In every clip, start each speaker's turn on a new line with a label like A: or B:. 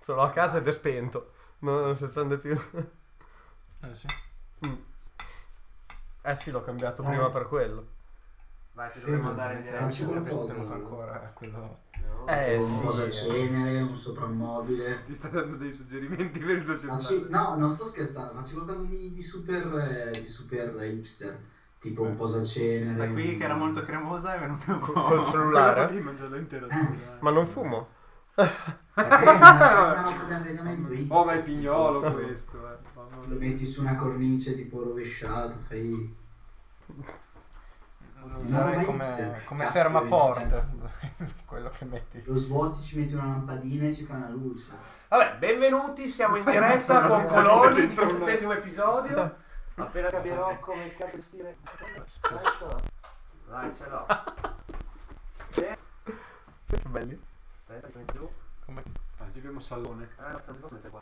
A: Ce l'ho a casa ed è spento. No, non si accende più.
B: Eh sì.
A: Eh sì, l'ho cambiato
C: Eh.
A: prima per quello.
D: Vai, ti dovremmo andare in
C: Ah, sì,
D: diretta.
C: quello
B: questo
C: cosa,
B: tenuto
C: no?
B: ancora eh, quello.
D: No?
A: Eh,
C: Sono un
A: sì.
C: da cenere, un soprammobile.
D: Ti sta dando dei suggerimenti per il tuo
A: Ah,
C: Facci-
D: cellulare.
C: no, non sto scherzando, faccio qualcosa di, di super, eh, di super hipster, tipo un posacenere.
E: Questa qui
C: un-
E: che era molto cremosa è venuta un po'.
A: Col, col
D: Ti
A: cellulare.
D: mangiarlo
F: Eh,
D: intero. dai.
A: Ma non fumo.
C: Perché è una roba di allenamento hipster.
D: Oh, ma è pignolo questo. Eh. Mamma
C: Lo
D: mia.
C: metti su una cornice tipo rovesciato, fai...
B: Lo usare
C: ma
B: come,
C: hipster.
B: come
C: Cazzo,
B: fermaporte. quello che metti.
C: Lo svuoti, ci metti una lampadina e ci fa una luce.
F: Vabbè, benvenuti, siamo in diretta con Coloni, diciassettesimo episodio. Appena capirò come cazzo gestire. Dai, ce l'ho. Dai, ce l'ho.
A: Che belli.
F: Aspetta, che giù.
D: Oggi abbiamo salone.
F: Ah, cazzo, cosa mette qua?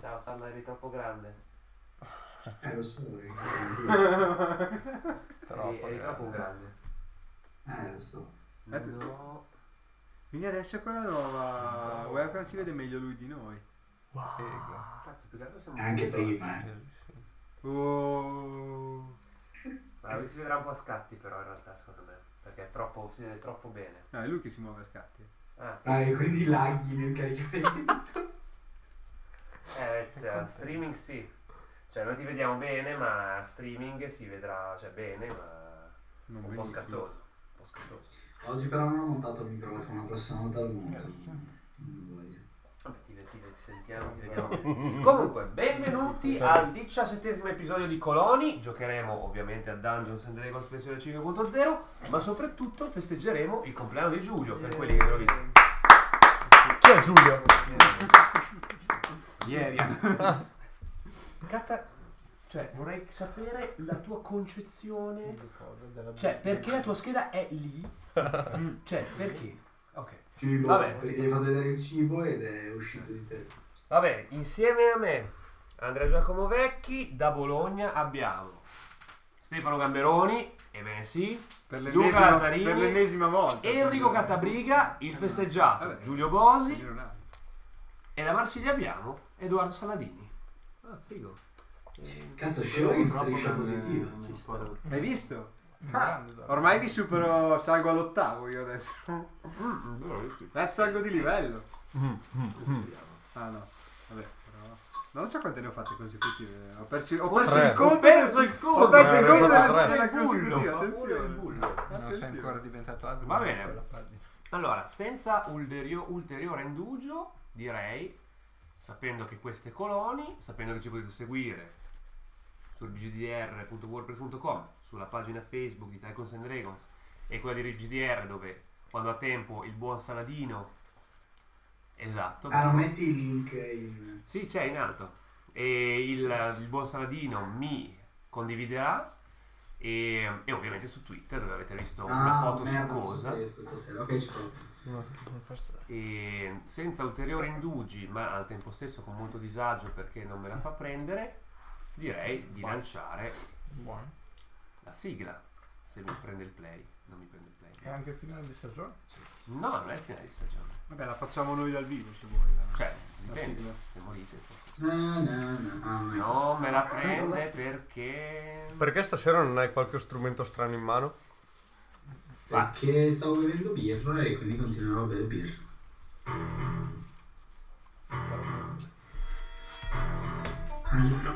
F: Ciao, Salla, eri troppo grande.
C: Eh, lo so, eh.
F: Eri,
B: Troppo.
F: eri troppo
B: grande.
F: grande.
C: eh, lo so.
D: Eh, sì.
F: No.
D: Quindi adesso con la nuova webcam si vede meglio lui di noi.
B: Figo.
F: Ah, Cazzo, più che altro siamo
C: Anche
F: distorti.
C: prima, eh.
B: Sì, sì.
D: Oh.
F: Ma lui si vedrà un po' a scatti, però, in realtà, secondo me. Perché è troppo, si vede troppo bene.
D: No, Ah, è lui che si muove a scatti.
F: Ah,
C: Ah, e quindi laghi nel caricamento.
F: Eh, cioè, streaming sì. Cioè, noi ti vediamo bene, ma streaming si vedrà, cioè, bene, ma un
D: Non
F: po'
D: benissimo.
F: scattoso. Un po' scattoso.
C: Oggi però non ho montato il microfono, la prossima volta lo monto.
B: Grazie.
C: Non voglio.
F: Vabbè, ti, ti- ti sentiamo, ti vediamo bene. Comunque, benvenuti al diciassettesimo episodio di Coloni. Giocheremo ovviamente a Dungeons and Dragons versione 5.0, ma soprattutto festeggeremo il compleanno di Giulio, per quelli che l'ho visto.
A: Chi è Giulio?
E: Ieri.
F: Cata, cioè, vorrei sapere la tua concezione
B: Della-
F: Cioè, perché la tua scheda è lì? Mm, cioè, perché? Ok.
C: Cibo,
F: Vabbè.
C: perché gli ho fatto vedere il cibo ed è uscito di te.
F: Vabbè, insieme a me, Andrea Giacomo Vecchi, da Bologna abbiamo Stefano Gamberoni, ebbene sì,
D: Per
F: Luca
D: l'ennesima,
F: Lazzarini.
D: per l'ennesima volta.
F: Enrico Cattabriga, il festeggiato,
D: Vabbè.
F: Giulio Bosi
D: Giro là.
F: e da Marsiglia abbiamo Edoardo Saladini. Ah, figo.
C: Cazzo, scemo in striscia positiva.
D: Hai visto?
B: Grande, dai.
D: Ormai vi supero, salgo all'ottavo io adesso.
F: Mm,
D: Adesso salgo di livello. Ah no, vabbè, però... Non so quante ne ho fatte consecutive. Ho perso, ho perso
A: Tre.
D: il conto.
F: Ho perso il conto.
D: Ho perso
A: Eh,
D: il
A: ne ho
D: conto
A: fatte
D: della,
A: tre.
D: della
F: Il bullo,
D: consecutiva.
F: fa pure il
D: Attenzione.
F: bullo.
B: Non sei
D: Attenzione.
B: ancora diventato adulto.
F: Va bene.
B: quella pagina.
F: Allora, senza ulterio- ulteriore indugio, direi, sapendo che queste coloni, sapendo che ci potete seguire sul gdr.wordpress.com, sulla pagina Facebook di Tycoons and Dragons e quella di GDR dove quando ha tempo il buon Saladino... Esatto.
C: Ah, non metti il link in...
F: Sì, c'è in alto. E il, il buon Saladino mi condividerà e, e ovviamente su Twitter dove avete visto una foto su
C: Ah, merda,
F: cosa.
C: non ci sei stasera. Ok, ci provo.
F: e senza ulteriori indugi, ma al tempo stesso con molto disagio perché non me la fa prendere, direi di lanciare
B: Buono.
F: la sigla. Se mi prende il play, non mi prende il
B: E
F: play.
B: anche il finale di stagione.
F: No, non è finale di stagione.
D: Vabbè, la facciamo noi dal vivo se vuoi. la-
F: Cioè,
D: La
F: dipende,
D: sigla.
F: se morite. forse.
C: No, no, no. Ah, no.
F: No, me la prende perché...
A: Perché stasera non hai qualche strumento strano in mano?
C: Perché stavo bevendo birra e quindi continuerò a bere birra. Allora.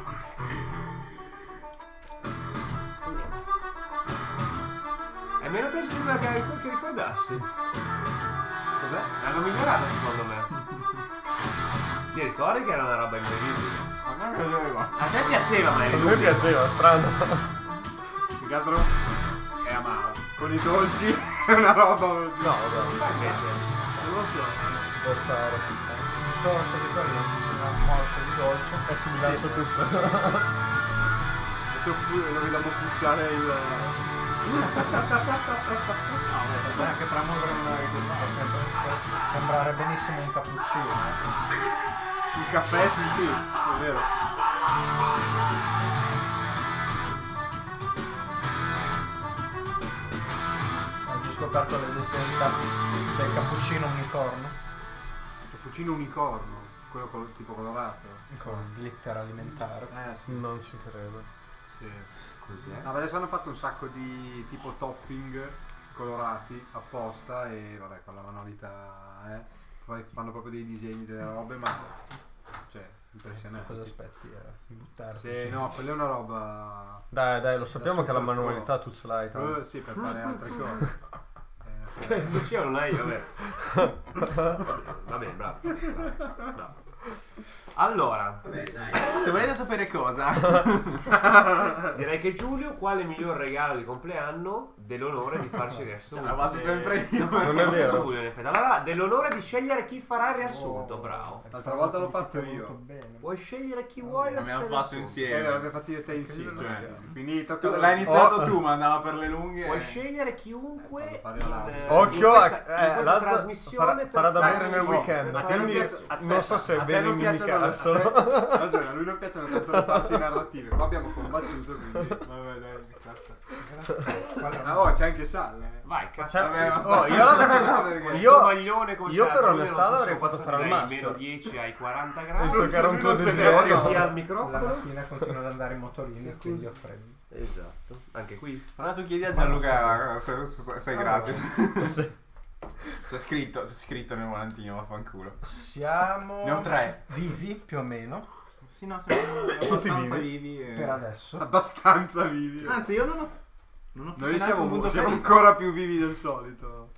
F: È meno piaciuto da che che ricordassi.
D: Cos'è?
F: L'hanno migliorata secondo me. Ti ricordi che era una roba incredibile?
D: Ma guarda che arriva.
F: A te piaceva, ma
A: A
F: eri
A: me
F: tu.
A: piaceva, strano.
D: Più che altro è amaro. Con i dolci è una roba... Non
A: No, vabbè,
F: Invece,
D: lo so.
A: ci può stare.
B: Un sorso di quello, una morsa di dolce.
A: È similare su tutto.
D: Adesso pure lo vediamo pucciare il...
B: Non è che tramuovere una ricorda, sembra, sembrare benissimo un cappuccino.
D: Il caffè sì, sì, è vero.
B: Ho già scoperto l'esistenza del cappuccino unicorno.
D: Che Cucino unicorno, quello col- tipo colorato.
B: Con glitter alimentare.
D: Eh, sì.
A: Non ci credo.
D: sì.
F: Cos'è?
D: No, ma adesso hanno fatto un sacco di tipo topping colorati apposta e vabbè con la manualità eh. Poi fanno proprio dei disegni delle robe, ma cioè impressionante.
B: Cosa aspetti? eh? Buttarti.
D: Sì, no, quella è una roba.
A: Dai, dai, Eh, lo sappiamo
D: Adesso
A: che la
D: qualcuno-
A: manualità tu ce l'hai tanto.
D: Eh, sì, per fare altre cose. Eh, per-
F: Lucia non hai, vabbè. Va bene, bravo. bravo, bravo. Allora,
C: Vabbè, dai.
G: Se volete sapere cosa,
F: direi che Giulio, quale miglior regalo di compleanno dell'onore di farci il riassunto? Eh,
G: la vado sempre io.
A: Non è vero.
F: Giulio, in effetti. Allora, dell'onore di scegliere chi farà il riassunto,
B: Oh.
F: bravo.
D: L'altra volta l'ho fatto
B: Molto
D: io.
B: bene.
F: Puoi scegliere chi vuoi. la
G: L'abbiamo
F: fai
G: fatto
F: riassunto.
D: Eh,
G: insieme.
D: l'abbiamo fatto io e te insieme.
G: Cioè,
D: Finito.
G: tu-
D: cosa-
G: l'hai iniziato
A: Oh.
G: tu, ma andava per le lunghe.
F: Puoi scegliere chiunque
D: Eh, fare
F: in,
D: la-
F: eh,
A: Occhio
F: in
A: a
F: questa, in
A: eh,
F: questa
A: l'altro
F: trasmissione
A: farà,
F: per
A: farà da
F: farmi-
A: bere nel
F: no,
A: weekend,
F: per
D: te non
A: quindi
D: piace- aspetta,
A: non so se
D: a
A: è
D: te
A: bene
D: non
A: in ogni
D: piacciono-
A: caso.
D: a te- hai ragione, a lui non piacciono tanto le parti narrative. Qua abbiamo combattuto quindi.
G: Vabbè, dai,
B: Cioè,
G: cazzo.
D: Ah, oh, c'è anche Sal. eh.
F: Vai, cazzo.
A: Cioè,
G: Vabbè,
B: eh,
G: ma-
A: oh, io l'avrei-
D: No, perché-
F: Questo
A: io-
F: maglione come
A: io
F: se la
A: per
F: Madonna
A: onestà
F: non
A: l'avrei
F: fosse
A: fatto fare
F: passata
A: il
F: dai
A: master.
F: meno 10 ai 40 gradi.
A: Visto che era un tuo
F: Lui non se ne
A: desiderio.
F: resti al
B: La
F: microfono.
B: mattina continuo ad andare in motorino e quindi ho freddo.
F: Esatto. Anche qui.
G: Però tu chiedi a Gianluca eh, se, se- se- sei
B: Ah,
G: gratis.
A: Sì.
G: C'è scritto, c'è scritto nel volantino, vaffanculo.
B: Siamo
G: Ne ho tre.
B: vivi più o meno
G: Sì, no, siamo
A: abbastanza
G: abbastanza vivi. eh.
B: per adesso.
D: Abbastanza vivi.
G: Anzi, io non ho. Non ho più
D: Noi
G: neanche un
D: siamo,
G: punto
D: siamo
G: ferito.
D: ancora più vivi del solito.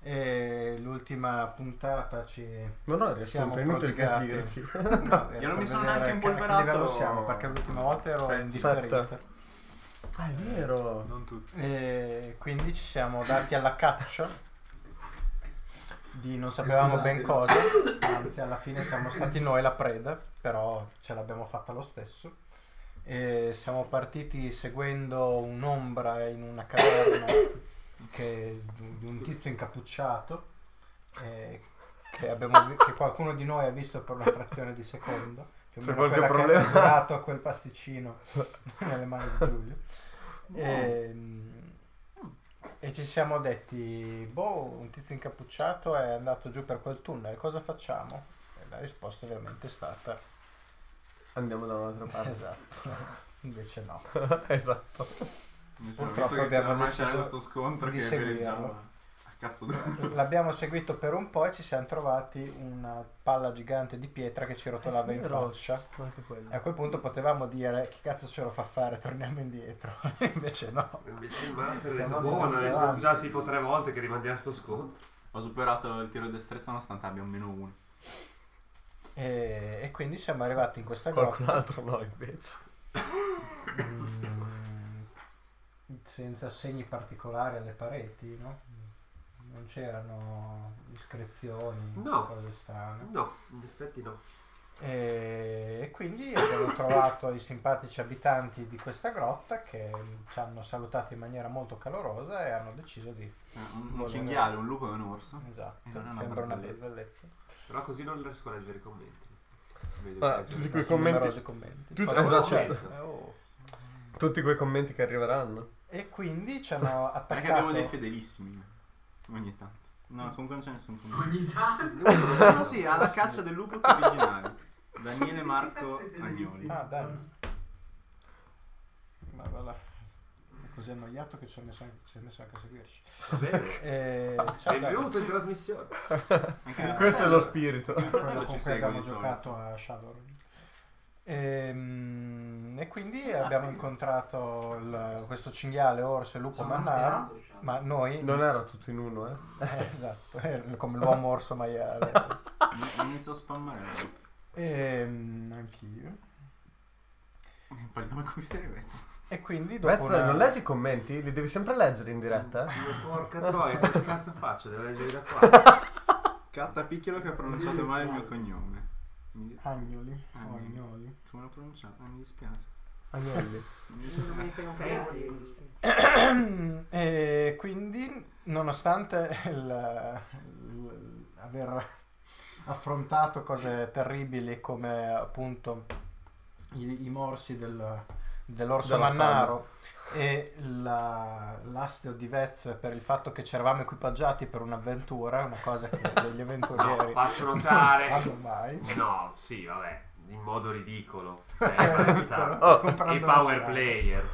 B: E l'ultima puntata ci
A: No, no,
B: Siamo
A: è inutile che
B: prodigati.
A: dirci.
B: No, era
G: Io non
B: per
G: mi sono
B: vedere
G: neanche
B: che-
G: impolverato.
B: A che livello siamo? Perché l'ultima volta ero
G: Sette.
B: indifferente.
A: Ah, è vero.
D: Non tutti.
B: E quindi ci siamo dati alla caccia di non sapevamo ben cosa, anzi alla fine siamo stati noi la preda, però ce l'abbiamo fatta lo stesso. E siamo partiti seguendo un'ombra in una caverna che- di un tizio incappucciato eh, che, abbiamo vi- che qualcuno di noi ha visto per una frazione di secondo. Più o
A: C'è
B: meno
A: qualche
B: quella che
A: problema?
B: ha durato a quel pasticcino nelle mani di Giulio. Ehm, E, ci siamo detti, boh, un tizio incappucciato è andato giù per quel tunnel, cosa facciamo? E la risposta ovviamente è stata,
A: Andiamo da un'altra parte.
B: esatto, invece no.
A: esatto.
G: Invece,
B: Purtroppo
G: visto che se
B: abbiamo
G: ormai
B: deciso
G: c'era questo scontro
B: di
G: che
B: seguirlo.
G: veleggiamo a Ah, cazzo d'uomo.
B: L'abbiamo seguito per un po' e ci siamo trovati una palla gigante di pietra che ci rotolava in
A: vero.
B: faccia.
A: Anche quello.
B: E a quel punto potevamo dire, che cazzo ce lo fa fare, torniamo indietro. invece no.
F: Invece il master ha
B: Siamo
F: detto, boh,
B: andati
F: ne sono
B: avanti.
F: già tipo tre volte che rimandiamo sto scontro.
G: Ho superato il tiro di destrezza nonostante abbia un meno uno.
B: E, e quindi siamo arrivati in questa
A: Qualcun
B: grotta.
A: altro no, invece.
B: Mm, senza segni particolari alle pareti, no? Non c'erano iscrizioni,
F: No.
B: cose strane.
F: No, in effetti no.
B: E, e quindi abbiamo trovato i simpatici abitanti di questa grotta che ci hanno salutato in maniera molto calorosa e hanno deciso di...
G: Ah, Un, un
B: Volare.
G: cinghiale, un lupo e un orso.
B: Esatto,
G: Ah, E non è una
B: sembra una
G: barzelletta.
B: barzelletta.
F: Però così non riesco a leggere i commenti. Vedo
A: Ah,
F: che-
A: tutti quei
B: Sono
A: commenti-
B: numerosi commenti.
A: Tut-
B: Qualcuno
A: esatto.
B: commenta, eh, oh.
A: Tutti quei commenti che arriveranno.
B: E quindi ci hanno
G: Perché abbiamo dei
B: attaccato...
G: fedelissimi. eh, Ogni tanto. No, comunque non c'è nessun commento.
C: Ogni tanto.
G: No, no, Ah, sì, alla caccia del lupo più originale. Daniele Marco Agnoli.
B: Ah,
G: Mm.
B: dai. Ma va là. È così annoiato che ci ha messo anche, si è messo anche a seguirci.
F: Va bene.
B: Eh, ciao, Dario.
F: Benvenuto in trasmissione.
G: Anche
A: Questo
B: Eh,
G: mio
A: è lo
G: fratello-
A: spirito.
G: Mio
B: quello
G: fratello ci
B: con cui
G: segue
B: abbiamo
G: di solito.
B: giocato a Shadow. Ehm, E quindi
G: Ah,
B: abbiamo incontrato il- questo cinghiale, orso e lupo
G: Ah,
C: Sono
B: mannaro,
C: mascherato, Shadow.
B: ma noi,
A: Non era tutto in uno, eh.
B: eh, esatto, eh, come l'uomo orso maiale.
G: Mi- Inizio a spammare.
B: Ehm, anch'io.
G: Parliamo con leggerezza.
B: E quindi dopo...
A: Beth,
B: una-
A: non leggi i commenti? Li devi sempre leggere in diretta, eh?
F: Dio, Porca troia, che cazzo faccio? Devo leggere da qua.
G: Catapicchiolo che ha pronunciato male il mio cognome. Mi-
B: Agnoli. o
G: Agnoli.
B: Agnoli.
G: Come l'ho pronunciato? Ah, mi dispiace.
A: Agnelli.
G: Mi dispiace.
B: Mm, e quindi, nonostante il- il- aver affrontato cose terribili come appunto i, i morsi del, dell'orso
A: Dalla
B: mannaro e la- l'astio di Vez per il fatto che ci eravamo equipaggiati per un'avventura, una cosa che degli
F: No,
B: avventurieri
F: faccio
B: non fanno
F: notare.
B: mai.
F: No, sì, vabbè, in modo ridicolo. Eh, pensa.
A: Oh,
F: I
B: Comprando una
F: power
B: spada.
F: player.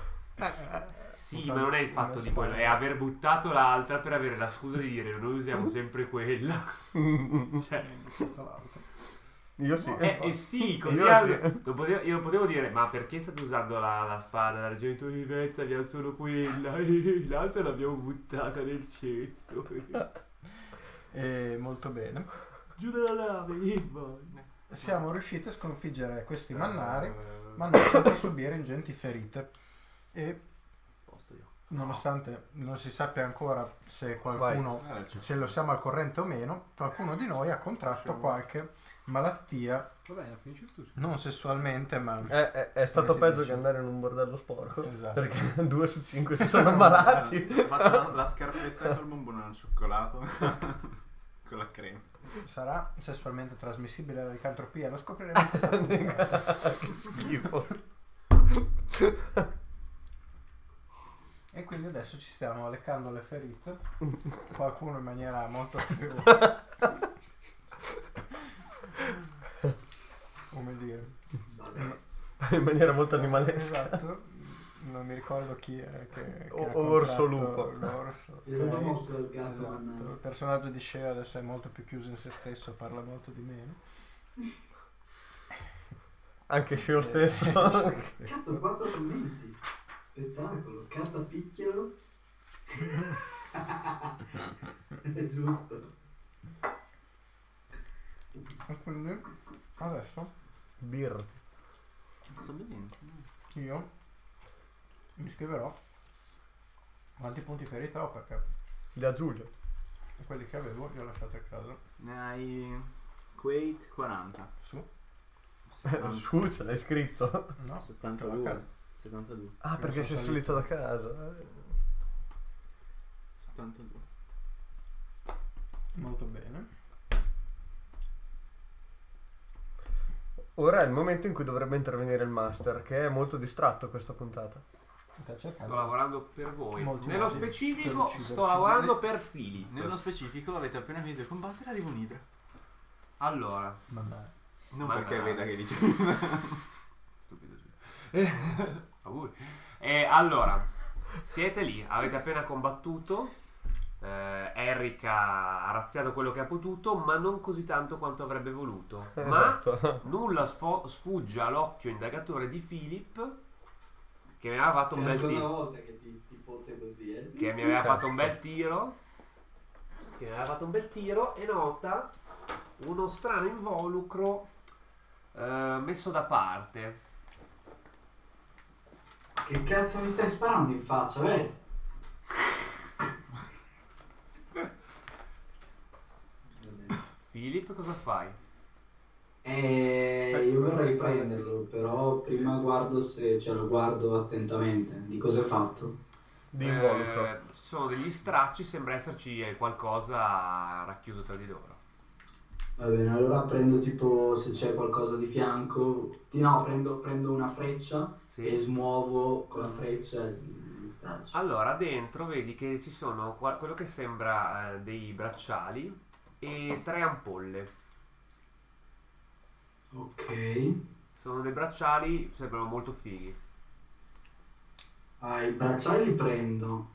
F: Sì, ma non è il fatto di quello, è aver buttato l'altra per avere la scusa di dire noi usiamo
A: Mm-hmm.
F: sempre quella. Cioè,
A: Io Mm-hmm. sì.
F: eh, eh sì, così
A: Io sì.
F: anche- non potevo, io non potevo dire, ma perché state usando la, la spada? La ragione di vivezza abbiamo solo quella, e l'altra l'abbiamo buttata nel cesto.
B: E molto bene.
F: Giù dalla nave, eh, ma-
B: Siamo riusciti a sconfiggere
F: Eh,
B: questi mannari, ma hanno fatto subire ingenti ferite. E
F: Posto io.
B: nonostante non si sappia ancora se qualcuno
G: Ah, c'è-
B: se lo siamo al corrente o meno, qualcuno di noi ha contratto qualche malattia,
D: Vabbè, finisci tu.
B: non sessualmente, ma
A: È, è- è stato
B: Come si
A: peggio
B: dice?
A: che andare in un bordello sporco.
B: Esatto.
A: Perché due su cinque si sono ammalati.
G: Faccio la, la scarpetta col bombone al cioccolato. con la crema.
B: sarà sessualmente trasmissibile la licantropia, lo scopriremo in questa puntata.
A: che schifo.
B: E quindi adesso ci stiamo leccando le ferite, qualcuno in maniera molto più... come dire...
A: In maniera molto animalesca.
B: Esatto, non mi ricordo chi è che... che
A: O-
B: l'ha
A: orso
B: contratto,
A: lupo.
B: L'orso.
C: È stato
B: Eh,
C: mosso il gatto.
B: Esatto, il
C: mannaro.
B: personaggio di Shea adesso è molto più chiuso in se stesso, parla molto di meno.
A: Anche Shio stesso.
B: Eh,
C: Cazzo, quattro commenti. Spettacolo. Catapicchialo. È giusto.
B: E quindi adesso
A: Birra.
G: Sto bene.
B: io mi scriverò quanti punti ferita ho perché
A: Da Giulio.
B: quelli che avevo li ho lasciati a casa.
G: Ne hai Quake 40.
B: Su? Ah.
A: Su, ce Eh, l'hai scritto.
B: No? te la
G: 72. 72.
A: Ah, perché
B: sono
A: sei
B: salito.
A: salito da casa.
G: 72.
B: Molto bene.
A: Ora è il momento in cui dovrebbe intervenire il master, che è molto distratto questa puntata.
B: Sta
F: Sto
B: cercando.
F: lavorando per voi.
B: Molto
F: Nello
B: bene.
A: Cioè,
F: specifico
B: Per ucciderci.
F: sto lavorando per Fili.
G: Nello specifico avete appena finito di combattere arriva un'idra.
F: Allora,
B: Mannaggia.
G: Non
F: Ma
G: perché
F: no.
G: veda che dice.
F: stupido Giulio. Eh, auguri. Eh, allora, siete lì, avete appena combattuto. Eh, Eric ha razziato quello che ha potuto, ma non così tanto quanto avrebbe voluto. Ma
A: Esatto.
F: Nulla sfo- sfugge all'occhio indagatore di Philip che mi aveva
A: Eh,
F: fatto un
C: È la
F: bel
C: seconda
F: tiro.
C: volta che ti, ti fotte così, eh.
F: Che mi aveva
A: Cazzo.
F: fatto un bel tiro. Che mi aveva fatto un bel tiro e nota uno strano involucro eh, messo da parte.
C: Che cazzo mi stai sparando in faccia, eh?
F: Philip, cosa fai?
C: Eh, io vorrei prenderlo, però prima guardo se ce lo guardo attentamente di cosa è fatto.
A: Di involucro.
F: Eh, ci sono degli stracci, sembra esserci eh, qualcosa racchiuso tra di loro.
C: Va bene, allora prendo tipo se c'è qualcosa di fianco. Di no, prendo, prendo una freccia
F: Sì.
C: e smuovo con la freccia gli stracci.
F: Allora, dentro vedi che ci sono qua- quello che sembra eh, dei bracciali e tre ampolle.
C: Ok.
F: Sono dei bracciali, sembrano molto fighi.
C: Ah, i bracciali li prendo.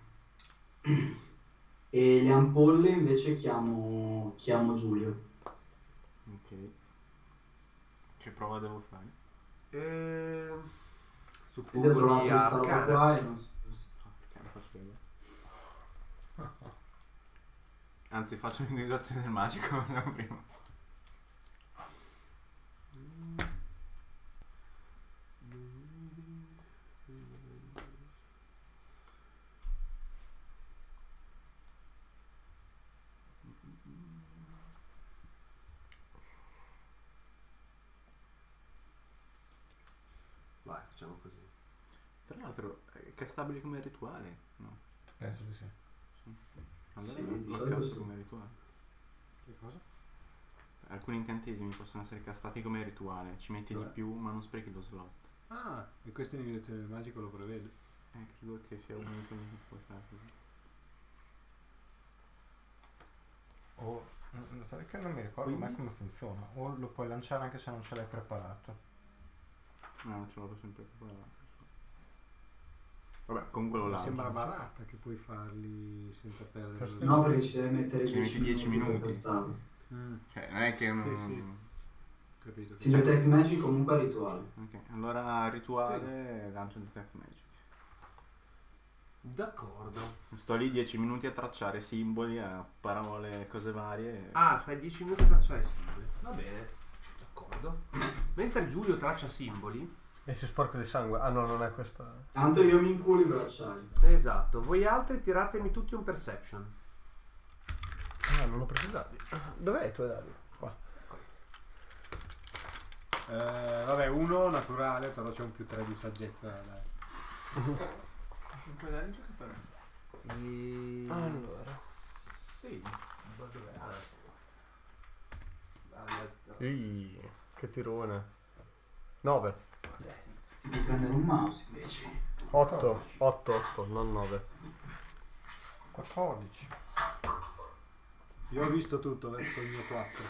C: E le ampolle invece chiamo, chiamo Giulio.
G: ok. Che prova devo fare?
F: Eh,
C: Quindi ho
F: suppongo
C: trovato
F: di
C: questa roba
F: arcana.
C: qua e non so se-
G: Ah, perché non faccio vedere. Anzi, faccio l'individuazione del magico come facciamo prima.
F: Vai, facciamo così.
G: Tra l'altro, eh, è castabile come rituale? No.
B: Penso di sì.
G: Allora
C: Sì,
G: non
C: di
G: lo
C: solito
G: casto
C: sì.
G: come rituale.
D: Che cosa?
G: Alcuni incantesimi possono essere castati come rituale. Ci metti
D: Cioè?
G: di più, ma non sprechi lo slot.
D: Ah, e questo indirizzo magico lo prevede.
G: Eh, credo che sia un che mi può fare così.
B: O mm, mm, sai che non mi ricordo
G: Quindi?
B: mai come funziona. O lo puoi lanciare anche se non ce l'hai preparato.
G: No, non ce l'ho sempre preparato. Vabbè, comunque lo
D: Mi
G: lancio.
D: sembra barata che puoi farli senza perdere
B: Questo
D: lo-
C: No, perché ci devi mettere
G: Ci metti 10 minuti.
C: per castarlo.
D: Mm,
G: Cioè, non è che è un...
D: Sì, capito.
C: Sì, Detect Magic comunque è rituale.
G: Ok, allora rituale lancio Detect Magic.
F: D'accordo.
G: Sto lì 10 minuti a tracciare simboli, a parole, cose varie.
F: Ah, stai 10 minuti a tracciare simboli. Va bene. D'accordo. Mentre Giulio traccia simboli.
A: E si sporco di sangue. Ah no, non è questa.
C: Tanto io mi inculo i bracciali.
F: Esatto. Voi altri tiratemi tutti un perception.
A: Ah, non ho preso i dadi. Dov'è i tuoi dadi? Qua.
D: Eh, vabbè, uno naturale, però c'è un più 3 di saggezza. dai.
G: Non puoi dare il giocatore?
F: E...
A: Allora.
F: Sì. Ma dov'è? Ah. Ah, no.
A: Ih, che tirone. 9,
C: Si può prendere un mouse invece.
A: 8, 8, 8, non 9.
B: 14.
D: Io ho visto tutto verso il mio 4.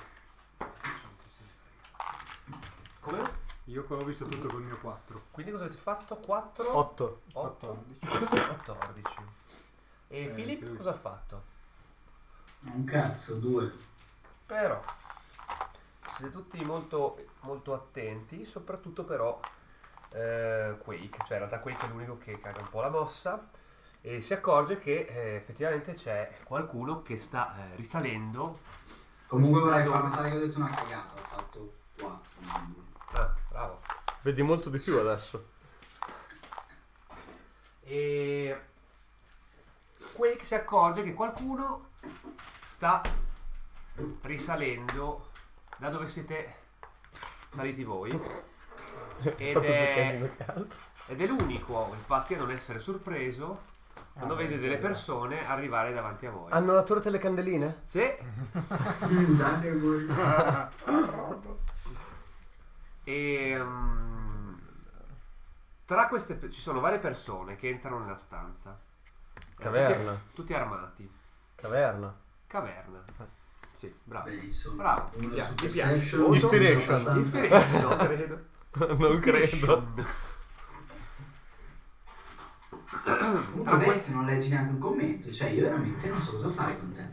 F: Come?
D: Io ho visto tutto col mio 4.
F: Quindi cosa avete fatto? 4?
A: 8.
F: 14. 14. E
D: Eh,
F: Filippo
D: più.
F: cosa ha fatto?
C: È un cazzo, due.
F: Però siete tutti molto, molto attenti, soprattutto però eh, Quake, cioè in realtà Quake è l'unico che caga un po' la mossa e si accorge che eh, effettivamente c'è qualcuno che sta eh, risalendo.
C: Comunque vorrei far notare che ho detto una cagata, ho fatto 4 numeri.
F: Ah, bravo.
A: Vedi molto di più adesso.
F: E Quake si accorge che qualcuno sta risalendo da dove siete saliti voi. Ed
A: Fatto più
F: è,
A: casino che altro.
F: ed è l'unico, infatti, a non essere sorpreso quando
B: Ah,
F: vede
B: beh,
F: delle
B: già.
F: persone arrivare davanti a voi.
A: Hanno la torre delle candeline?
F: Sì,
C: Date voi.
F: e mm, tra queste pe- ci sono varie persone che entrano nella stanza. Eh,
A: Caverna.
F: Tutti, tutti armati.
A: Caverna.
F: Caverna. Sì, bravo.
C: Beh, insomma.
F: Bravo, mi
C: uno
F: piace,
C: su
F: mi piace.
C: perception,
A: Inspiration.
C: abbastanza-
F: Ispiration, no, credo.
A: non credo.
C: Comunque poi se non leggi neanche un commento, cioè io veramente non so cosa fare con te.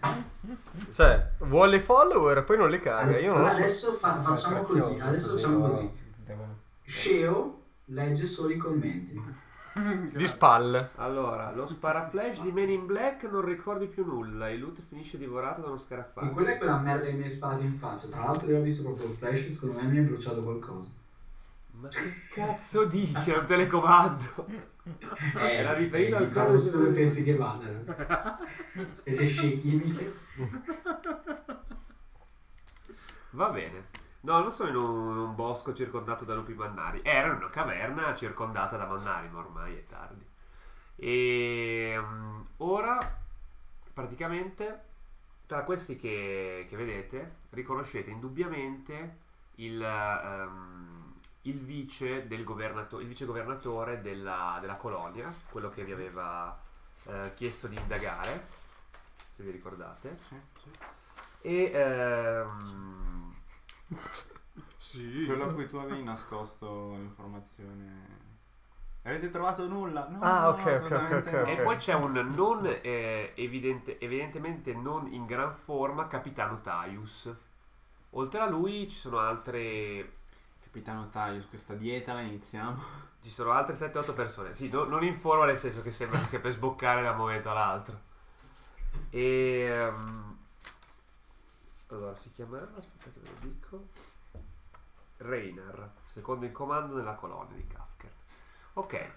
A: Cioè, vuole i follower e poi non li caga. Io non lo
C: Allora,
A: so.
C: adesso fa-
B: È
C: facciamo così,
B: prezioso,
C: adesso
B: così
C: facciamo
B: loro
C: così.
B: devono-
C: Sceo legge solo i commenti.
A: Di spalle.
F: Allora, lo sparaflash di Men in Black non ricordi più nulla. Il loot finisce divorato da uno
C: Ma
F: scarafaggio.
C: quella è quella merda che mi hai sparato in faccia. Tra l'altro io ho visto proprio il flash, secondo me mi hai bruciato qualcosa.
F: Ma che cazzo dici? È un telecomando. Era
C: Eh,
F: riferito al
C: codice
F: codice
C: dove
F: del-
C: pensi che vada. Siete scie chimiche.
F: Va bene. No, non sono in un, un bosco circondato da lupi mannari. Era in una caverna circondata da mannari, ma ormai è tardi. E mm, ora, praticamente, tra questi che, che vedete, riconoscete indubbiamente il, ehm, il vice del governato- il vicegovernatore della, della colonia, quello che vi aveva eh, chiesto di indagare, se vi ricordate. E ehm,
D: Sì.
G: Quello a cui tu avevi nascosto l'informazione. Avete trovato nulla? No,
A: Ah,
G: no,
A: ok, ok,
G: assolutamente
A: ok,
G: no.
A: ok.
F: E poi c'è un non eh, evidente- evidentemente non in gran forma capitano Taius. Oltre a lui ci sono altre
G: Capitano Taius, questa dieta la iniziamo.
F: ci sono altre 7-8 persone. Sì, no- non in forma nel senso che sembra che stia per sboccare da un momento all'altro. E ehm, allora si chiamava, aspetta che ve lo dico. Reinar, secondo in comando nella colonia di Kafker. Ok.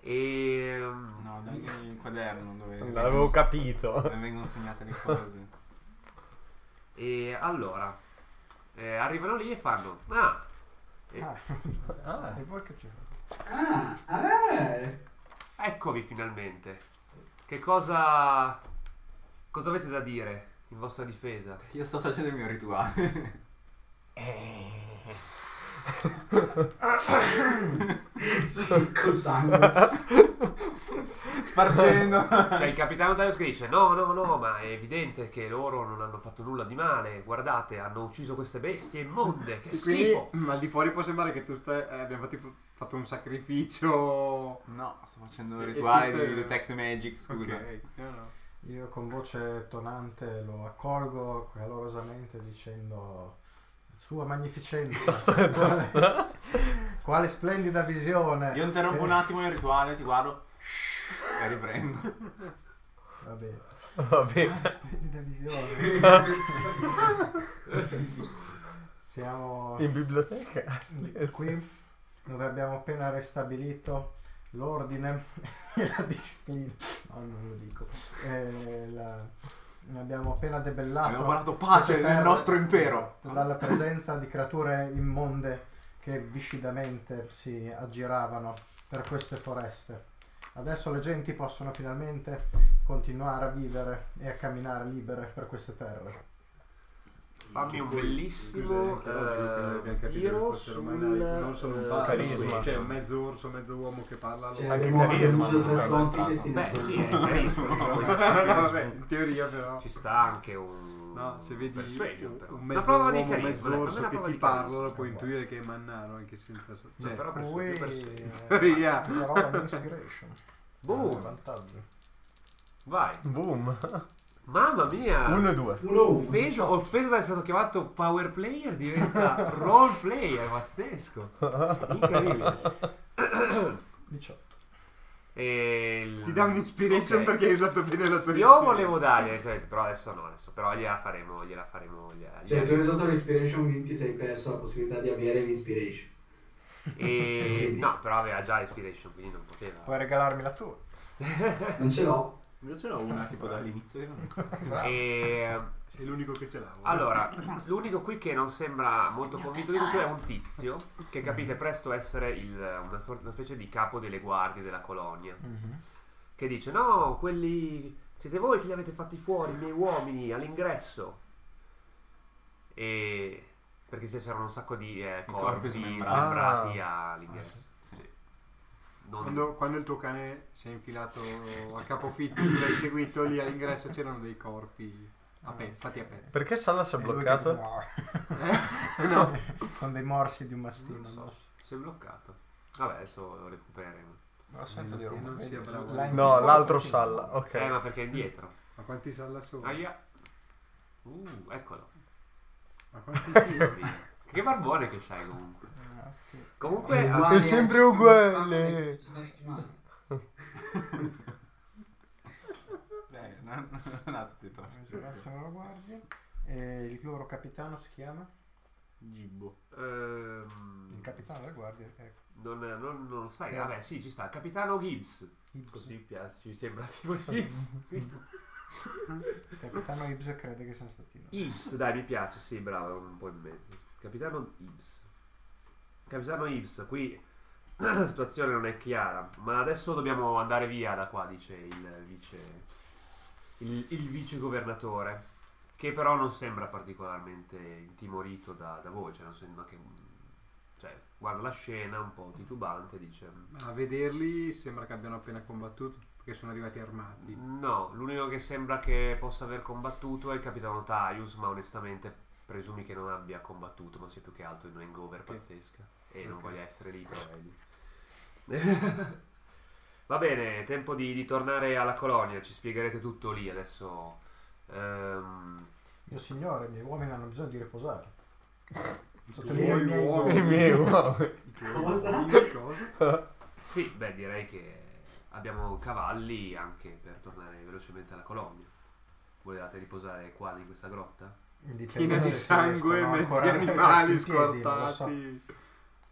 F: E ehm,
G: No, dai che il quaderno dove
A: Non
G: vengono-
A: l'avevo capito.
G: dove vengono segnate le cose.
F: E allora eh, arrivano lì e fanno: Ah,
A: Ah,
B: E poi che c'è?
C: Ah, eh.
F: eccovi finalmente. Che cosa. Cosa avete da dire in vostra difesa?
G: Io sto facendo il mio rituale.
F: Eh.
C: Sì, col sangue.
G: Spargendo.
D: Ah.
F: Cioè il capitano Taios che dice no, no, no, ma è evidente che loro non hanno fatto nulla di male, guardate, hanno ucciso queste bestie immonde, che
D: E quindi,
F: schifo.
D: ma al di fuori può sembrare che tu stai, eh, abbiamo fatto, fatto un sacrificio.
G: No, sto facendo
D: E-
G: un
D: e
G: rituale
D: questo è-
G: di Detect Magic, scusa.
D: Ok, io no.
B: Io con voce tonante lo accolgo calorosamente dicendo Sua magnificenza, quale, quale splendida visione.
G: Io interrompo
B: Eh,
G: un attimo il rituale, ti guardo e riprendo.
B: Va bene,
A: Va bene.
B: splendida visione. Siamo
A: In biblioteca.
B: qui dove abbiamo appena restabilito l'ordine e la disciplina. No, non lo dico. Eh, la- abbiamo appena debellato.
G: Abbiamo parlato pace
B: queste
G: nel
B: terre
G: nostro impero.
B: Dalla presenza di creature immonde che viscidamente si aggiravano per queste foreste. Adesso le genti possono finalmente continuare a vivere e a camminare libere per queste terre.
F: Fammi un
D: Scusa,
F: bellissimo
D: anche oggi non credo abbiamo
F: eh,
D: capito
F: tiro
D: che fossero
F: sul eh,
D: manai, non sono un pazzo,
A: carisma.
D: cioè un mezzo orso, mezzo uomo che parla. lo-
C: Cioè,
A: Anche
C: muore,
A: carisma,
C: uso
G: non
C: tre
G: sta
C: sconti che
G: incontrando.
C: si
F: Beh, sì, è
C: risolvono.
F: carisma,
D: Vabbè, in teoria però.
F: Ci sta anche un
D: No, se vedi
F: persuasion,
D: un,
F: però.
D: un
F: Una
D: mezzo
F: prova
D: uomo,
F: di
D: un
F: carisma,
D: mezzo
F: dai,
D: orso
F: fammi una
D: che
F: prova
D: ti
F: di
D: parla, lo
F: carisma. cioè.
D: puoi
B: Eh,
D: intuire che è Mannaro anche senza... so- Cioè,
F: però perso-
B: Qui,
F: io perso.
B: eh,
D: Riga.
B: una roba di inspiration.
F: Boom.
B: Vantaggi.
F: Vai.
A: Boom.
F: Mamma mia.
A: 1 e 2.
C: Uno, uno.
F: Offeso, offeso da essere stato chiamato power player diventa role player, pazzesco. Incredibile.
B: 18.
F: E il-
D: ti dà un'inspiration
F: Ehm, Ok.
D: perché hai usato bene la tua
F: Io
D: inspiration.
F: volevo dargli, direttamente, però adesso no, adesso però gliela faremo, gliela faremo. Gliela,
C: Se
F: gliela-
C: tu hai usato l'inspiration, quindi ti sei perso la possibilità di avere l'inspiration.
F: E no, però aveva già l'inspiration, quindi non poteva.
B: Puoi regalarmi la tua.
C: Non ce l'ho.
G: Io ce l'ho una tipo dall'inizio. io non-
F: E
D: Sei l'unico che ce l'ha. guarda.
F: allora, l'unico qui che non sembra molto convinto di tutto è un tizio che capite presto essere il- una, sor- una specie di capo delle guardie della colonia. Che dice: No, quelli siete voi che li avete fatti fuori, i miei uomini, all'ingresso. E perché se c'erano un sacco di eh, corpi,
G: corpi smembrati.
F: smembrati
A: Ah.
F: all'ingresso. Sì. Non-
D: Quando, quando il tuo cane si è infilato a capofitto, tu l'hai seguito lì all'ingresso, c'erano dei corpi a pe- fatti a pezzi.
A: Perché Sala si è
B: E lui
A: bloccato?
B: che-
D: Eh? No.
B: Con dei morsi di un mastino.
F: Non so.
B: addosso.
F: Si è bloccato. Vabbè, adesso lo recupereremo.
B: Non
D: sento di rumore.
B: sia bravo.
D: Là in
A: No, l'altro Salla. Ok.
F: Eh, ma perché è indietro?
D: Ma quanti salla sono?
F: Aia. Uh, eccolo.
D: Ma quanti sì?
F: che barbone che c'hai comunque.
B: Eh,
F: Comunque, ah,
C: Uguali,
A: sempre
C: eh,
A: uguale.
C: sono originali.
G: Beh, non non ha tutti e tre.
B: Sono la guardia. E il loro capitano si chiama?
G: Gibbo.
F: ehm,
B: Il capitano della guardia. Ecco.
F: non, non- non lo sai. Vabbè, sì, ci sta. Capitano Gibbs. Così piace, ci sembra tipo Gibbs.
B: Il capitano Ibs crede che siano stati noi.
F: Gibbs, dai, mi piace. Sì, bravo, un po' in mezzo. Capitano Gibbs. Capitano Gibbs, qui la situazione non è chiara, ma adesso dobbiamo andare via da qua, dice il vice il, il vice governatore, che però non sembra particolarmente intimorito da, da voi, cioè non sembra che cioè, guarda la scena un po' titubante e dice
D: Ma a vederli sembra che abbiano appena combattuto, perché sono arrivati armati.
F: No, l'unico che sembra che possa aver combattuto è il capitano Taius, ma onestamente presumi che non abbia combattuto, ma sia più che altro in un hangover
D: Ok.
F: pazzesca e non
D: Ok.
F: voglia essere lì però è lì. Va bene, è tempo di, di tornare alla colonia, ci spiegherete tutto lì adesso. ehm,
B: Mio signore, i miei uomini hanno bisogno di riposare.
D: tuoi uomini.
A: I miei uomini.
D: I
C: Come sarà?
D: tuoi cosa?
F: sì, beh, direi che abbiamo cavalli anche per tornare velocemente alla colonia. Volevate riposare qua in questa grotta?
D: Piena di sangue, mezzi
B: cioè,
D: animali squartati.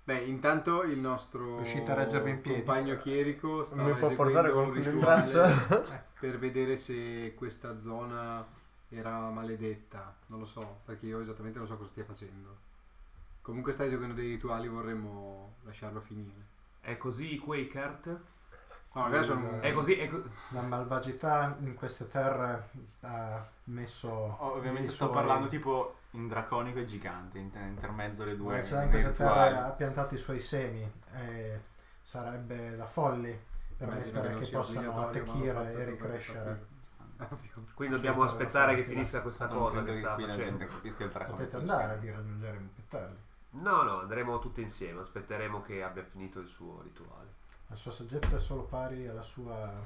D: Beh, intanto il nostro
B: Riuscite a reggervi in piedi?
D: compagno chierico sta
A: Mi può portare
D: eseguendo un
A: qualcuno in
D: rituale
A: braccio?
D: per vedere se questa zona era maledetta. Non lo so, perché io esattamente non so cosa stia facendo. Comunque sta eseguendo dei rituali, vorremmo lasciarlo finire.
F: È così Quakert?
D: No, magari sono...
F: È così, è co-
B: La malvagità in queste terre ha messo.
G: Oh, ovviamente
B: i
G: sto
B: suoi-
G: parlando tipo in draconico e gigante, in, intermezzo le due.
B: Max in
G: nei
B: questa terra
G: rituali.
B: ha piantato i suoi semi e sarebbe da folli
D: Immagino
B: permettere
D: non
B: che
D: sia
B: possano
D: obbligatorio, ma lo
B: attecchire
D: faccio
B: e
D: per
B: ricrescere.
F: Quindi dobbiamo
B: Sì,
F: aspettare che
B: sì.
F: finisca questa
G: Tanto
F: cosa
G: non
F: che
G: credo
F: sta
G: qui la gente
F: facendo.
G: capisca il
B: Potete
D: Ah,
G: draconico.
B: andare di raggiungermi più tardi.
F: No, no, andremo tutti insieme, aspetteremo che abbia finito il suo rituale.
B: La sua saggezza è solo pari alla sua...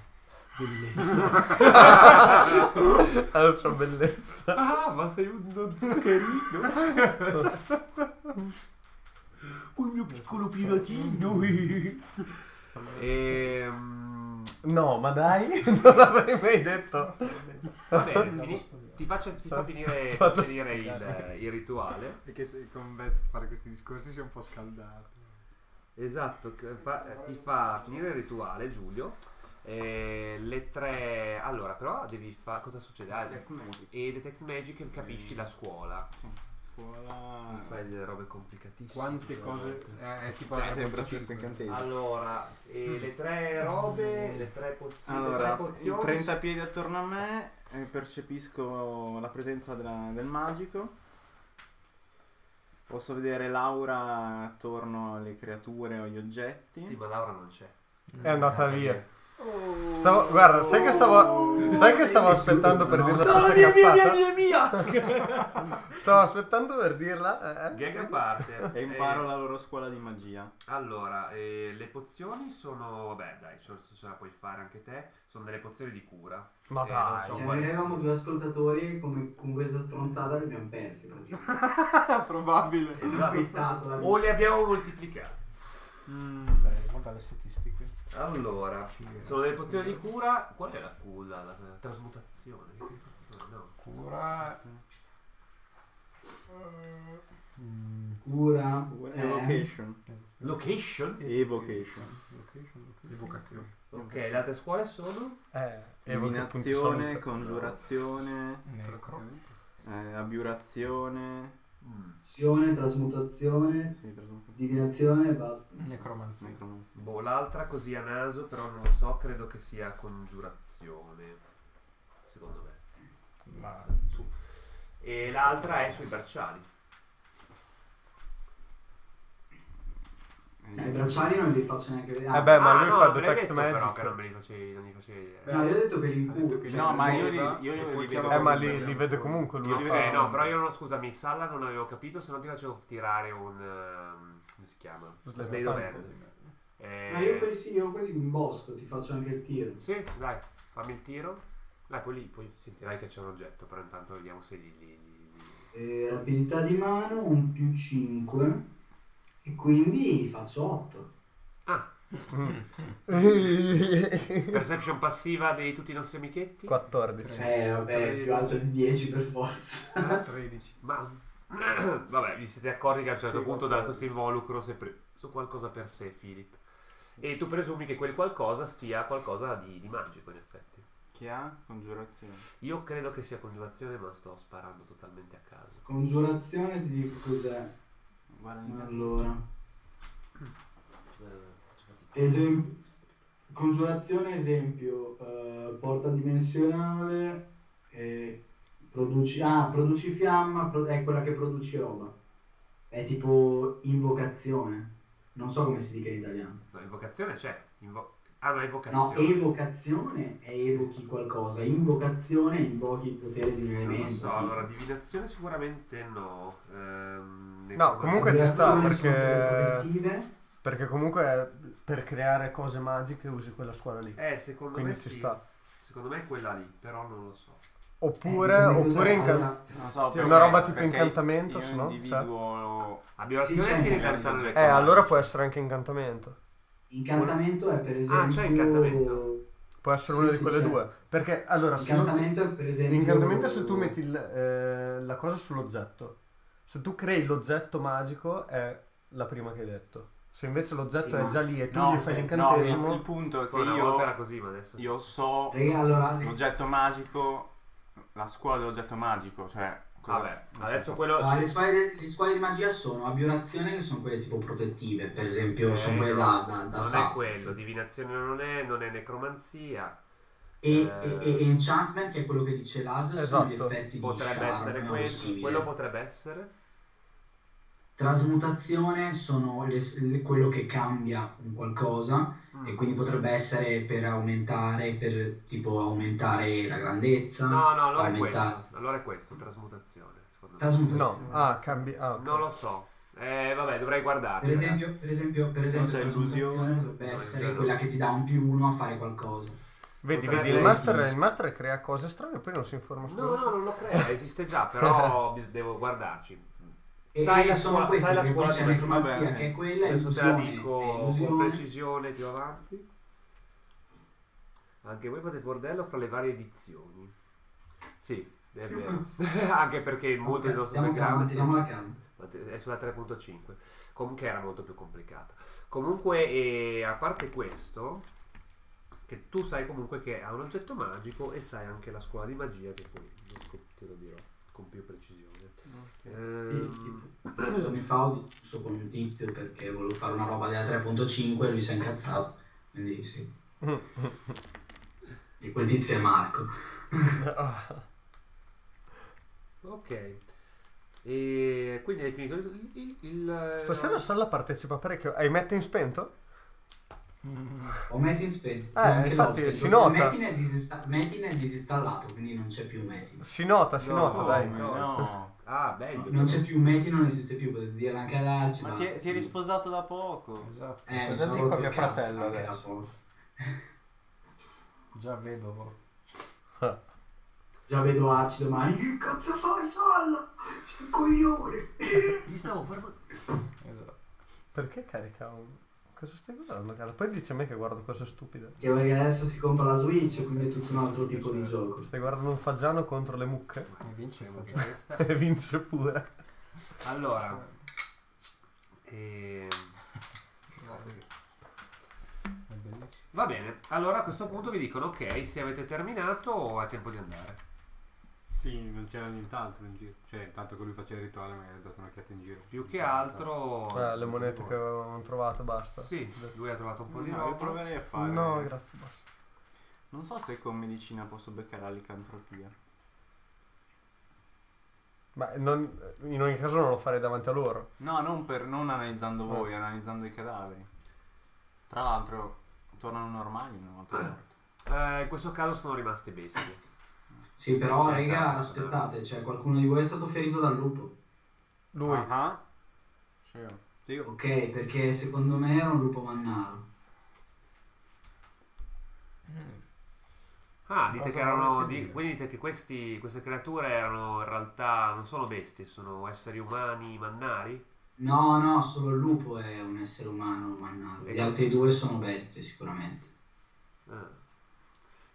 A: Alla sua bellezza.
F: Ah, ma sei uno zuccherino! Un mio piccolo piratino! Ehm,
A: No, ma dai, non l'avrei mai detto.
F: va bene, fini- ti, faccio, ti fa finire, ti fa finire il, il rituale.
D: Perché se- con Vez fare questi discorsi si è un po' scaldato.
F: Esatto, che fa- ti fa finire il rituale Giulio. Eh, le tre... Allora, però devi fare... Cosa succede? Ah,
G: Detect Magic.
F: e Detect Magic capisci la scuola.
G: Sì, Scuola.
F: Fai delle robe complicatissime.
D: Quante cose... eh, è tipo la
G: Eh, sempre lo
D: 3.5.
G: stesso
F: Ah,
G: incantesimo.
F: Allora, e le tre robe, le tre pozioni, le
G: Allora,
F: tre pozioni
G: 30 piedi attorno a me, eh, percepisco la presenza della- del magico. Posso vedere l'aura attorno alle creature o agli oggetti.
F: Sì, ma Laura non c'è.
A: È andata via. Stavo, guarda, sai che stavo, sai che stavo aspettando per dire la stessa cazzata?
F: mia, mia!
A: Stavo aspettando per dirla. eh?
F: Gag a parte.
G: E imparo
F: Eh,
G: la loro scuola di magia.
F: Allora, eh, le pozioni sono... Vabbè, dai, ce, ce la puoi fare anche te. Sono delle pozioni di cura.
A: Ma
F: Eh, non
A: dai.
F: so.
C: Eh, noi avevamo due ascoltatori come con questa stronzata li abbiamo persi praticamente.
F: Ah,
G: Probabile.
C: Abbiamo
F: Esatto.
C: quittato la
F: O le abbiamo moltiplicate.
D: mm.
B: Beh, guarda le statistiche.
F: Allora,
B: Sì.
F: sono delle pozioni di cura. Qual è la cura? La, la trasmutazione? Che cazzo è? No.
B: Cura...
C: cura. eh,
G: Evocation.
F: Location?
G: Evocation.
B: Location, location.
D: Evocazione.
F: Ok, le altre scuole sono?
A: Eh, evoco appunti
G: Divinazione,
A: salute.
G: congiurazione,
B: Necro.
G: eh, abiurazione.
C: Mm. Fusione, trasmutazione,
G: Sì, trasformazione.
C: divinazione e basta.
A: Ecco,
B: Necromanzia.
G: Necromanzia.
F: Boh, l'altra così a naso, però non lo so, credo che sia congiurazione. Secondo me.
B: Ma...
A: Eh,
F: Su. E l'altra è sui bracciali.
C: Eh, I bracciali non li faccio neanche vedere.
A: Vabbè, Eh, ma
F: Ah,
A: lui
F: no,
A: fa Eh,
F: non me l'hai
A: detect
F: detto, Però
A: magic.
F: che non me li facevi, non li facevi vedere.
C: No, io ho detto che li
D: Ha detto
C: incubo.
D: che
C: cioè,
G: No, ma io
C: li-
G: li- io li vedo-
A: Eh, ma li, li vedo comunque lui.
G: Io
A: lo
G: li
A: fa.
G: vedo-
F: Ok, no, però io non scusami, Salla non avevo capito, se no ti facevo tirare un. ehm, come si chiama?
A: Slay the
F: Slade of
A: Hand.
F: Hand.
C: Ma io quelli
F: Eh,
C: sì, io quelli in bosco, ti faccio anche il tiro.
F: sì, dai, fammi il tiro. Dai, poi, lì, poi sentirai che c'è un oggetto, però intanto vediamo se li. li- li- li-
C: Eh, rapidità di mano, un più 5. E quindi faccio 8.
F: Ah,
A: Mm.
F: perception passiva di tutti i nostri amichetti?
A: 14.
C: Eh, vabbè,
D: Tre.
C: più alto di 10 per forza.
D: 13.
F: Ma vabbè, vi siete accorti che a un certo
D: Sì,
F: punto
D: guarda.
F: da questo involucro si è preso qualcosa per sé, Philip. E tu presumi che quel qualcosa stia qualcosa di, di magico, in effetti.
G: Chi ha? Congiurazione.
F: Io credo che sia congiurazione, ma sto sparando totalmente a caso.
C: Congiurazione ti dico cos'è.
G: Guarda
C: Allora,
F: Eh, faccio fatica.
C: Esem- congiurazione esempio, eh, porta dimensionale, eh, produci, ah, produci fiamma, pro- è quella che produce roba. È tipo invocazione. Non so come si dica in italiano.
F: No, invocazione c'è. Invo- ah, no,
C: No,
F: evocazione.
C: evocazione è evochi qualcosa, invocazione invochi il potere di un
F: non
C: elemento.
F: lo so,
C: tipo.
F: allora, divinazione sicuramente no. Ehm,
A: No,
F: necromanzia-
A: comunque ci sta,
C: Congiurazione sono eh,
A: perché-
C: tutte protettive.
A: Perché comunque per creare cose magiche usi quella scuola lì.
F: Eh, secondo
A: Quindi
F: me
A: ci
F: sì.
A: sta.
F: Secondo me è quella lì, però non lo so.
A: Oppure,
C: Eh, quindi
A: oppure
C: cos'è?
A: inca-
C: Allora,
G: Non so,
A: Sì,
G: perché-
A: una roba tipo
G: perché
A: incantamento,
G: io
A: se no,
G: individuo
F: Abiorazione
C: Sì, sì,
F: tiene
G: magari
F: pensare
G: oggetto
A: Eh, allora può essere anche incantamento.
C: Incantamento è per esempio...
F: Ah, c'è incantamento?
A: Può essere
C: Sì,
A: una di
C: sì,
A: quelle
C: sì.
A: due. Perché allora, se non-
C: Incantamento è per esempio...
A: l'incantamento è se tu metti il- eh, la cosa sull'oggetto. Se tu crei l'oggetto magico è la prima che hai detto. Se invece l'oggetto
C: Sì,
A: è
C: ma-
A: già lì e tu
G: no,
A: gli fai
G: no, il,
A: l'incantesimo,
G: il punto è che
F: Una volta era
G: io,
F: così, ma adesso.
G: io so
C: Raga,
A: eh.
C: allora...
G: l'oggetto magico, la scuola dell'oggetto magico, cioè... cosa-
F: Vabbè,
G: nel
F: adesso
G: senso-
F: quello.
C: allora, Ah, le, squadre, le squadre di magia sono abiurazione che sono quelle tipo protettive, per esempio, sono
F: Eh,
C: quelle
F: no,
C: da, da, da
F: non è
C: sapo.
F: quello, divinazione non è, non è necromanzia.
C: E,
F: Eh.
C: e- e enchantment, che è quello che dice l'AS, sono gli
A: Esatto.
C: effetti di
F: Potrebbe
C: sciarpa,
F: essere
C: no?
F: quello,
C: Sì.
F: quello potrebbe essere.
C: Trasmutazione sono le- le- quello che cambia un qualcosa e
F: Mm.
C: quindi potrebbe essere per aumentare, per tipo aumentare la grandezza.
F: No, no, allora è
C: aumentare.
F: questo. Allora è questo, trasmutazione, secondo me.
C: Trasmutazione.
A: No, ah, cambi. Ah, ok.
F: Non lo so. Eh, vabbè, dovrei guardarci.
C: Per esempio, per esempio, per esempio
G: c'è
C: trasmutazione
G: illusione.
C: potrebbe
F: No,
C: essere
F: illusione.
C: quella che ti dà un più uno a fare qualcosa.
A: Vedi,
F: Potrebbe
A: vedi, il
F: essere-
A: master, il master crea cose strane e poi non si informa su
F: No, no, non lo crea, esiste già, però bis- devo guardarci.
C: E
F: Sai la
C: sono
F: scuola,
C: queste,
F: sai la
C: perché poi
F: scuola
C: c'è
F: di-
C: necromanzia,
G: vabbè,
C: che è quella,
F: Adesso te la
C: illusione,
F: dico
C: è
F: con
C: illusione.
F: precisione più avanti. Anche voi fate bordello fra le varie edizioni. Sì, è vero. Anche perché molto del nostro
C: Stiamo calmi,
F: background
C: tiriamo la calma.
F: è sulla 3.5, comunque era molto più complicata. Comunque, eh, a parte questo, che tu sai comunque che ha un oggetto magico e sai anche la scuola di magia che poi te lo dirò con più precisione. Ehm,
C: Sì, tipo, giorni fa ho discusso con un tizio perché volevo fare una roba della 3.5 e lui si è incazzato. Quindi sì. e quel tizio è Marco.
F: Ok. E quindi hai finito il... il- il-
A: Stasera Salla partecipa parecchio. Hai metti in spento?
C: Ho Metin in spe-
A: Eh,
C: ho anche
A: infatti,
C: l'ospite.
A: si nota.
C: Metin è, disinsta- Metin è disinstallato, quindi non c'è più Metin.
A: Si nota, si nota, dai.
G: Come?
F: no.
G: no.
F: Ah, bello.
C: Non c'è più Metin, non esiste più, potete dirlo anche ad Arci.
G: Ma ti è, ti è risposato da poco.
B: Esatto.
C: Eh,
B: Cosa
C: sono
B: dico a
C: rotto
B: mio
C: il cazzo
B: fratello
C: anche da
B: adesso?
C: poco.
B: Già vedovo.
C: Già vedo Arci domani. Che cazzo fai, Salla? Sei un coglione.
F: Ti stavo fermando.
B: Esatto.
A: Perché carica un... Cosa stai guardando, cara? Poi dice a me che guardo cose stupide.
C: Che perché adesso si compra la Switch, quindi è tutto un altro tipo di gioco.
A: Stai guardando un fagiano contro le mucche?
B: E vincevo già.
F: Questa.
A: E vince pure.
F: Allora. Ehm,
B: È bellissimo.
F: Va bene, allora a questo punto vi dicono ok, se avete terminato è tempo di andare.
D: Sì, non c'era nient'altro in giro. Cioè, intanto che lui faceva il rituale mi ha dato un'occhiata in giro.
F: Più che altro...
A: Ah, le monete che avevamo trovato, basta.
F: Sì, lui ha trovato un po' di
G: No, io
F: roba.
G: proverei a fare.
A: No, grazie, basta.
G: Non so se con medicina posso beccare la licantropia.
A: Ma non- in ogni caso non lo farei davanti a loro.
G: No, non, per, non analizzando
A: Ah.
G: voi, analizzando i cadaveri. Tra l'altro, tornano normali una volta morti.
F: Eh, in questo caso sono rimaste bestie.
C: Sì, però,
F: Sì,
C: raga,
F: cazzo,
C: aspettate, cioè qualcuno di voi è stato ferito dal lupo.
A: Lui.
G: Ah. Sì.
D: Sì, ho-
C: Ok, perché secondo me era un lupo mannaro.
F: Ah, dite
B: Cosa
F: che erano...
B: volessi
F: di-
B: dire?
F: quindi dite che questi, queste creature erano in realtà... non sono bestie, sono esseri umani mannari?
C: No, no, solo il lupo è un essere umano mannaro.
F: E-
C: Gli altri due sono bestie, sicuramente.
F: Ah.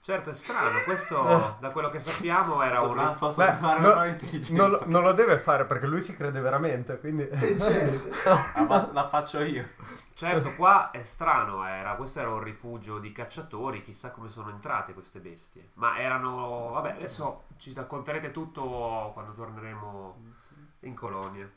F: Certo, è strano, questo da quello che sappiamo era un...
G: Posso- posso
A: Beh,
G: fare
A: no-
G: una prova di intelligenza.
A: Non, lo- non lo deve fare perché lui si crede veramente, quindi...
G: Eh, certo. La, fa- la faccio io.
F: Certo, qua è strano, era, questo era un rifugio di cacciatori, chissà come sono entrate queste bestie. Ma erano... Vabbè, adesso ci racconterete tutto quando torneremo in colonia.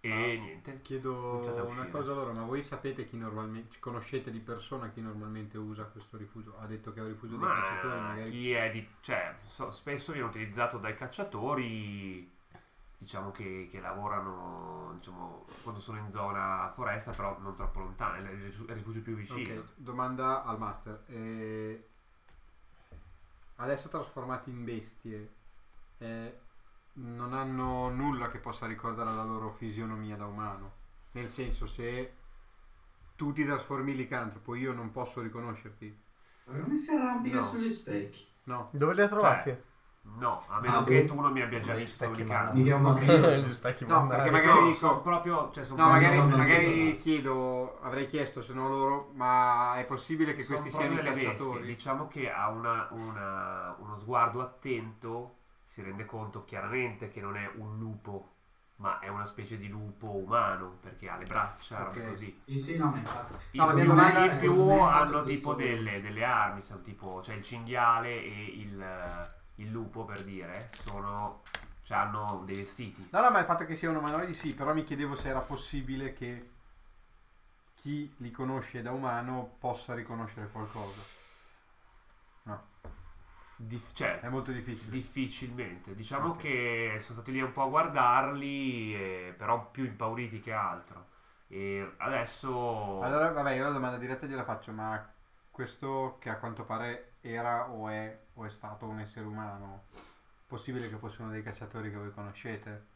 F: E
D: Ah.
F: niente.
D: chiedo
F: Cominciate a
D: una
F: uscire.
D: cosa loro, ma voi sapete chi normalmente, conoscete di persona chi normalmente usa questo rifugio? Ha detto che è un rifugio dei cacciatori,
F: Ma
D: magari...
F: chi è di... cioè, so- spesso viene utilizzato dai cacciatori, diciamo che, che lavorano, diciamo, quando sono in zona foresta, però non troppo lontana, è il rifugio- è il rifugio più vicino.
D: Ok, domanda al master. Eh, adesso trasformati in bestie, eh, non hanno nulla che possa ricordare la loro fisionomia da umano. Nel senso, se tu ti trasformi licantropo, io non posso riconoscerti.
C: Ma Come si arrabbica
F: No.
C: sugli specchi?
D: No,
A: Dove li ha trovati?
G: Cioè,
F: No, a meno
C: Ah,
F: che
C: boh.
F: tu non mi abbia già
B: Gli
F: visto
B: specchi
F: Licantropo.
C: Mi chiamo anche io.
A: Eh, Gli specchi
D: No,
A: mannari.
D: perché magari-
F: Magari
D: dico-
F: sono proprio. Cioè, sono
D: no magari,
C: non- non-
D: magari
C: non-
D: chiedo, avrei chiesto se no loro, ma è possibile che questi siano i cacciatori?
F: Diciamo che ha una- una- uno sguardo attento, si rende conto chiaramente che non è un lupo, ma è una specie di lupo umano perché ha le braccia, robe
D: Ok. Eh,
F: così.
C: Sì, sì, no, ma infatti.
F: I
D: No, la mia
F: più,
D: domanda
F: i
D: è-
F: più
C: non è stato
F: hanno
C: detto.
F: tipo delle, delle armi, sono tipo, cioè il cinghiale e il, il lupo per dire, sono, cioè hanno dei vestiti.
D: No, no, ma il fatto che siano umanoidi sì, però mi chiedevo se era possibile che chi li conosce da umano possa riconoscere qualcosa.
F: Dif- cioè,
D: È molto difficile.
F: difficilmente. Diciamo che sono stati lì un po' a guardarli, eh, però più impauriti che altro. E adesso...
D: Allora, vabbè, io la domanda diretta gliela faccio, ma questo che a quanto pare era o è o è stato un essere umano, possibile che fosse uno dei cacciatori che voi conoscete?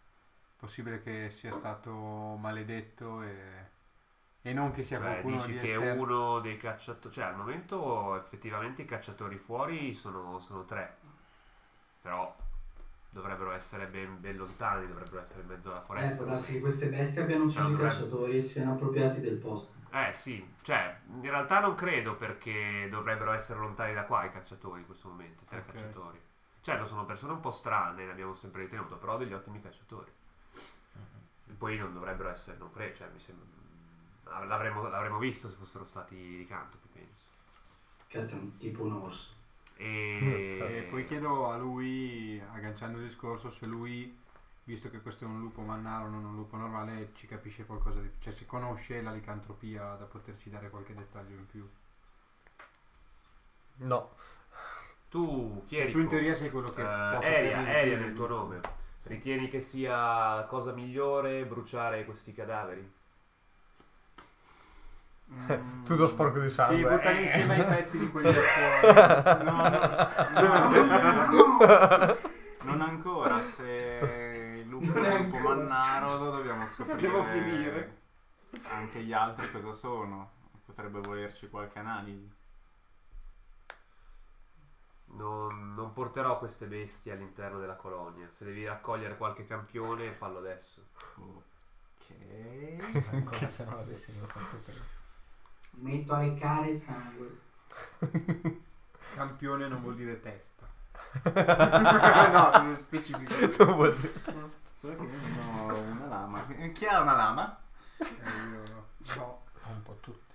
D: Possibile che sia stato maledetto e, e non che sia
F: Cioè,
D: qualcuno
F: dici
D: di
F: che
D: esterno?
F: uno dei cacciatori, cioè al momento effettivamente i cacciatori fuori sono, sono tre, però dovrebbero essere ben, ben lontani, dovrebbero essere in mezzo alla
C: Eh, può
F: foresta.
C: darsi che queste bestie abbiano ucciso
F: No,
C: i
F: dovrebbe-
C: cacciatori e si siano appropriati del posto.
F: Eh sì, cioè in realtà non credo perché dovrebbero essere lontani da qua i cacciatori in questo momento, i tre
D: Ok.
F: cacciatori. Certo, sono persone un po' strane, le abbiamo sempre ritenuto, però degli ottimi cacciatori.
D: Mm-hmm.
F: E poi non dovrebbero essere, non credo, cioè mi sembra... L'avremmo, l'avremmo visto se fossero stati di canto, più penso.
C: Cazzo, è un tipo un orso.
F: E,
D: Mm, E poi chiedo a lui, agganciando il discorso, se lui, visto che questo è un lupo mannaro, non un lupo normale, ci capisce qualcosa di... cioè se conosce la licantropia da poterci dare qualche dettaglio in più.
A: No.
F: Tu,
D: Cioè,
F: Chierico,
D: tu in teoria sei quello
F: eh,
D: che... posso
F: Elia,
D: sapere di
F: Elia
D: più.
F: nel tuo nome, ritieni che sia la cosa migliore bruciare questi cadaveri?
D: Mm.
A: Tutto sporco di sangue.
D: Sì, buttali
F: Eh.
D: insieme ai pezzi di quelli da fuori. No, no, no.
G: Non ancora, se il lupo è un po' mannaro dobbiamo scoprire
D: Devo finire.
G: anche gli altri cosa sono. Potrebbe volerci qualche analisi.
F: Non, non porterò queste bestie all'interno della colonia. Se devi raccogliere qualche campione, fallo adesso.
G: Ok.
B: Ancora se non l'avessimo fatto prima.
C: Metto a leccare sangue.
D: Campione non vuol dire testa. no, non specifico.
G: Solo che io non ho una lama. Chi ha una lama?
D: Eh, io no. No,
B: Un po' tutti.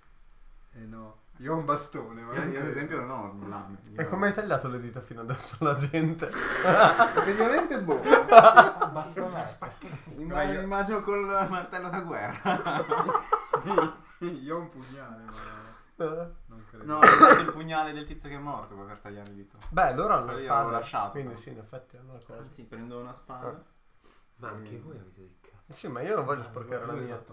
D: eh, no. Io ho un bastone, ma
G: Io, io, ad esempio non ho una lama.
A: E come hai tagliato le dita fino adesso la gente?
D: Effettivamente boh.
B: Abbastanza.
G: Imma- immagino col martello da guerra.
D: Io ho un pugnale, ma non credo.
G: No, ho usato il pugnale del tizio che è morto poi per tagliare il dito.
A: Beh, loro hanno
G: Quello
A: la
G: io l'avevo
A: spada.
G: lasciato.
A: Quindi sì, in effetti hanno la cosa.
G: Anzi, prendo una spada.
F: Ma anche
G: Mm.
F: voi avete dei cazzo.
A: Sì, ma io non voglio sporcare la mia.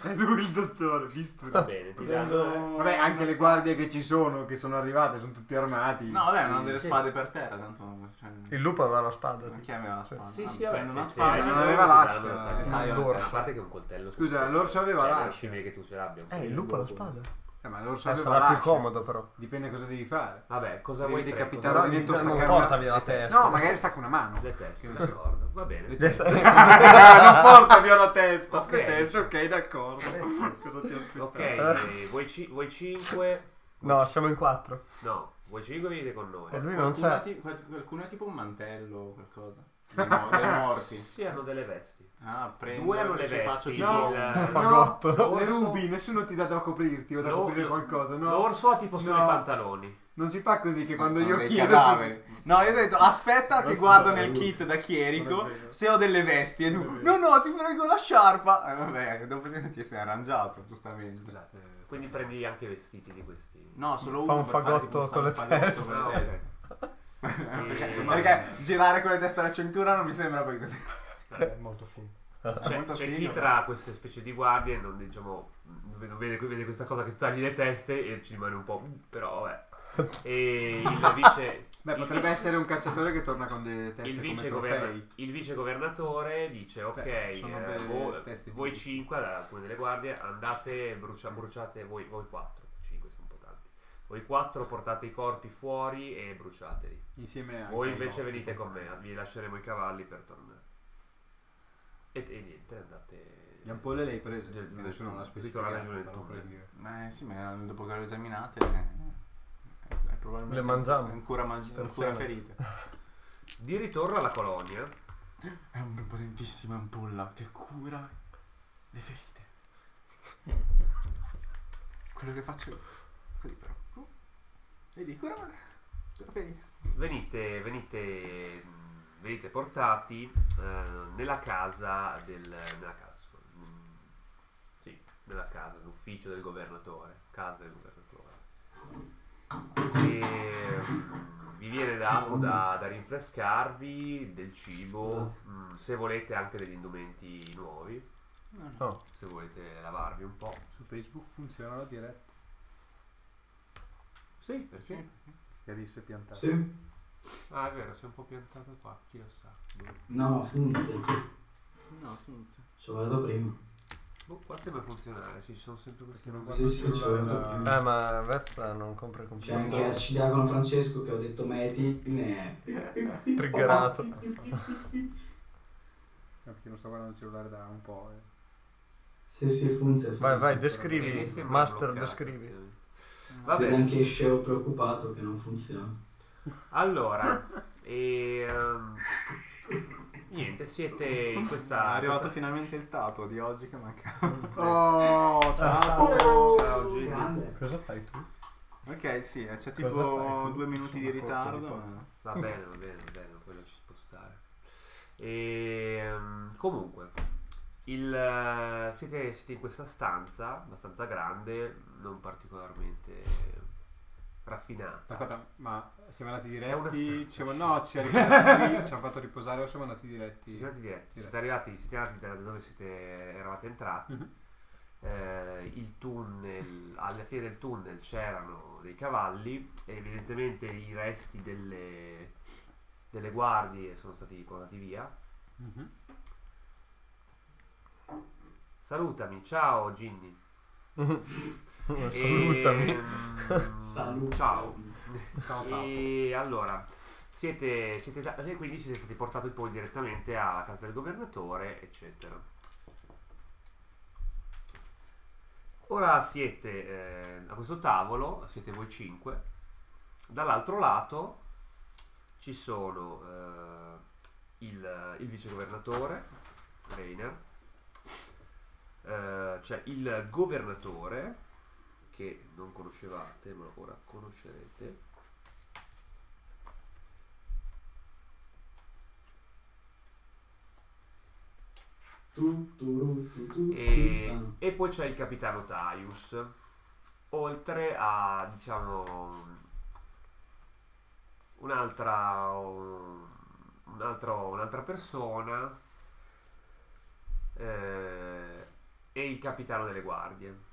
D: È lui il dottore, visto.
F: Va bene, ti danno. eh.
D: Vabbè, anche le guardie che ci sono, che sono arrivate, sono tutti armati.
G: No, vabbè, non
D: Sì.
G: hanno delle spade per terra, tanto. Cioè,
A: Il lupo aveva la spada.
G: non chi aveva la
A: Cioè,
G: spada?
F: Sì,
G: Ah,
F: sì, vabbè,
G: prendo
F: se-
G: una
F: se
G: spada. diciamo,
F: hai
D: Eh, non
F: bisogno,
D: aveva
F: ti
D: l'ascia.
F: danno la
G: Eh,
F: taglia.
G: l'orso.
F: A parte che è un coltello.
D: Scusa,
F: scusa,
D: l'orso aveva
F: cioè,
D: l'ascia.
F: Lasciami che tu ce l'abbia.
A: Eh, il lupo ha la spada.
D: Eh, ma loro
A: Eh,
D: sapeva
A: sarà più
D: l'ascia.
A: comodo però.
D: Dipende cosa devi fare.
F: Vabbè, cosa
D: Devi
F: vuoi tre?
D: decapitare
F: Cosa
A: Però
F: vuoi?
D: detto
A: non
D: staccare
A: porta
D: una-
A: via la testa.
D: Eh, No, magari stacca una mano.
F: Le teste, d'accordo. Va bene.
D: non porta via la testa.
F: Ok.
D: Le teste, ok, d'accordo. cosa ti aspettavi?
F: Ok, eh, voi, ci- voi cinque.
A: No, siamo in quattro.
F: No, voi cinque venite con noi.
A: E lui non
G: Qualcuno ha
A: c'è.
G: ti- qual- qualcuno ha tipo un mantello o qualcosa? Dei mo- dei morti.
F: Sì, hanno delle vesti.
G: Ah, prendo
F: Due hanno
G: e
F: le
G: ci
F: vesti,
G: faccio
F: il-
G: tipo...
F: il-
A: fagotto.
D: le
F: L'orso-
D: rubi, nessuno ti dà da coprirti o da
F: Lo-
D: coprire
F: lo-
D: qualcosa, no?
F: L'orso ha tipo solo
D: No.
F: i pantaloni.
D: Non si fa così che
G: Sì,
D: quando
G: sono
D: io
G: dei
D: chiedo
G: cadaveri. No, io ho detto aspetta che
D: Questo
G: guardo
D: non è
G: nel
D: lui.
G: kit da chierico
D: Non è vero.
G: se ho delle vesti e tu
D: Non è
G: no
D: vero.
G: no ti prego la sciarpa. Eh, vabbè, dopo ti sei arrangiato, giustamente.
D: Scusate.
F: Quindi prendi anche i vestiti di questi.
G: No, solo
A: Fa
G: uno
A: un
G: per fare tipo
A: fagotto con
G: un
A: le
G: fagotto
F: teste.
G: con le teste. Eh,
F: E-
G: Perché girare con le teste alla cintura non mi sembra poi così.
F: Eh.
B: È molto figo.
F: Cioè,
G: molto
F: c'è chi
G: figo.
F: tra queste specie di guardie non diciamo non vede, vede- vede questa cosa che tu tagli le teste e ci rimane un po'. Però vabbè. E il vice.
D: Beh,
F: il
D: potrebbe
F: vice-
D: essere un cacciatore che torna con delle
F: il
D: teste come
F: vice,
D: trofei.
F: governa- il vice governatore dice ok
D: Beh, sono
F: eh,
D: belle
F: vo-
D: teste di
F: voi
D: tutti.
F: cinque da alcune delle guardie andate brucia- bruciate voi, voi quattro cinque sono un po' tanti voi quattro portate i corpi fuori e bruciateli
D: Insieme a...
F: voi invece venite con me vi lasceremo i cavalli per tornare e, e niente andate
D: Le ampolle le hai prese?
F: Giù, giù,
D: Nessuno
F: giù.
D: l'ha
F: Ritornate
D: specificato,
F: giù nel
D: però
F: tunnel.
D: prendi-
G: Ma eh, sì, ma dopo che le esaminate eh, è, è probabilmente
A: Le mangiamo.
G: ancora, mangi- ancora
A: Insieme.
G: ferite.
F: di ritorno alla colonia
G: È una potentissima ampolla che cura le ferite. Quello che faccio io. Così però. Uh, Vedi, cura la ferita.
F: venite, venite, mh, venite portati eh, nella casa del nella casa, scusa, mh, sì, nella casa, l'ufficio del governatore, casa del governatore. E mh, vi vi viene dato da, da rinfrescarvi del cibo, mm, se volete anche degli indumenti nuovi,
A: Oh.
F: se volete lavarvi un po'.
D: Su Facebook funziona la diretta.
F: Sì, perché?
D: Che adesso è piantata.
C: Sì?
F: Ah, è vero, sei un po' piantato qua, chi lo sa. Boh,
C: No, funziona.
G: No, senza.
C: Ci ho vado prima.
F: Boh, qua sembra funzionare, ci sono sempre questi
D: Perché non
F: robot.
C: Sì, sì, certo. ci ho vado
D: Allora,
C: prima.
A: Eh, ma Vezza non compra i
C: C'è
A: computer.
C: anche Arcidiacono Francesco che ho detto meti, ne
A: Triggerato.
D: No, perché non sto guardando il cellulare da un po'. eh.
C: Sì, sì, funziona.
A: Vai, vai,
F: Sì, mi
A: descrivi.
F: sembra
A: Master,
F: bloccato,
A: descrivi.
F: sì.
C: Va
F: Va bene.
C: anche Sceo preoccupato che non funziona.
F: Allora, e, ehm, niente, siete in
G: È
F: questa...
G: arrivato
F: questa-
G: finalmente il tato di oggi che mancava.
D: Oh, ciao! Ciao, Gigi.
C: Grande.
A: Cosa fai tu?
G: ok, sì, eh, c'è
A: fai
G: tipo
A: tu?
G: due minuti di
A: Sono corto di
G: ritardo.
A: porta.
G: ma-
F: Va bene, va bene, va bene, quello ci spostare. E, ehm, comunque, il, eh, siete, siete in questa stanza abbastanza grande, non particolarmente
D: Ma
F: raffinata.
D: guarda, ma siamo andati
F: una
D: diretti?
F: stanza.
D: Siamo, no, ci, ha riposato lì, ci hanno fatto riposare o siamo andati diretti?
F: Siete andati diretti, siete arrivati, siete arrivati da dove siete, eravate entrati.
D: Mhm.
F: Eh, il tunnel, alla fine del tunnel c'erano dei cavalli e evidentemente i resti delle, delle guardie sono stati portati via.
D: Mhm.
F: Salutami, ciao Ginny. E-
A: Eh, Salutami.
F: Mm,
C: Salute.
F: Ciao.
D: Ciao, Eh, ciao.
F: E allora, siete, siete da- e quindi siete stati portati poi direttamente alla casa del governatore, eccetera. Ora siete eh, a questo tavolo, siete voi cinque. Dall'altro lato ci sono eh, il, il vicegovernatore, Reiner, eh, c'è il governatore, che non conoscevate, ma ora conoscerete.
C: Tu, tu, ru, tu, tu, tu. Ah,
F: E,
C: no.
F: e poi c'è il capitano Taius. Oltre a, diciamo, un'altra, un altro- un'altra persona eh, e il capitano delle guardie.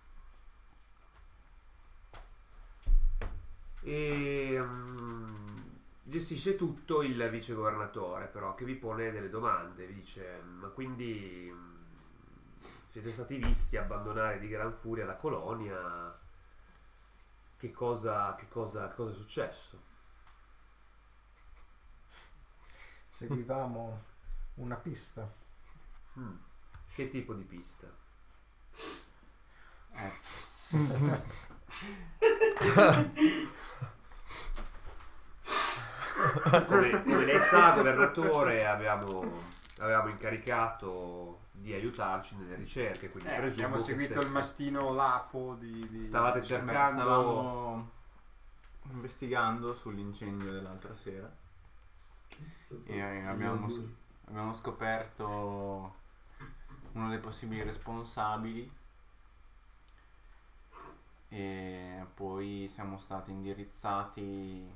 F: E, mm, gestisce tutto il vicegovernatore, però, che vi pone delle domande. Vi dice: Ma quindi mm, siete stati visti abbandonare di gran furia la colonia? Che cosa, che cosa, che cosa è successo?
B: Seguivamo una pista.
F: Mm. Che tipo di pista? Eh. come, come lei sa, governatore, abbiamo, avevamo incaricato di aiutarci nelle ricerche, quindi
D: Eh,
F: presumo
D: abbiamo
F: che
D: seguito
F: stesse-
D: il mastino lapo di... di-
F: Stavate cercando-
G: Cioè, Stavamo investigando sull'incendio dell'altra sera e abbiamo, abbiamo scoperto uno dei possibili responsabili e poi siamo stati indirizzati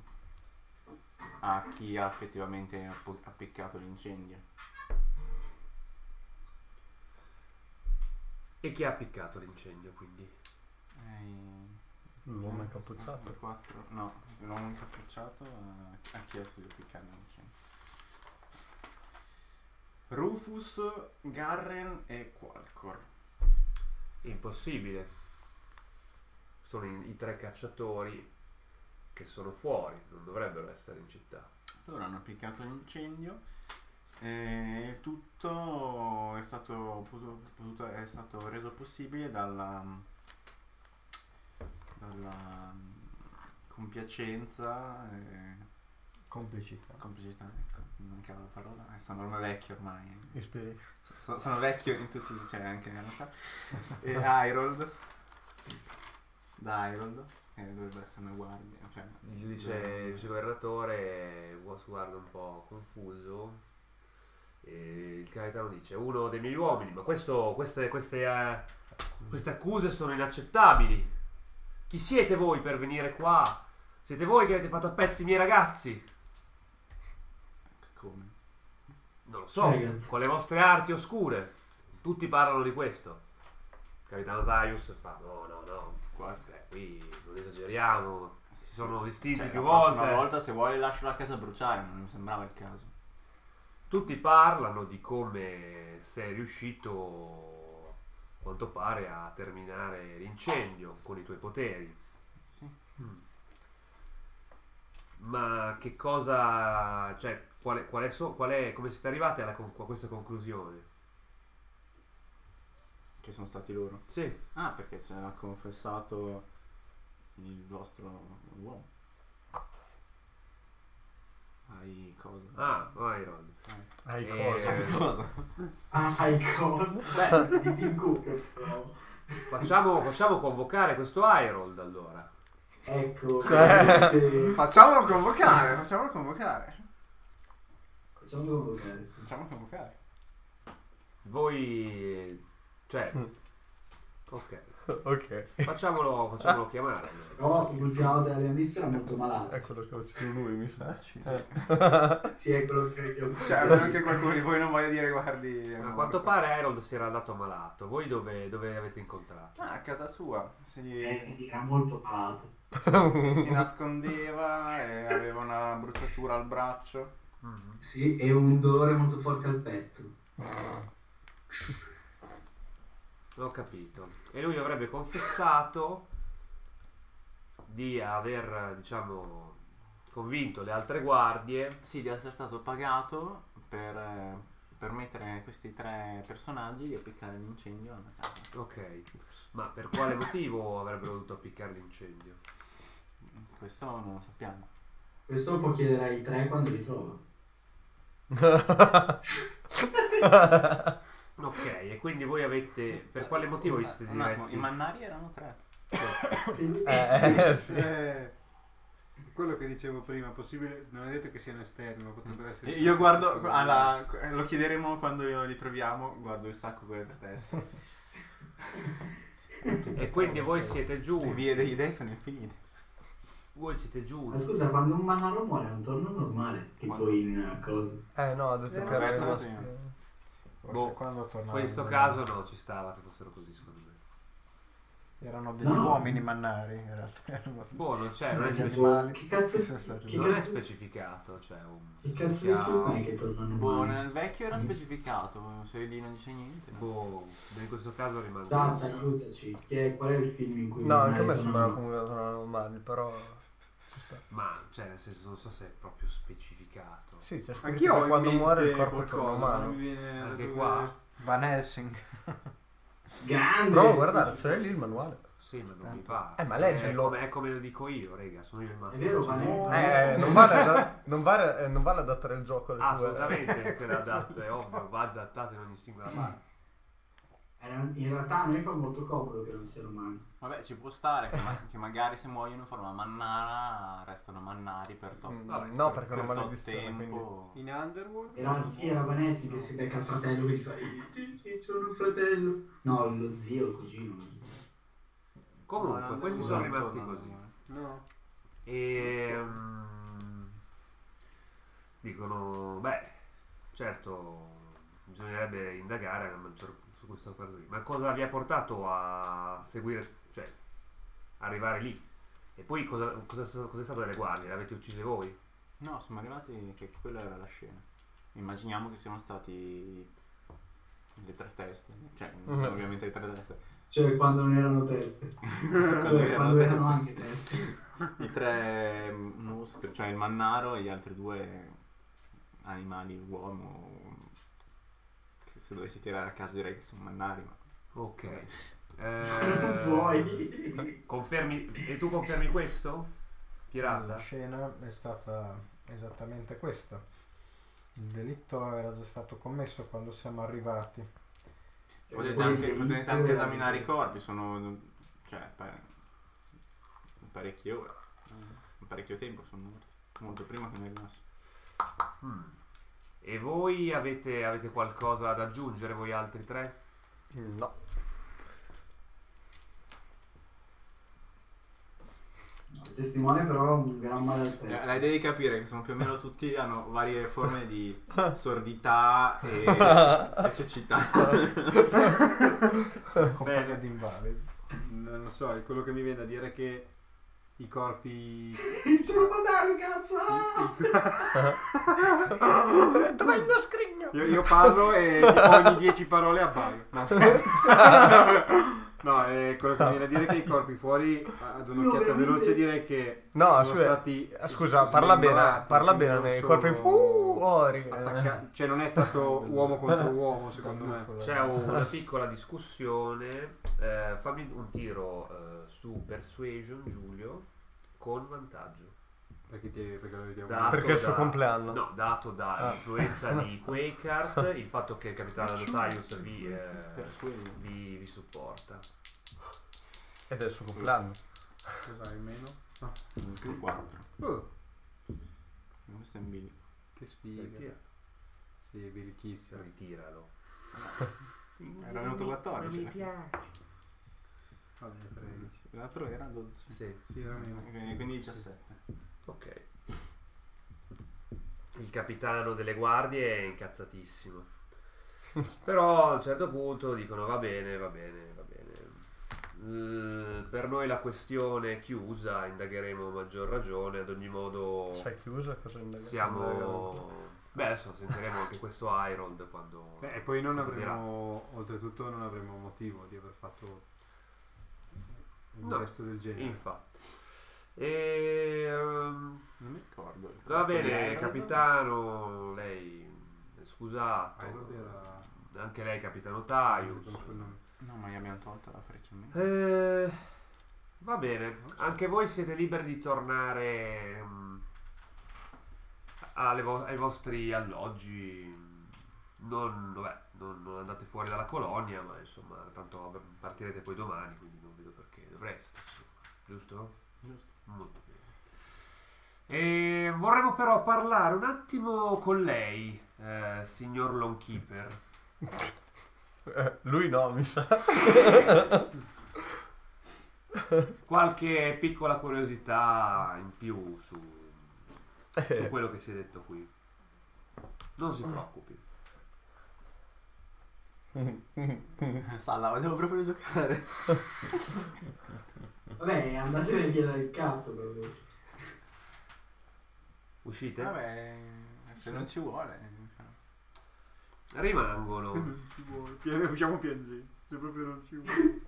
G: a chi ha effettivamente appo- appiccato l'incendio.
F: E chi ha appiccato l'incendio, quindi?
G: Ehm,
A: L'uomo incappucciato.
G: quattro- no, l'uomo incappucciato eh, ha chiesto di appiccare l'incendio. Rufus, Garren e Qualcor.
F: Impossibile. Sono i, i tre cacciatori che sono fuori, non dovrebbero essere in città.
G: Loro hanno appiccato l'incendio e il tutto è stato, potu- potuto- è stato reso possibile dalla, dalla compiacenza e
B: Complicità.
G: complicità, ecco, mi mancava la parola, eh, sono ormai vecchio ormai. eh.
A: Ispiri.
G: So- sono vecchio in tutti, cioè anche in realtà. E Irold. Da Irold. Che dovrebbe essere una guardia. Cioè,
F: Il giudice, il vicegovernatore Woss guarda un po' confuso. E il capitano dice: Uno dei miei uomini, ma questo, queste, queste, eh, queste accuse sono inaccettabili. Chi siete voi per venire qua Siete voi che avete fatto a pezzi i miei ragazzi.
G: Come?
F: Non lo so,
C: Ragazzi.
F: con le vostre arti oscure. Tutti parlano di questo. Capitano Darius fa: No, no, no.
G: Guarda.
F: Beh, qui non esageriamo. Si sono distinti
G: Cioè,
F: più
G: la prossima
F: volte.
G: volta se vuoi lascio la casa bruciare, non mi sembrava il caso.
F: Tutti parlano di come sei riuscito, a quanto pare, a terminare l'incendio con i tuoi poteri.
G: Sì.
F: Ma che cosa. cioè, qual è, qual è so- qual è- come siete arrivati alla con- a questa conclusione?
G: Che sono stati loro.
F: Sì,
G: Ah, perché ce l'ha confessato il vostro uomo. Ai cosa?
F: ah, Iron.
A: Hai
F: Eh,
A: cosa?
G: cosa?
C: Ah, il cosa? Di Tim Cook, però.
F: Facciamo, facciamo convocare questo Irold allora.
C: Ecco.
D: Facciamolo convocare, facciamolo convocare.
C: Facciamo un test.
D: Facciamolo convocare.
F: Voi. cioè. Ok,
A: Ok.
F: facciamolo, facciamolo chiamare. allora.
C: Però l'ultima volta che l'abbiamo visto era molto malato.
A: È quello che ho scritto lui, mi sa. Eh.
C: Sì, è quello che che ho
D: Cioè, a meno che qualcuno di voi non voglia dire guardi.
G: Eh,
F: A quanto pare Harold si era andato malato. Voi dove, dove avete incontrato?
D: Ah, a casa sua.
F: Eh.
D: Si,
C: Eh, Era molto malato.
D: si nascondeva e aveva una bruciatura al braccio.
C: Sì, e un dolore molto forte al petto.
F: Ho capito. E lui avrebbe confessato di aver, diciamo, convinto le altre guardie.
G: Sì, di essere stato pagato per eh, permettere a questi tre personaggi di appiccare l'incendio a una casa.
F: Ok, ma per quale motivo avrebbero dovuto appiccare l'incendio?
G: Questo non lo sappiamo.
C: Questo lo può chiedere ai tre quando li trova.
F: Ok, e quindi voi avete. Per quale motivo vi siete
G: Un attimo, i
F: diretti?
G: mannari erano tre.
C: Sì.
A: Eh, eh, sì.
D: Eh, quello che dicevo prima, possibile, non è detto che siano esterno, potrebbero essere...
G: Io guardo, alla- lo chiederemo quando li troviamo, guardo il sacco con le tre teste.
C: Eh.
F: E quindi voi siete
G: Le
F: giù.
G: vie degli dei sono infinite.
F: Voi siete giù.
C: Ma scusa, quando un manaro muore è un torno normale, tipo in eh, cosa.
A: Eh, no, ha detto
D: Eh,
A: che era
G: ragazzi,
A: rimasto-
G: non
B: Forse
F: Boh,
B: quando
F: In
B: tornavano
F: questo caso no, ci stava che fossero così, secondo me.
B: erano degli
C: No.
B: uomini mannari in realtà. Erano-
F: Boh, non c'è, non è,
B: Degli
F: specificato.
B: animali.
C: Che cazzo-
B: Ci sono stati
C: che-
F: non è specificato, cioè un...
C: Che cazzo di
F: sia-
C: film è che torna
G: Boh,
C: normale?
G: nel vecchio era specificato, se lì non dice niente. no?
F: Boh, in questo caso rimane...
C: Tata, aiutaci. Chi è- qual è il film in cui
A: No, anche a
C: Manaro
A: me
C: torna
A: sembrava
C: normale?
A: comunque normale, però... ci sta.
F: Ma, cioè, nel senso, non so se è proprio specificato.
A: Sì, c'è scritto
D: Anch'io ho
A: che
D: in
A: quando
D: mente
A: muore il corpo
D: qualcosa,
A: torna
D: ma non
A: umano.
D: mi viene da
F: Anche
D: dove-
F: qua.
B: Van Helsing.
C: Grande!
A: Prova a guardare, c'è lì il manuale.
F: Sì, ma non mi va.
A: Eh, ma
F: Cioè,
A: leggilo.
F: È come, è come lo dico io, rega, sono io il
C: È
F: master.
C: vero,
F: cioè,
C: ma
F: no.
D: Ah.
C: è...
A: Eh, non vale, ada- non vale, eh, non vale adattare il gioco alle
F: Ah,
A: tue-
F: assolutamente, quella adatta, è ovvio, va adattata in ogni singola parte.
C: era- In realtà a noi fa molto comodo che non sia romano.
G: Vabbè, ci può stare che, ma- che magari se muoiono fanno una mannara, restano mannari per tot,
A: Mm,
F: Vabbè,
A: no,
F: per-
A: perché è
G: per
A: una
G: tot
A: maledizione, quindi...
G: tempo.
D: In Underworld?
C: Era sì, era Vanessa che si becca il fratello che gli fa Ci sono il fratello. No, lo zio, il cugino.
F: Comunque,
D: No,
F: questi
D: no,
F: sono
D: no,
F: rimasti così.
D: No.
F: E mm, dicono, beh, certo, bisognerebbe indagare a maggior- su questo caso lì, ma cosa vi ha portato a seguire, cioè, arrivare lì? E poi cosa, cosa, cosa è stato delle guardie? Le avete uccise voi?
G: No, siamo arrivati che quella era la scena. Immaginiamo che siano stati le tre teste, cioè
A: Mm.
G: ovviamente le tre teste,
C: Cioè quando non erano teste.
G: Quando
C: cioè
G: erano
C: quando erano
G: teste.
C: anche teste.
G: i tre mostri, cioè il mannaro e gli altri due animali, uomo. che Se dovessi tirare a caso direi che sono mannari, ma
F: Ok.
C: Non
F: Eh,
C: puoi.
F: Confermi, e tu confermi questo?
B: La
F: Pirata?
B: scena è stata esattamente questa. Il delitto era già stato commesso quando siamo arrivati.
G: Potete anche, potete anche esaminare i corpi, sono. cioè. pa- parecchie ore. eh, parecchio tempo sono morti. Molto prima che noi arrivassimo.
F: Mm. E voi avete, avete qualcosa da aggiungere, voi altri tre?
A: mm, No.
C: No, testimone però ha un gran male al
G: Eh,
C: petto.
G: L'idea di capire che sono più o meno tutti hanno varie forme di sordità e, e cecità.
B: compagno di invalidi.
D: Non lo so, è quello che mi viene da dire che i corpi...
C: Il circondario, cazzo! ah!
D: Io, io parlo e ogni dieci parole abbaio. No, scherzo. No, è quello che mi viene da dire che i corpi fuori ad un'occhiata
C: veramente-
D: veloce dire che
A: No,
D: sono
A: scusa,
D: stati
A: Ah, Scusa, parla bene,
D: smembrati,
A: parla
D: quindi
A: bene
D: non
A: nei
D: sono
A: corpi Uh, fuori.
D: attacca- cioè non è stato uomo contro uomo secondo me.
F: C'è una piccola discussione. eh, fammi un tiro eh, su Persuasion, Giulio, con vantaggio.
D: Perché, ti, perché lo vediamo.
F: Dato
A: Perché è il suo
F: da-
A: compleanno.
F: No, dato
A: Ah.
F: dall'influenza di Quakehart, il fatto che il capitano Notarius vi, eh, vi, vi supporta.
A: Ed è il suo compleanno.
D: Cos'hai in meno?
G: Sono quattro.
D: Oh,
G: Questo è in bilico.
D: che sfiga.
F: Ritira- cioè,
D: Sì, è birichissimo.
F: Ritiralo.
G: Era venuto 14. alla fine.
D: Vabbè, 13.
G: L'altro era 12.
F: Sì.
D: Sì, era meno.
G: Quindi quindi 17.
F: Ok. Il capitano delle guardie è incazzatissimo. Però a un certo punto dicono va bene, va bene, va bene. Mm, per noi la questione è chiusa, indagheremo a maggior ragione, ad ogni modo
A: Sei chiusa? Cosa indagare?
F: siamo... Beh, adesso sentiremo anche questo Iron quando...
D: Beh, e poi non
F: cosa dirà.
D: avremo, oltretutto non avremo motivo di aver fatto un
F: No.
D: gesto del genere.
F: Infatti. E, ehm,
G: Non mi ricordo. il
F: va
D: Ecco,
G: corpo di
F: bene,
G: Iron.
F: capitano, lei... Scusato.
D: Iron era...
F: Anche lei, capitano Taius.
D: Con quel nome.
G: No, ma gli abbiamo tolto la freccia. in mezzo.
F: Eh, va bene, anche voi siete liberi di tornare mm, alle vo- ai vostri alloggi. Non, vabbè, non- non andate fuori dalla colonia, ma insomma, tanto vabbè, partirete poi domani, quindi non vedo perché dovreste, insomma, giusto?
G: Giusto.
F: Molto bene. E vorremmo però parlare un attimo con lei, eh, signor Longkeeper.
A: Eh, lui no, mi sa.
F: Qualche piccola curiosità in più su, su quello che si è detto qui. Non si preoccupi. Eh.
G: Salla, ma devo proprio giocare.
C: Vabbè, andatevene via dal cazzo, proprio.
F: Uscite?
G: Vabbè, eh, se non ci vuole. eh, diciamo.
F: Rimangono,
D: Non ci vuole. Pian- Diciamo piangere. Se proprio non ci vuole.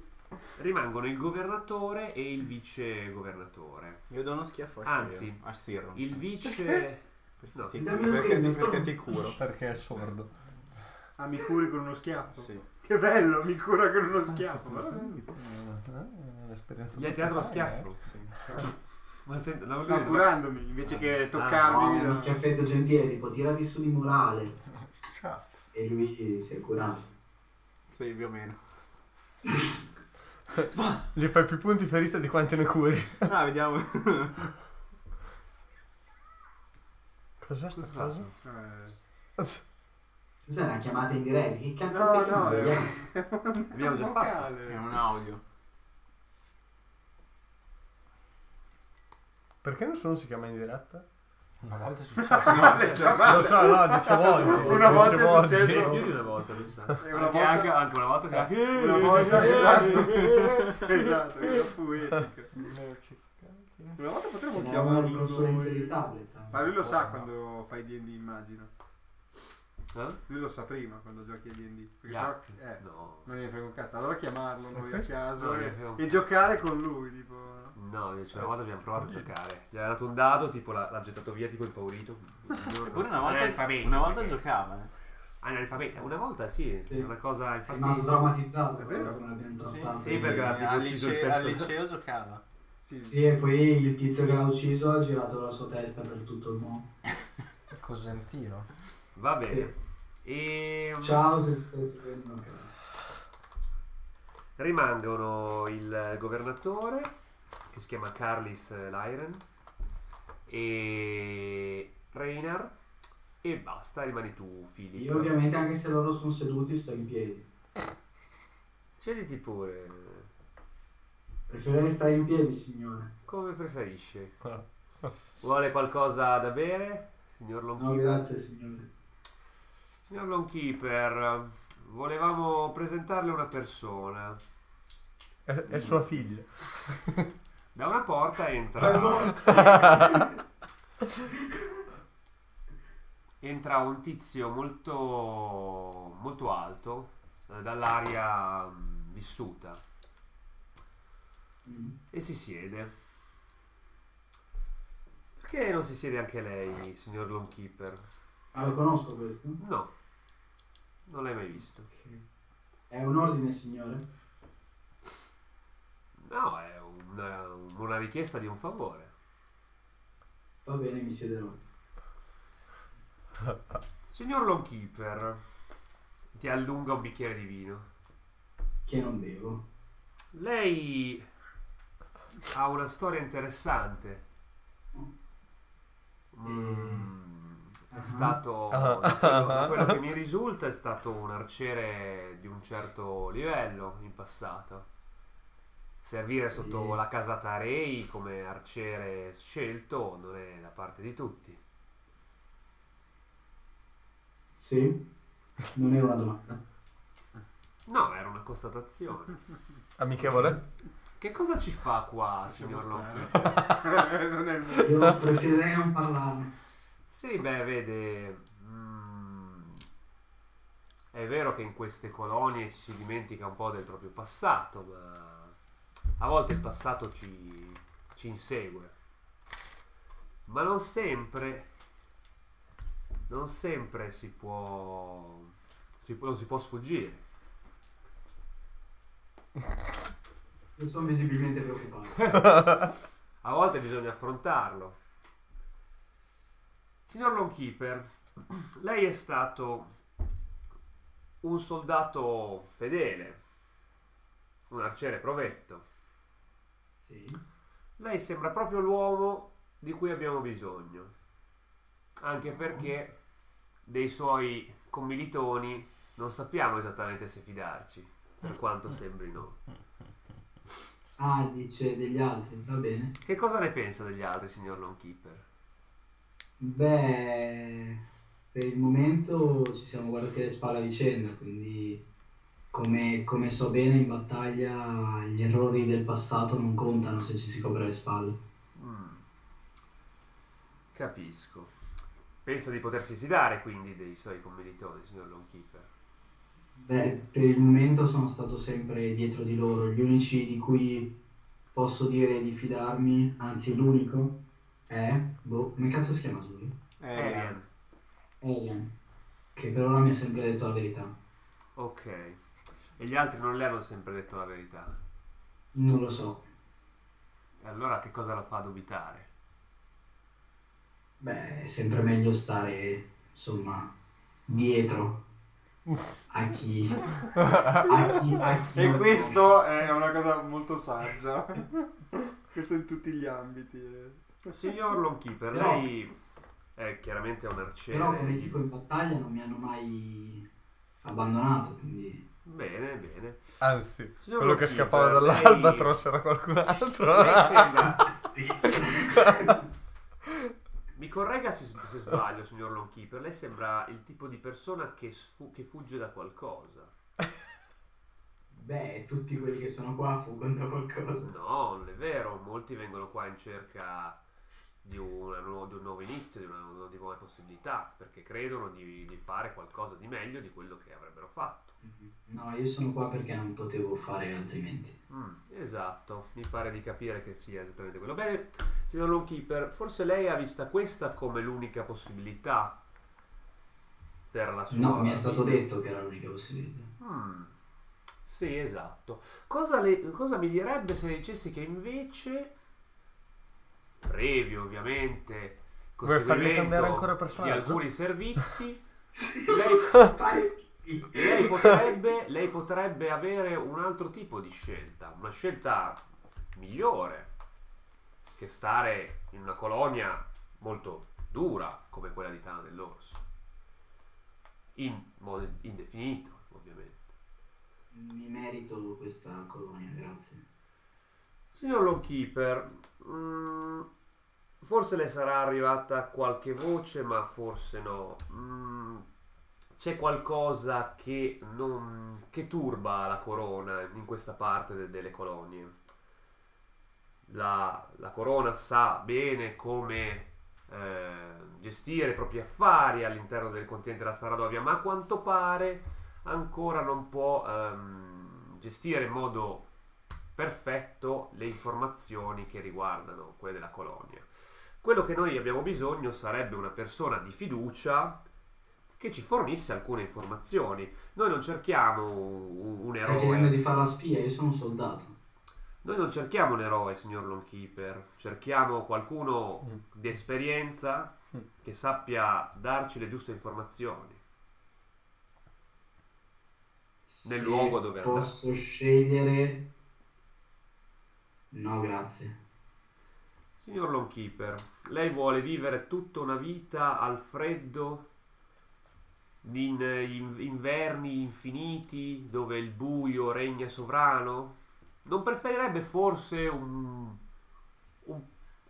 F: rimangono il governatore e il vice governatore.
G: Io do uno schiaffo a
F: Anzi,
G: Shion, a Sirron.
F: Il vice...
G: Perché,
F: no.
G: ti,
C: Dammi lo
G: perché, ti,
C: schermo,
G: perché ti
C: sto-
G: curo.
A: Perché è sordo.
D: Ah, mi curi con uno schiaffo?
G: Sì.
D: Che bello, mi cura con uno schiaffo. ma-
A: Un'esperienza
F: Gli hai tirato lo
A: lo
F: schiaffo.
G: Eh, sì.
F: Ma senta, no,
D: Sta
F: lui-
D: curandomi invece che
G: Ah,
C: No,
D: toccarmi. mi dà-
C: uno schiaffetto gentile, tipo tirati su di morale. E lui si è curato.
G: Sì, più o meno.
A: Gli fai più punti ferita di quanti ne curi.
G: Ah, vediamo.
A: Cos'è sta cosa?
D: Eh,
C: Cos'è una chiamata in diretta? Che cazzo
D: No,
C: stai
G: eh,
D: no,
C: chiamando?
D: è-
F: Abbiamo già fatto.
G: È un audio.
A: Perché nessuno si chiama in diretta?
B: Una volta è successo.
A: Lo so, no, dicevo oggi.
D: Una volta
A: dicevo
D: è
A: oggi.
F: Sì,
D: successo.
F: più di una volta, mi sa.
D: E
F: Anche,
D: una volta- Eh?
F: anche- anche una volta. Eh? sì.
D: Una volta, esatto. esatto, io fu etica. Una volta potremmo
C: È una di
D: chiamarlo
C: consulenza
D: noi.
C: di tablet.
D: Ma lui lo sa quando fai D&D, immagino.
F: Eh?
D: Lui lo sa prima quando giochi a D&D. Perché
F: Già.
D: sennò- eh,
F: No.
D: non gliene frega un cazzo. Allora chiamarlo noi a caso
F: No,
D: e,
F: gliene frega un
D: e giocare con lui, tipo...
F: No, invece una volta
G: Eh,
F: abbiamo provato a giocare. Gli ha dato un dado, tipo l'ha, l'ha gettato via, tipo impaurito.
G: Eppure una volta,
F: Analfabeta,
G: una volta
F: perché-
G: giocava. eh.
F: Analfabeta, una volta sì,
C: Sì.
F: è una cosa
C: È
F: infatti.
C: rimasto traumatizzato
D: È
C: però,
D: vero?
C: come l'abbiamo
G: Sì,
C: trattato.
F: sì, perché l'ha tipo
G: al,
F: ucciso il
G: liceo, al
F: personaggio.
G: liceo giocava.
D: Sì,
C: Sì, e poi il tizio che l'ha ucciso ha girato la sua testa per tutto il mondo.
B: Cosentino.
F: Va
C: Sì.
F: bene. Ehm, E
C: Ciao, se stai seguendo.
F: rimangono il governatore, che si chiama Carlis Lyren, e Reinar, e basta, rimani tu,
C: Io
F: Filippo.
C: ovviamente anche se loro sono seduti sto in piedi.
F: Scegliti pure.
C: Preferirei stare in piedi, signore.
F: Come preferisce. Vuole qualcosa da bere? Signor
C: No,
F: Longkeeper?
C: grazie, signore.
F: Signor Longkeeper, volevamo presentarle una persona.
A: È, è sua figlia.
F: Da una porta entra, entra un tizio molto, molto alto, eh, dall'aria mm, vissuta,
C: Mm.
F: e si siede. Perché non si siede anche lei, signor Longkeeper?
C: Ah, lo conosco questo?
F: No, non l'hai mai visto.
C: Ok. È un ordine, signore?
F: No, è una, una richiesta di un favore.
C: Va bene, mi siederò.
F: Signor Longkeeper, ti allunga un bicchiere di vino.
C: Che non bevo.
F: Lei ha una storia interessante. Mm, È stato, da quello, da quello che mi risulta, è stato un arciere di un certo livello in passato. Servire sotto
C: Sì.
F: la casata Rei come arciere scelto non è da parte di tutti.
C: Sì? Non era una domanda.
F: No, era una constatazione.
A: Amichevole?
F: Che cosa ci fa qua, signor Longkeeper?
D: non è vero.
C: Io preferirei non parlarne.
F: Sì, beh, vede. mm, è vero che in queste colonie ci si dimentica un po' del proprio passato, ma a volte il passato ci, ci insegue. Ma non sempre. Non sempre si può. Si, può- non si può sfuggire.
C: Io sono visibilmente preoccupato.
F: A volte bisogna affrontarlo. Signor Longkeeper, lei è stato un soldato fedele, un arciere provetto.
C: Sì?
F: Lei sembra proprio l'uomo di cui abbiamo bisogno, anche perché dei suoi commilitoni non sappiamo esattamente se fidarci, per quanto sembrino.
C: Ah, dice degli altri, va bene.
F: Che cosa ne pensa degli altri, signor Longkeeper?
C: Beh, per il momento ci siamo guardati le spalle a vicenda, quindi come, come so bene in battaglia gli errori del passato non contano se ci si copre le spalle.
F: Mm. Capisco. Pensa di potersi fidare quindi dei suoi commilitoni, signor Longkeeper.
C: Beh, per il momento sono stato sempre dietro di loro, gli unici di cui posso dire di fidarmi, anzi l'unico, è... Boh, come cazzo si chiama lui?
G: Eh,
F: Arian.
C: Elian, che per ora mi ha sempre detto la verità.
F: Ok. E gli altri non le hanno sempre detto la verità.
C: Non lo so.
F: E allora che cosa la fa dubitare?
C: Beh, è sempre meglio stare, insomma, dietro a chi... a chi, a chi
D: E questo è una cosa molto saggia. questo in tutti gli ambiti. eh.
F: Signor Longkeeper,
C: Eh, Però-
F: lei è chiaramente un arciere.
C: Però, come
F: di-
C: dico, in battaglia non mi hanno mai abbandonato, quindi...
F: Bene, bene.
A: Anzi,
F: Signor
A: quello che
F: Longkeeper,
A: scappava
F: lei-
A: dall'albatros era qualcun altro.
F: Lei sembra... Mi corregga se, se sbaglio, signor Longkeeper. Lei sembra il tipo di persona che, sfu- che fugge da qualcosa.
C: Beh, tutti quelli che sono qua fuggono da qualcosa.
F: No, non è vero, molti vengono qua in cerca di, una nu- di un nuovo inizio, di, una, di nuove possibilità, perché credono di, di fare qualcosa di meglio di quello che avrebbero fatto.
C: No, io sono qua perché non potevo fare altrimenti.
F: Mm, esatto, mi pare di capire che sia esattamente quello. Bene, signor Longkeeper, forse lei ha vista questa come l'unica possibilità per la sua...
C: No, mi è stato
F: vita.
C: detto che era l'unica possibilità.
F: Mm, Sì, esatto. Cosa, le- cosa mi direbbe se le dicessi che invece, previo ovviamente,
A: Vuoi fargli
F: conseguimento
A: cambiare ancora
F: di
A: personaggio?
F: alcuni servizi,
C: Lei... Pare sì.
F: lei potrebbe, lei potrebbe avere un altro tipo di scelta, una scelta migliore che stare in una colonia molto dura come quella di Tana dell'Orso. In modo indefinito, ovviamente.
C: Mi merito questa colonia, grazie.
F: Signor Longkeeper, mm, forse le sarà arrivata qualche voce, ma forse no. Mm, c'è qualcosa che, non, che turba la corona in questa parte de- delle colonie. La, la corona sa bene come eh, gestire i propri affari all'interno del continente della Saradovia, ma a quanto pare ancora non può ehm, gestire in modo perfetto le informazioni che riguardano quelle della colonia. Quello che noi abbiamo bisogno sarebbe una persona di fiducia che ci fornisse alcune informazioni. Noi non cerchiamo un, un
C: Stai cercando
F: eroe.
C: di fare la spia, io sono un soldato.
F: Noi non cerchiamo un eroe, signor Longkeeper. Cerchiamo qualcuno
A: Mm.
F: di esperienza
A: Mm.
F: che sappia darci le giuste informazioni. Nel
C: Se
F: luogo dove andrà.
C: Posso scegliere... No, grazie.
F: Signor Longkeeper, lei vuole vivere tutta una vita al freddo, in, in- inverni infiniti, dove il buio regna sovrano? Non preferirebbe forse un, un-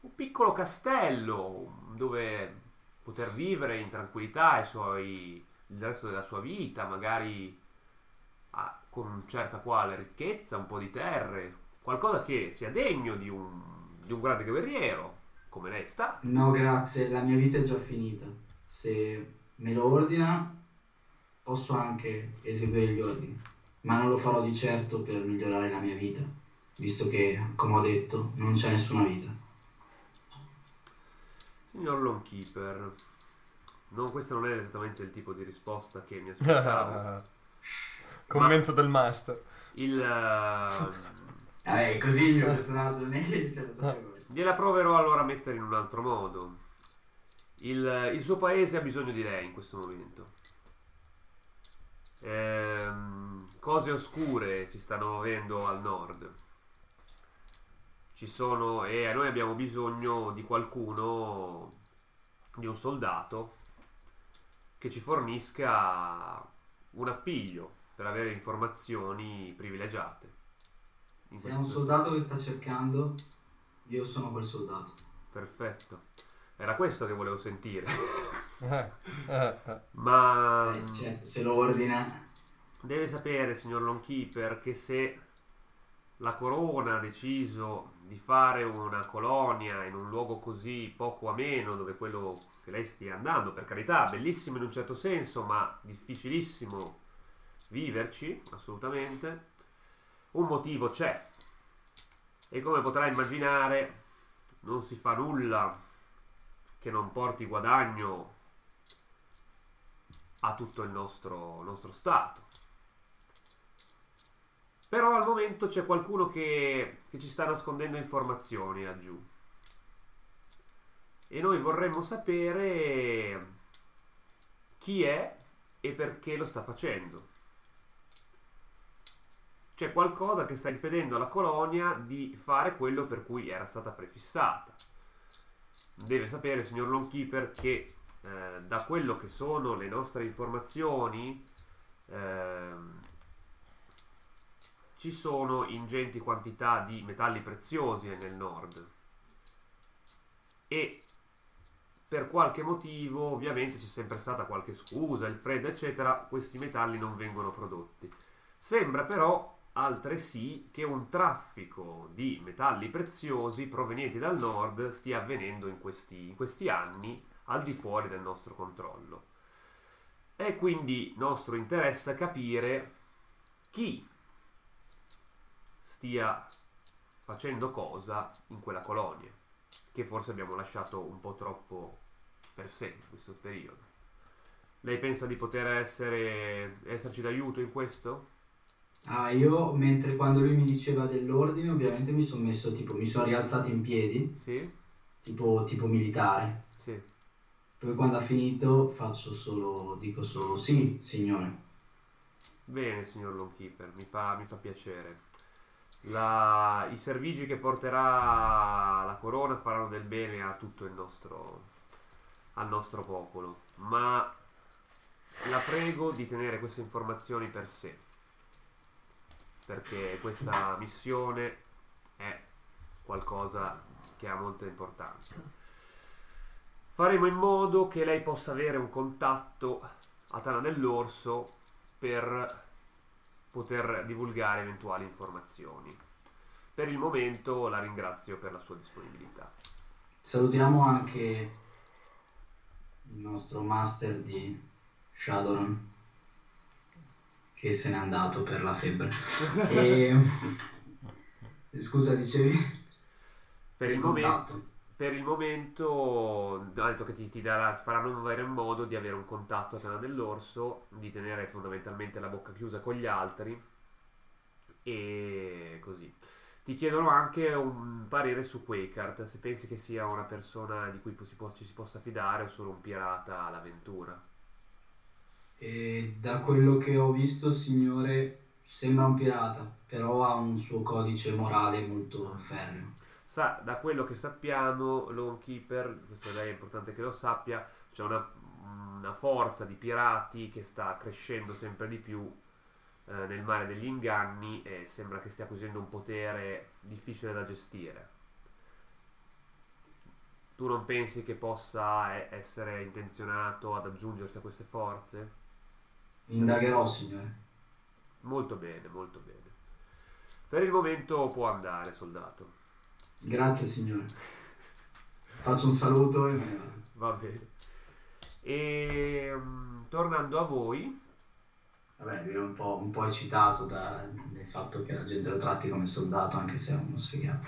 F: un piccolo castello dove poter vivere in tranquillità i suoi- il resto della sua vita, magari a- con un certa quale ricchezza, un po' di terre, qualcosa che sia degno di un, di un grande guerriero, come lei sta.
C: No, grazie, la mia vita è già finita. Se me lo ordina, posso anche eseguire gli ordini, ma non lo farò di certo per migliorare la mia vita, visto che, come ho detto, non c'è nessuna vita.
F: Signor Longkeeper, non, questo non è esattamente il tipo di risposta che mi aspettavo.
A: Commento del master.
F: Il, eh,
C: Vabbè, così il mio personaggio non è che ce lo sapevo.
F: Gliela proverò allora a mettere in un altro modo. Il, il suo paese ha bisogno di lei in questo momento. Ehm, cose oscure si stanno muovendo al nord. Ci sono e noi abbiamo bisogno di qualcuno, di un soldato, che ci fornisca un appiglio per avere informazioni privilegiate. In
C: Se è
F: questa
C: un
F: situazione.
C: soldato che sta cercando, io sono quel soldato.
F: Perfetto. Era questo che volevo sentire.
A: Eh, eh, eh.
F: Ma
C: Eh, cioè, se lo ordina,
F: deve sapere, signor Longkeeper, che se la corona ha deciso di fare una colonia in un luogo così poco ameno dove quello che lei stia andando, per carità, bellissimo in un certo senso, ma difficilissimo viverci, assolutamente, un motivo c'è. E come potrai immaginare, non si fa nulla che non porti guadagno a tutto il nostro, nostro Stato. Però al momento c'è qualcuno che, che ci sta nascondendo informazioni laggiù. E noi vorremmo sapere chi è e perché lo sta facendo. C'è qualcosa che sta impedendo alla colonia di fare quello per cui era stata prefissata. Deve sapere, signor Longkeeper, che eh, da quello che sono le nostre informazioni, ehm, ci sono ingenti quantità di metalli preziosi nel nord. E per qualche motivo, ovviamente c'è sempre stata qualche scusa, il freddo, eccetera, questi metalli non vengono prodotti. Sembra però altresì che un traffico di metalli preziosi provenienti dal nord stia avvenendo in questi, in questi anni al di fuori del nostro controllo. È quindi nostro interesse capire chi stia facendo cosa in quella colonia, che forse abbiamo lasciato un po' troppo per sé in questo periodo. Lei pensa di poter essere, esserci d'aiuto in questo?
C: Ah, io mentre quando lui mi diceva dell'ordine, ovviamente mi sono messo tipo, mi sono rialzato in piedi,
F: Sì?
C: tipo, tipo militare.
F: Sì.
C: Poi quando ha finito faccio solo, dico solo sì, signore.
F: Bene, signor Longkeeper, mi fa, mi fa piacere. La- I servigi che porterà la corona faranno del bene a tutto il nostro, al nostro popolo, ma la prego di tenere queste informazioni per sé, perché questa missione è qualcosa che ha molta importanza. Faremo in modo che lei possa avere un contatto a Tana dell'Orso per poter divulgare eventuali informazioni. Per il momento la ringrazio per la sua disponibilità.
C: Salutiamo anche il nostro master di Shadowrun che se n'è andato per la febbre. e... Scusa, dicevi?
F: Per il,
C: Contatto.
F: momento, per il momento, ha detto che ti, ti darà- ti faranno avere in modo di avere un contatto a Tana dell'Orso, di tenere fondamentalmente la bocca chiusa con gli altri e così. Ti chiedono anche un parere su Quakart, se pensi che sia una persona di cui si può- ci si possa fidare o solo un pirata all'avventura.
C: E da quello che ho visto, signore, sembra un pirata, però ha un suo codice morale molto ferreo.
F: Sa, da quello che sappiamo, Lone Keeper, questo lei è importante che lo sappia, c'è una, una forza di pirati che sta crescendo sempre di più eh, nel mare degli inganni e sembra che stia acquisendo un potere difficile da gestire. Tu non pensi che possa eh, essere intenzionato ad aggiungersi a queste forze?
C: Indagherò, signore.
F: Molto bene, molto bene. Per il momento può andare, soldato.
C: Grazie, signore. Faccio un saluto e me ne vado.
F: Va bene. E mm, tornando a voi,
C: Vabbè, io ero un po', un po' eccitato da- dal fatto che la gente lo tratti come soldato, anche se è uno sfigato.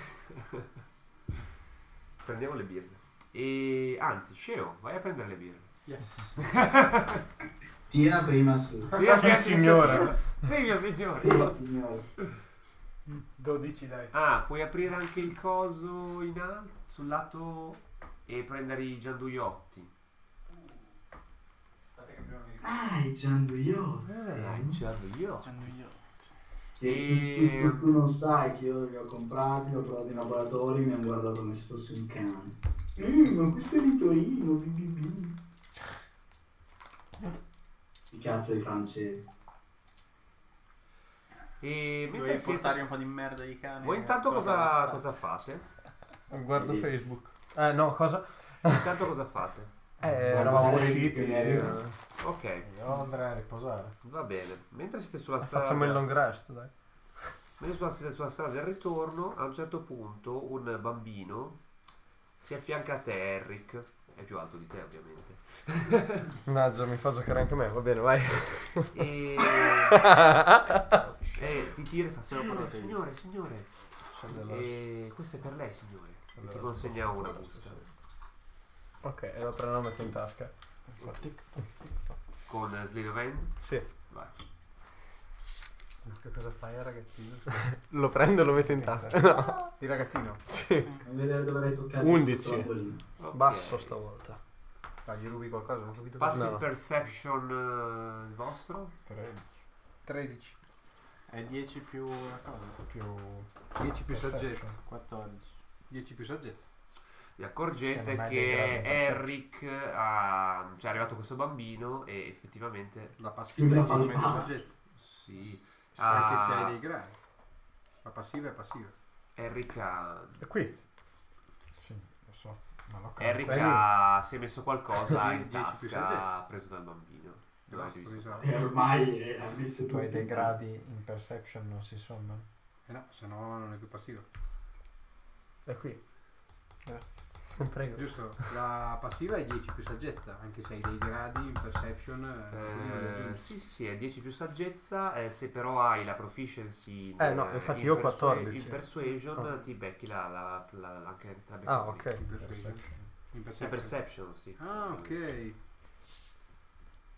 F: prendiamo le birre. E anzi, Sceo, vai a prendere le birre.
B: Yes.
C: Tira prima su.
F: Tira
B: Ah, Sì,
F: per
B: signora.
F: iniziativa. Sì, mio signore.
C: signore.
B: 12 dai.
F: Ah, puoi aprire anche il coso in alto sul lato e prendere i gianduiotti.
B: Aspetta che prima mi ricordo.
C: Ah, i gianduiotti.
B: Eh.
F: Ah, i gianduiotti.
C: Che tu, tu- tu- tu non sai che io li ho comprati, li ho provati in laboratorio, mi hanno guardato come se fossi un cane. Eh, ma questo è di Torino, bi, bi, bi. Che cazzo di francese.
F: E mentre
G: Dovevi
F: siete...
G: portare un po' di merda di cane.
F: Voi intanto
G: sulla
F: cosa,
G: strada.
F: cosa fate?
A: Guardo Facebook. Eh, no, cosa?
F: Intanto cosa fate?
A: Eh,
C: Guardare
A: eravamo usciti.
C: che
A: eh,
C: arriva.
F: Ok,
B: Io andrei a riposare.
F: va bene. Mentre siete sulla strada...
A: Facciamo il long rest, dai.
F: Mentre sulla, sulla strada del ritorno, a un certo punto un bambino si affianca a te, Eric. È più alto di te, ovviamente.
A: Mannaggia, mi fa giocare anche me, va bene, vai.
F: E, e ti tira e fa "Signore, Signore, signore, e questa è per lei, signore. E ti consegna una busta
A: ok, e la prendo e la metto in tasca.
F: con Slade of Hand.
A: Sì.
F: Vai.
B: Che cosa fai ragazzino?
A: Lo prendo e lo metto in tasca.
B: Di ragazzino.
C: Non vedere dove l'hai toccato.
A: 11.
C: Topolino.
F: Ok.
A: Basso stavolta.
B: Ma gli rubi qualcosa, non ho capito.
F: Passi
A: No.
F: il perception eh, vostro.
B: 13
G: È 10 più una cosa.
B: più
D: 10 più
B: Perception.
D: saggezza.
G: 14.
D: 10 più saggezza.
F: Vi
B: Se
F: accorgete
B: non hai
F: che
B: dei gradi in
F: Eric ha, cioè è arrivato questo bambino e effettivamente
D: La passiva
C: La
D: è 10 meno
C: passiva.
D: saggezza.
F: sì,
D: Anche se
F: Ah.
D: hai dei gradi. La passiva è passiva.
F: Eric ha
A: E qui?
B: Sì, lo so. Ma l'ho
F: Eric
A: Quelli-
F: ha- si è messo qualcosa in
D: 10 più
F: tasca
D: saggezza.
F: preso dal bambino. Dove
D: Basta,
F: l'avete
D: mi
F: visto?
D: sa.
C: E ormai eh, ha messo
B: Se tu hai
C: tutti.
B: dei gradi in perception non si sommano.
D: Eh no, se no non è più passiva.
A: E qui?
B: Grazie.
A: Prego.
D: Giusto, la passiva è 10 più saggezza, anche se hai dei gradi in perception. eh, non li
F: Eh,
D: aggiungi.
F: sì, sì, sì, è 10 più saggezza. eh, se però hai la proficiency, in-
A: Eh, no, infatti
F: in
A: io ho
F: persua-
A: 14.
F: In persuasion
A: Ah.
F: ti becchi la, la, la, la- anche la becchi
A: Ah,
F: lì.
A: ok. Ecco.
D: In persuasion. In
F: Sì,
D: perception.
F: perception, sì.
D: Ah, ok.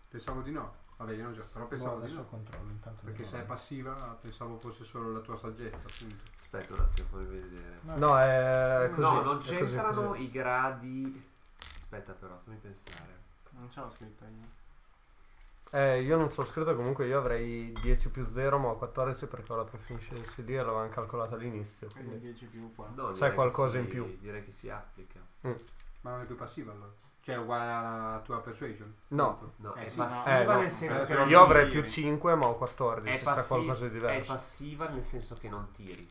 D: Pensavo di no. Vabbè, io non so, però
B: Boh,
D: pensavo di
B: adesso
D: no. eh.
B: controllo intanto.
D: Perché se è passiva, pensavo fosse solo la tua saggezza, appunto.
F: Aspetta un attimo, fammi vedere.
A: No, è così.
F: no, non
A: è così,
F: c'entrano
A: così.
F: i gradi. Aspetta, però, fammi pensare.
G: Non ce l'ho scritto io.
A: Eh, io non so scritto, comunque io avrei 10 più 0, ma ho 14 perché ho la proficiency lì e l'avevamo calcolata all'inizio.
F: Eh,
G: Quindi
A: Quindi...
G: 10 più 4.
F: No,
A: C'è
F: direi che
A: qualcosa
F: si-
A: in più.
F: Direi che si applica.
D: Ma non è più passiva allora. Cioè, è uguale alla tua persuasion?
A: No.
F: No,
D: Eh,
F: è
D: sì, no.
F: passiva
A: Eh, no.
F: nel senso che
G: Però
F: non
A: Io avrei
G: tiri.
A: più 5, ma ho 14,
F: È
A: se sa
F: passi-
A: qualcosa di
F: è
A: diverso.
F: passiva nel senso che non tiri.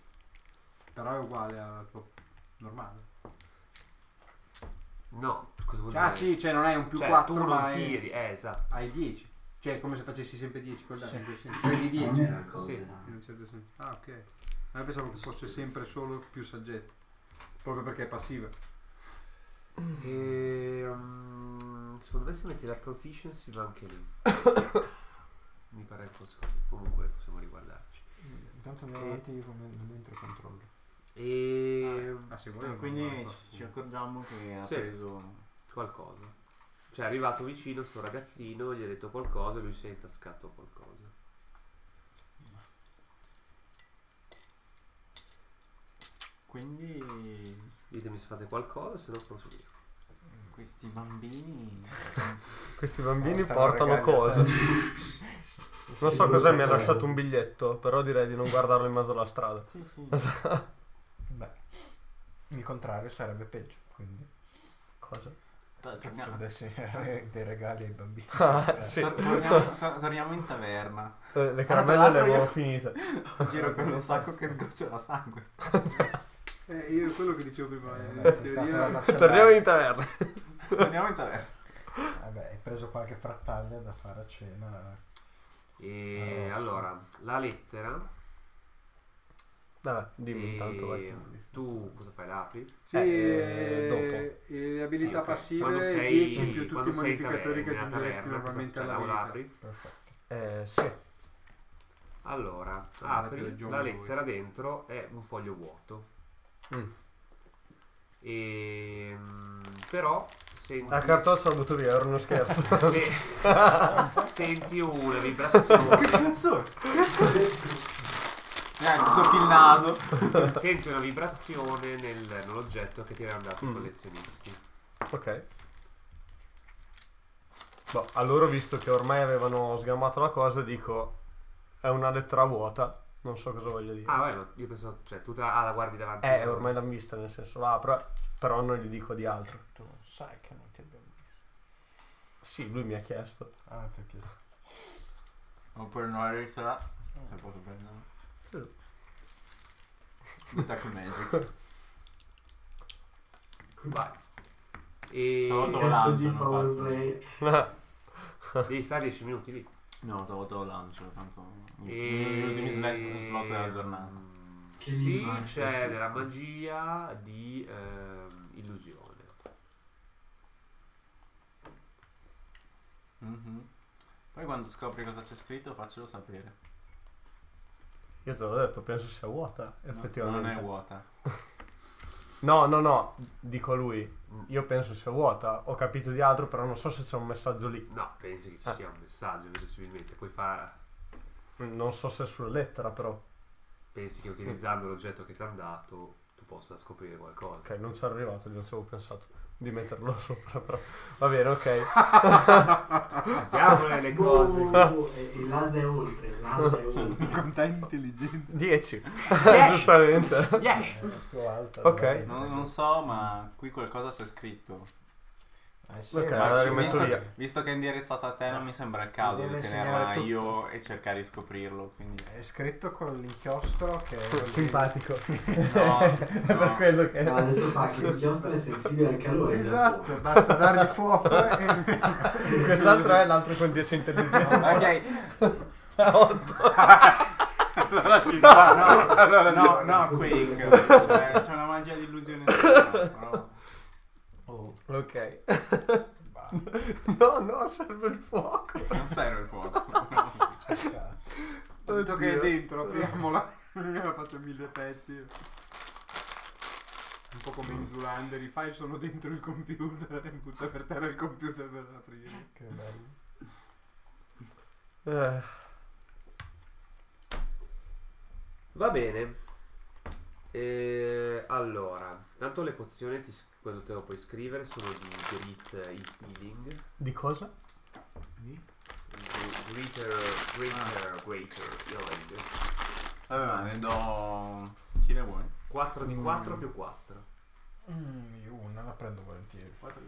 D: Però è uguale alla tua
B: normale.
F: No, cosa vuol
D: Cioè, ah
F: dire?
D: sì, cioè non hai un più
F: Cioè,
D: 4,
F: tu
D: ma
F: non
D: hai-
F: tiri, eh, esatto.
D: hai 10. Cioè, è come se facessi sempre 10 col dado.
B: Sì.
D: quindi sempre- Prendi 10.
C: Non è una cosa,
D: Ah, Sì,
C: no.
D: in un certo senso. Ah, ok. Ma io pensavo che fosse sempre solo più saggezza. Proprio perché è passiva.
F: E, um, secondo me se metti la proficiency va anche lì. Mi pare che fosse così. Comunque possiamo riguardarci.
B: Intanto andiamo avanti come dentro controllo.
F: E
D: Ah, se vuoi.
G: Eh,
D: non
G: Quindi
D: guardo.
G: ci ci accorgiamo che ha
F: Sì.
G: preso.
F: qualcosa. Cioè è arrivato vicino sto ragazzino, gli ha detto qualcosa e lui si è intascato qualcosa.
G: Quindi
F: Ditemi se fate qualcosa, se no posso dire.
G: questi bambini.
A: Questi bambini portano
B: Portano regali a
A: cose. Non so cos'è, mi ha
H: Sì.
A: lasciato un biglietto, però direi di non guardarlo in mezzo alla strada.
G: Sì, sì.
B: Beh, il contrario sarebbe peggio, quindi
A: Cosa?
G: Tor-
D: Ah.
B: se
G: torniamo,
B: potessi dare dei regali ai bambini.
A: Ah, sì.
G: tor- torniamo- tor- torniamo in taverna.
A: Eh, Le
G: Ah, tra
A: caramelle le
G: l'altro
A: avevo
G: io-
A: finite.
G: Giro con un sacco che sgocciola sangue.
D: Eh, io quello che dicevo prima. eh,
B: Vabbè,
D: in
B: sei stato
D: teoria...
B: alla cella-
A: Torniamo in taverna.
G: Torniamo in taverna.
B: Vabbè, Eh hai preso qualche frattaglia da fare a cena.
F: E
B: Ah, sì.
F: allora, la lettera.
A: Vabbè, dimmi
F: e
A: intanto, vai.
F: tu cosa fai? L'apri?
D: Sì,
A: Eh,
D: dopo. le abilità
F: Sì, ok.
D: passive
F: Quando sei-
D: 10 più tutti
F: quando
D: i
F: sei in
D: modificatori che
F: taverna, nella
D: aggiungeresti
F: taverna,
D: normalmente
F: cosa
D: alla
F: facciamo?
D: vita.
F: L'apri?
B: Perfetto.
A: Eh, sì.
F: Allora,
D: Ah, te
F: apri
D: le giochi
F: la
D: voi.
F: lettera dentro è un foglio vuoto.
A: Mm.
F: E, Ehm, però senti,
A: La cartolta sono andato via, era uno scherzo.
F: se- senti una vibrazione,
G: Che cazzo? è? Eh, mi soffio il naso.
F: senti una vibrazione nel- nell'oggetto che ti avevano dato i
A: Mm.
F: collezionisti.
A: ok. Boh, allora visto che ormai avevano sgamato la cosa, dico è una lettera vuota, non so cosa voglia dire.
F: Ah, vai, ma io penso, cioè, tu te la, ah, la guardi davanti.
A: eh, ormai l'hanno vista, nel senso la apro, però non gli dico di altro.
B: Tu non sai che non ti abbiamo visto.
A: Sì, lui mi ha chiesto.
B: Ah, ti ho chiesto.
G: Oppure no, arriverà. Se posso prendere.
A: Sì.
G: Attack magic.
F: Vai. E
G: Stavolta
C: Tempo
G: lo lancio,
C: di
G: non
C: power
G: faccio.
C: play.
F: devi stare 10 minuti lì.
G: No, stavolta lo lancio, tanto.
F: E...
G: Gli ultimi slot, slot della giornata.
C: Che
F: Sì,
C: immagine.
F: c'è della magia di ehm, illusione.
G: Mhm. Poi quando scopri cosa c'è scritto faccelo sapere.
A: Io te l'ho detto, penso sia vuota,
G: No,
A: effettivamente.
G: non è vuota.
A: No, no, no, dico a lui. Io penso sia vuota, ho capito di altro, però non so se c'è un messaggio lì.
F: No, pensi che ci
A: Ah.
F: sia un messaggio, possibilmente. Puoi fare.
A: Non so se è sulla lettera, però.
F: Pensi che utilizzando l'oggetto che ti hanno dato tu possa scoprire qualcosa.
A: Ok, non ci è arrivato, non ci avevo pensato di metterlo sopra, però. Va bene, ok.
F: Siamo nelle cose.
C: Boh, e- e l'asa è oltre, l'asa è oltre.
D: Con te intelligenza.
A: 10.
F: Yes!
A: Giustamente.
F: Yes!
B: Era Eh, più alta.
A: Ok.
B: dai,
G: Non,
B: dai.
G: non so, ma qui qualcosa c'è scritto.
B: Eh, sì,
A: Ok,
B: ma-
A: allora rimetto
G: visto,
A: via.
G: visto che è indirizzato a te, non mi sembra il caso
B: Deve
G: di
B: segnare
G: tenerla
B: tutto.
G: io e cercare di scoprirlo. Quindi,
B: È scritto con l'inchiostro che è
A: Simpatico.
G: no,
A: È per
G: no.
A: quello che.
C: Ma adesso fa che l'inchiostro è sensibile al calore.
B: Esatto, basta dargli fuoco eh. e
A: Quest'altro è l'altro con 10 intelligenza.
G: Ok,
A: 8.
G: no, no, no, Quake. Cioè, c'è una magia di illusione. sopra, però-
B: Oh,
A: Ok.
B: bah,
A: No, no, serve il fuoco.
G: Non serve il fuoco.
B: cazzo.
D: Ho detto che è
A: Oddio.
D: dentro, apriamola. Io la faccio in mille pezzi. Un po' come in Zulander, i file sono dentro il computer. e Butta per terra il computer per aprire.
B: Che bello.
A: Eh,
F: Va bene. E, allora, tanto le pozioni ti, s- quando te lo puoi scrivere sono di Grit Healing.
A: di cosa?
F: Greater, Greater, Greater Healing.
G: Vabbè, ma ne do. Chi ne vuoi?
F: 4 di 4 più 4.
B: Mm, io una la prendo volentieri.
G: Vabbè,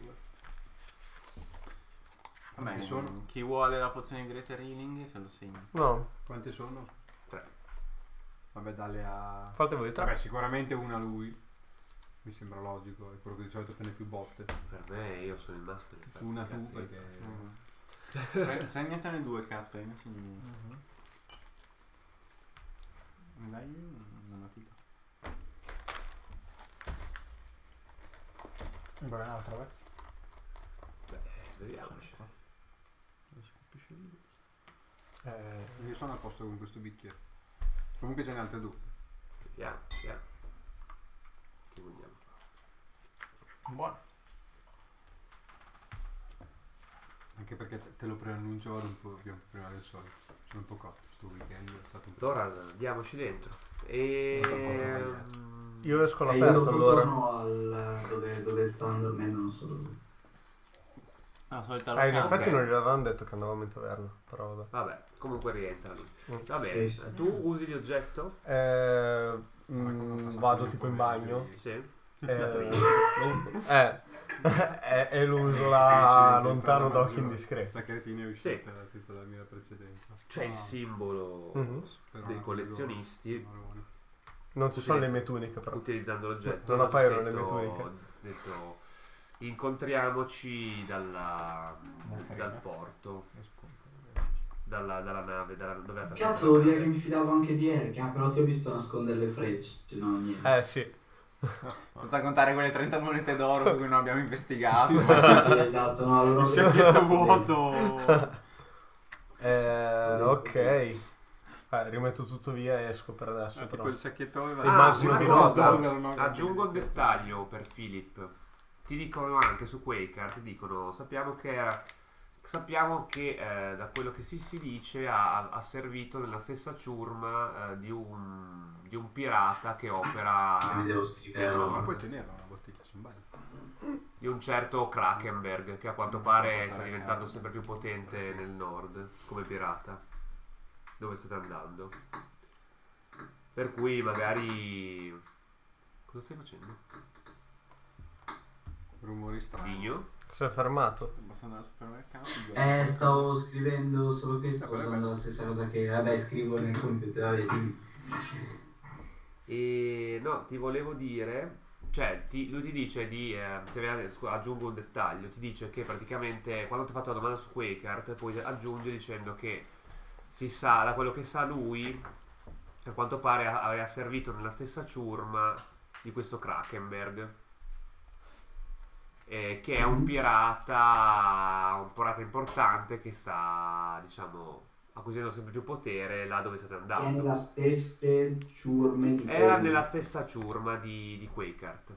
D: Quanti sono?
G: Chi vuole la pozione di Greater Healing se lo segna.
A: No,
D: Quanti sono?
F: Tre.
D: Vabbè, dalle a.
A: fate voi tre.
D: Vabbè, sicuramente una lui. Mi sembra logico, è quello che di solito prende più botte.
F: Per me io sono il master. infatti.
D: Una tu ecco.
F: Cazzo,
D: perché...
G: Eh, Segnatene due carte, ne segni. Mi dai una matita?
B: Beh, un'altra volta.
F: eh, Vediamo. cioè.
B: Eh,
D: Io sono a posto con questo bicchiere. Comunque ce n'è altre due.
F: Vediamo, vediamo. Che vogliamo fare?
B: buono.
D: Anche perché te- te lo preannuncio ora un po' più prima del solito. Sono un po' cotto questo weekend, è stato un po'.
F: Allora andiamoci dentro. E...
D: Qualcosa tagliato.
F: mm,
A: Io esco
C: E Eh, io
A: all'aperto
C: dopo
A: allora.
C: torno al, dove, dove sta almeno non so dove.
G: No, solita
D: Ah,
A: Eh, in
G: locale.
A: effetti
F: ok.
A: non gliel'avevamo detto che andavamo in taverna, però vabbè.
F: Vabbè, comunque rientra lì.
A: Mm.
F: Va bene,
C: Sì, sì.
F: tu usi l'oggetto?
A: Eh,
D: Ecco, Qualcosa
A: mm,
D: passato
A: vado
D: nel
A: tipo in
D: pomeriggio
A: bagno.
D: di-
F: Sì.
A: Eh, eh, eh, e lo uso là lontano da occhi indiscreti.
D: Questa cartina è uscita sì. dalla mia precedenza. Ah.
F: C'è il simbolo
A: Mhm.
D: Però
F: Cioè, dei
D: non
F: collezionisti
D: vedo- non vedo.
A: Non ci sono le mie tuniche però.
F: utilizzando l'oggetto.
A: Non appaiono
F: detto-
A: le mie tuniche.
F: detto, incontriamoci dalla, dal porto, dalla, dalla nave, dalla, dove ha
C: Cazzo, vuol dire che mi fidavo anche di Eric, ah, però ti ho visto nascondere le frecce, no niente.
A: Eh sì.
G: Senza contare quelle 30 monete d'oro su cui non abbiamo investigato.
C: Sì, esatto, no, allora...
G: Il sacchetto vuoto.
A: Eh, ok. Eh, rimetto tutto via e esco per adesso.
D: Ah, tipo
A: però.
D: il sacchettone va-
A: Ah, Immagino
F: una
A: che-
F: cosa,
D: No, no, no, no,
F: aggiungo un
D: no.
F: dettaglio per Philip. Ti dicono anche su Quaker, ti dicono, sappiamo che, era- sappiamo che eh, da quello che si, si dice ha, ha servito nella stessa ciurma eh, di, un, di un pirata che opera
C: Ah, Mi devo
F: eh,
C: scrivere
F: no,
D: Ma
C: allora.
D: poi teneva una bottiglia, sono bello.
F: di un certo Krakenberg che a quanto pare sta diventando sempre più potente nel nord come pirata. Dove state andando? Per cui magari... Cosa stai facendo?
D: Rumori strani.
F: Vigno?
A: Si è fermato.
G: Passando al supermercato.
C: Eh, stavo scrivendo solo che
D: Ah,
C: sto
D: quello è
C: usando
D: bello.
C: la stessa cosa Ah, che, vabbè, scrivo nel computer, vabbè, dimmi.
F: E no, ti volevo dire, cioè, ti- lui ti dice di, eh, ti aveva- scu- aggiungo un dettaglio, ti dice che praticamente quando ti ha fatto la domanda su Quakart, poi aggiunge dicendo che si sa, da quello che sa lui, a quanto pare a- aveva servito nella stessa ciurma di questo Krakenberg. eh, che è un pirata, un pirata importante che sta, diciamo, acquisendo sempre più potere là dove state
C: Che è
F: andando.
C: nella stessa ciurme di
F: Era
C: quelli.
F: nella stessa ciurma di, di Quakert.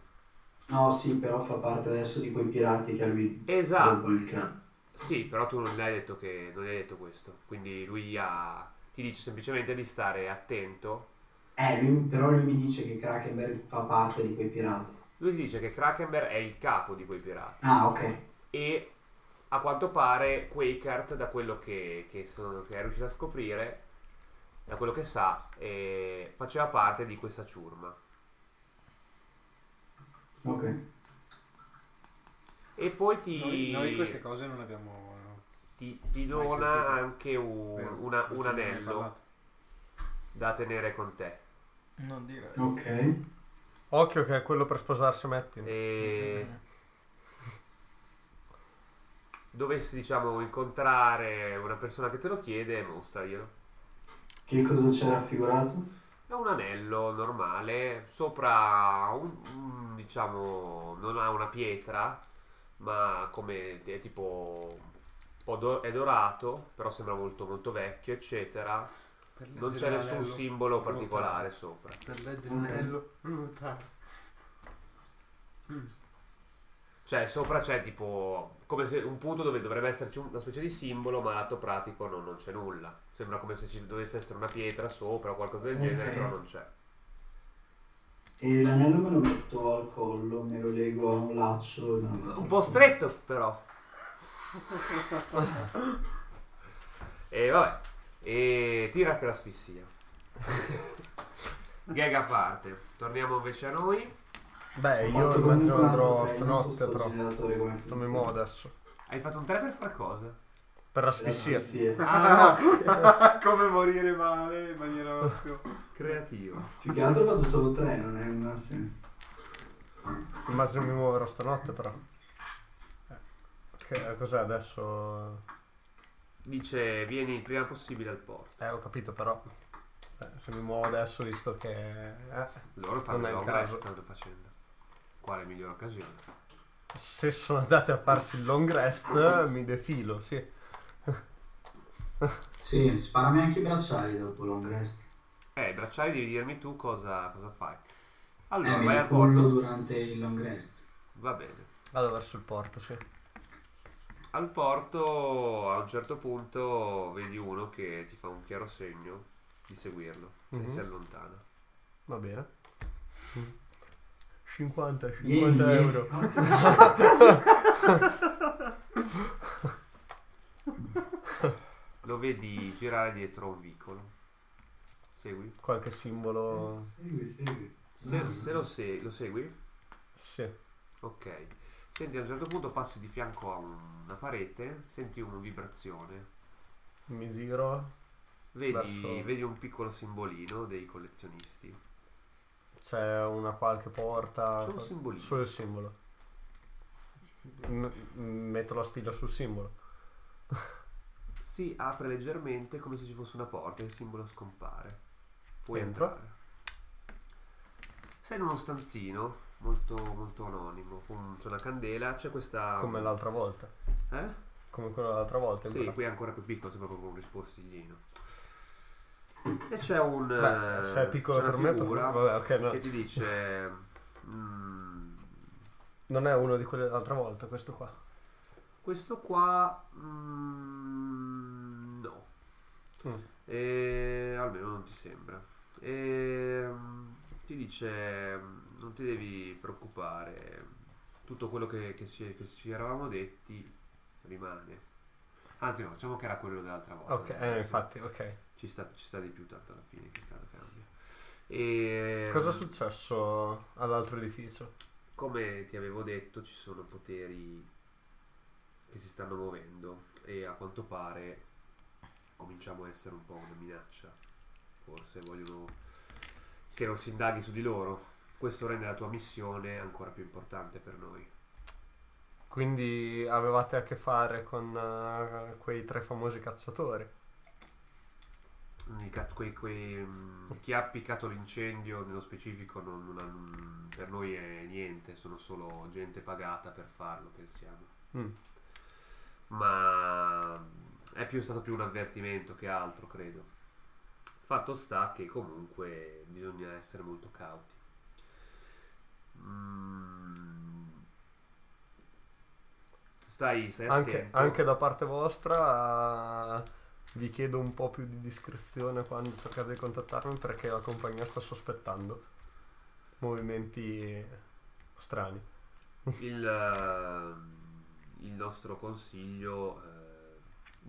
C: No, sì, però fa parte adesso di quei pirati che lui
F: Esatto.
C: dopo il clan.
F: Sì, però tu non gli hai detto che non gli hai detto questo. Quindi lui ha- ti dice semplicemente di stare attento.
C: Eh, lui- però lui mi dice che Krakenberg fa parte di quei pirati.
F: Lui ti dice che Krakenberg è il capo di quei pirati.
C: Ah, ok.
F: E a quanto pare Quakert, da quello che, che sono- che è riuscito a scoprire, da quello che sa, eh, faceva parte di questa ciurma.
C: Ok.
F: E poi ti...
D: Noi, noi queste cose non abbiamo...
F: ti, ti
D: Mai
F: dona
D: sentito.
F: anche un,
D: Vero,
F: una-
D: non
F: un
D: ce ne hai
F: anello
D: parlato.
F: da tenere con te.
B: Non dire.
C: Ok.
A: Occhio che è quello per sposarsi
D: Eh.
A: Metti.
F: E dovessi, diciamo, incontrare una persona che te lo chiede, mostraglielo.
C: Che cosa c'è raffigurato?
F: È un anello normale, sopra un, un, diciamo, non ha una pietra, ma come è tipo un po' do- è dorato, però sembra molto molto vecchio, eccetera.
D: Per
F: Non c'è
D: leggere
F: nessun
D: l'anello,
F: simbolo
D: ruota.
F: particolare sopra.
D: Per leggere l'anello, ruota.
F: Cioè, sopra c'è tipo come se un punto dove dovrebbe esserci un- una specie di simbolo, ma lato pratico non, non c'è nulla. Sembra come se ci dovesse essere una pietra sopra o qualcosa del genere,
C: Ok.
F: però non c'è.
C: E l'anello me lo metto al collo, me lo lego a un laccio.
F: Un po' stretto, però. e vabbè. E tira per l'asfissia. Gag a parte. Torniamo invece a noi.
A: Beh, io immagino andrò stanotte però. Non
C: Non
A: mi muovo adesso.
F: Hai fatto un 3 per far cosa?
A: Per
C: Eh,
A: asfissia.
F: Ah, no.
D: Come morire male in maniera proprio...
F: Creativo.
C: Più che altro faccio solo tre, non è- non ha senso.
A: Immagino mi muoverò stanotte però. Eh, Che cos'è adesso?
F: Dice vieni il prima possibile al porto.
A: Eh, ho capito però. Eh, Se mi muovo adesso, visto che... eh,
F: Loro fanno
A: Non è
F: il
A: il
F: long
A: caso.
F: rest stanno facendo. Quale migliore occasione?
A: se sono andate a farsi il long rest, mi defilo, sì.
C: Sì, sparami anche i bracciali dopo long rest.
F: Eh, i bracciali devi dirmi tu cosa, cosa fai.
C: Eh,
F: Allora,
C: mi
F: vai al
C: cullo
F: porto.
C: durante il long rest.
F: Va bene.
A: Vado verso il porto, sì.
F: Al porto a un certo punto vedi uno che ti fa un chiaro segno di seguirlo e
A: Mhm.
F: si allontana.
A: Va bene.
F: Mm.
A: 50, 50
C: Yeah, yeah.
A: euro.
F: Lo vedi girare dietro un vicolo. Segui.
A: Qualche simbolo...
C: Segui,
A: Mm.
C: segui.
F: Se, se lo, se- lo segui,
A: Sì.
F: ok. Senti, a un certo punto passi di fianco a un- una parete, senti una vibrazione.
A: Mi giro.
F: Vedi,
A: Verso-
F: vedi un piccolo simbolino dei collezionisti.
A: C'è una qualche porta.
F: Solo il simbolino.
A: Solo il simbolo. M- m- metto la spilla sul simbolo.
F: Si apre leggermente come se ci fosse una porta e il simbolo scompare. Puoi
A: Entro.
F: entrare. Sei in uno stanzino molto, molto anonimo. con- C'è una candela, c'è questa.
A: Come l'altra volta.
F: Eh?
A: Come quella dell'altra volta.
F: Sì,
A: ancora.
F: qui è ancora più piccolo, sembra proprio un rispostiglino. E c'è un.
A: Beh,
F: eh,
A: se è piccolo
F: c'è una
A: per me, per me.
F: figura
A: Vabbè, ok, no.
F: Che ti dice. mm,
A: Non è uno di quelli dell'altra volta, questo qua.
F: questo qua. mm, no.
A: Mm.
F: E, almeno non ti sembra. E, mm, ti dice. mm, Non ti devi preoccupare. Tutto quello che, che ci, che ci eravamo detti rimane. Anzi, no, diciamo che era quello dell'altra volta.
A: Ok, eh, infatti, ok.
F: ci sta, ci sta di più tanto alla fine che caso cambia e mm,
A: Cosa è successo all'altro edificio?
F: come ti avevo detto ci sono poteri che si stanno muovendo e a quanto pare cominciamo a essere un po' una minaccia forse vogliono che non si indaghi su di loro questo rende la tua missione ancora più importante per noi
A: Quindi avevate a che fare con eh, quei tre famosi cacciatori.
F: Ah, I cat- quei, quei, mh, chi ha appiccato l'incendio nello specifico non- non ha- per noi è niente, sono solo gente pagata per farlo, pensiamo.
A: Mm.
F: Ma mm, è più stato più un avvertimento che altro, credo. Fatto sta che comunque bisogna essere molto cauti. Mm. Stai, stai
A: Anche,
F: attento.
A: anche da parte vostra eh, vi chiedo un po' più di discrezione quando cercate di contattarmi perché la compagnia sta sospettando movimenti strani.
F: il, eh, il nostro consiglio eh,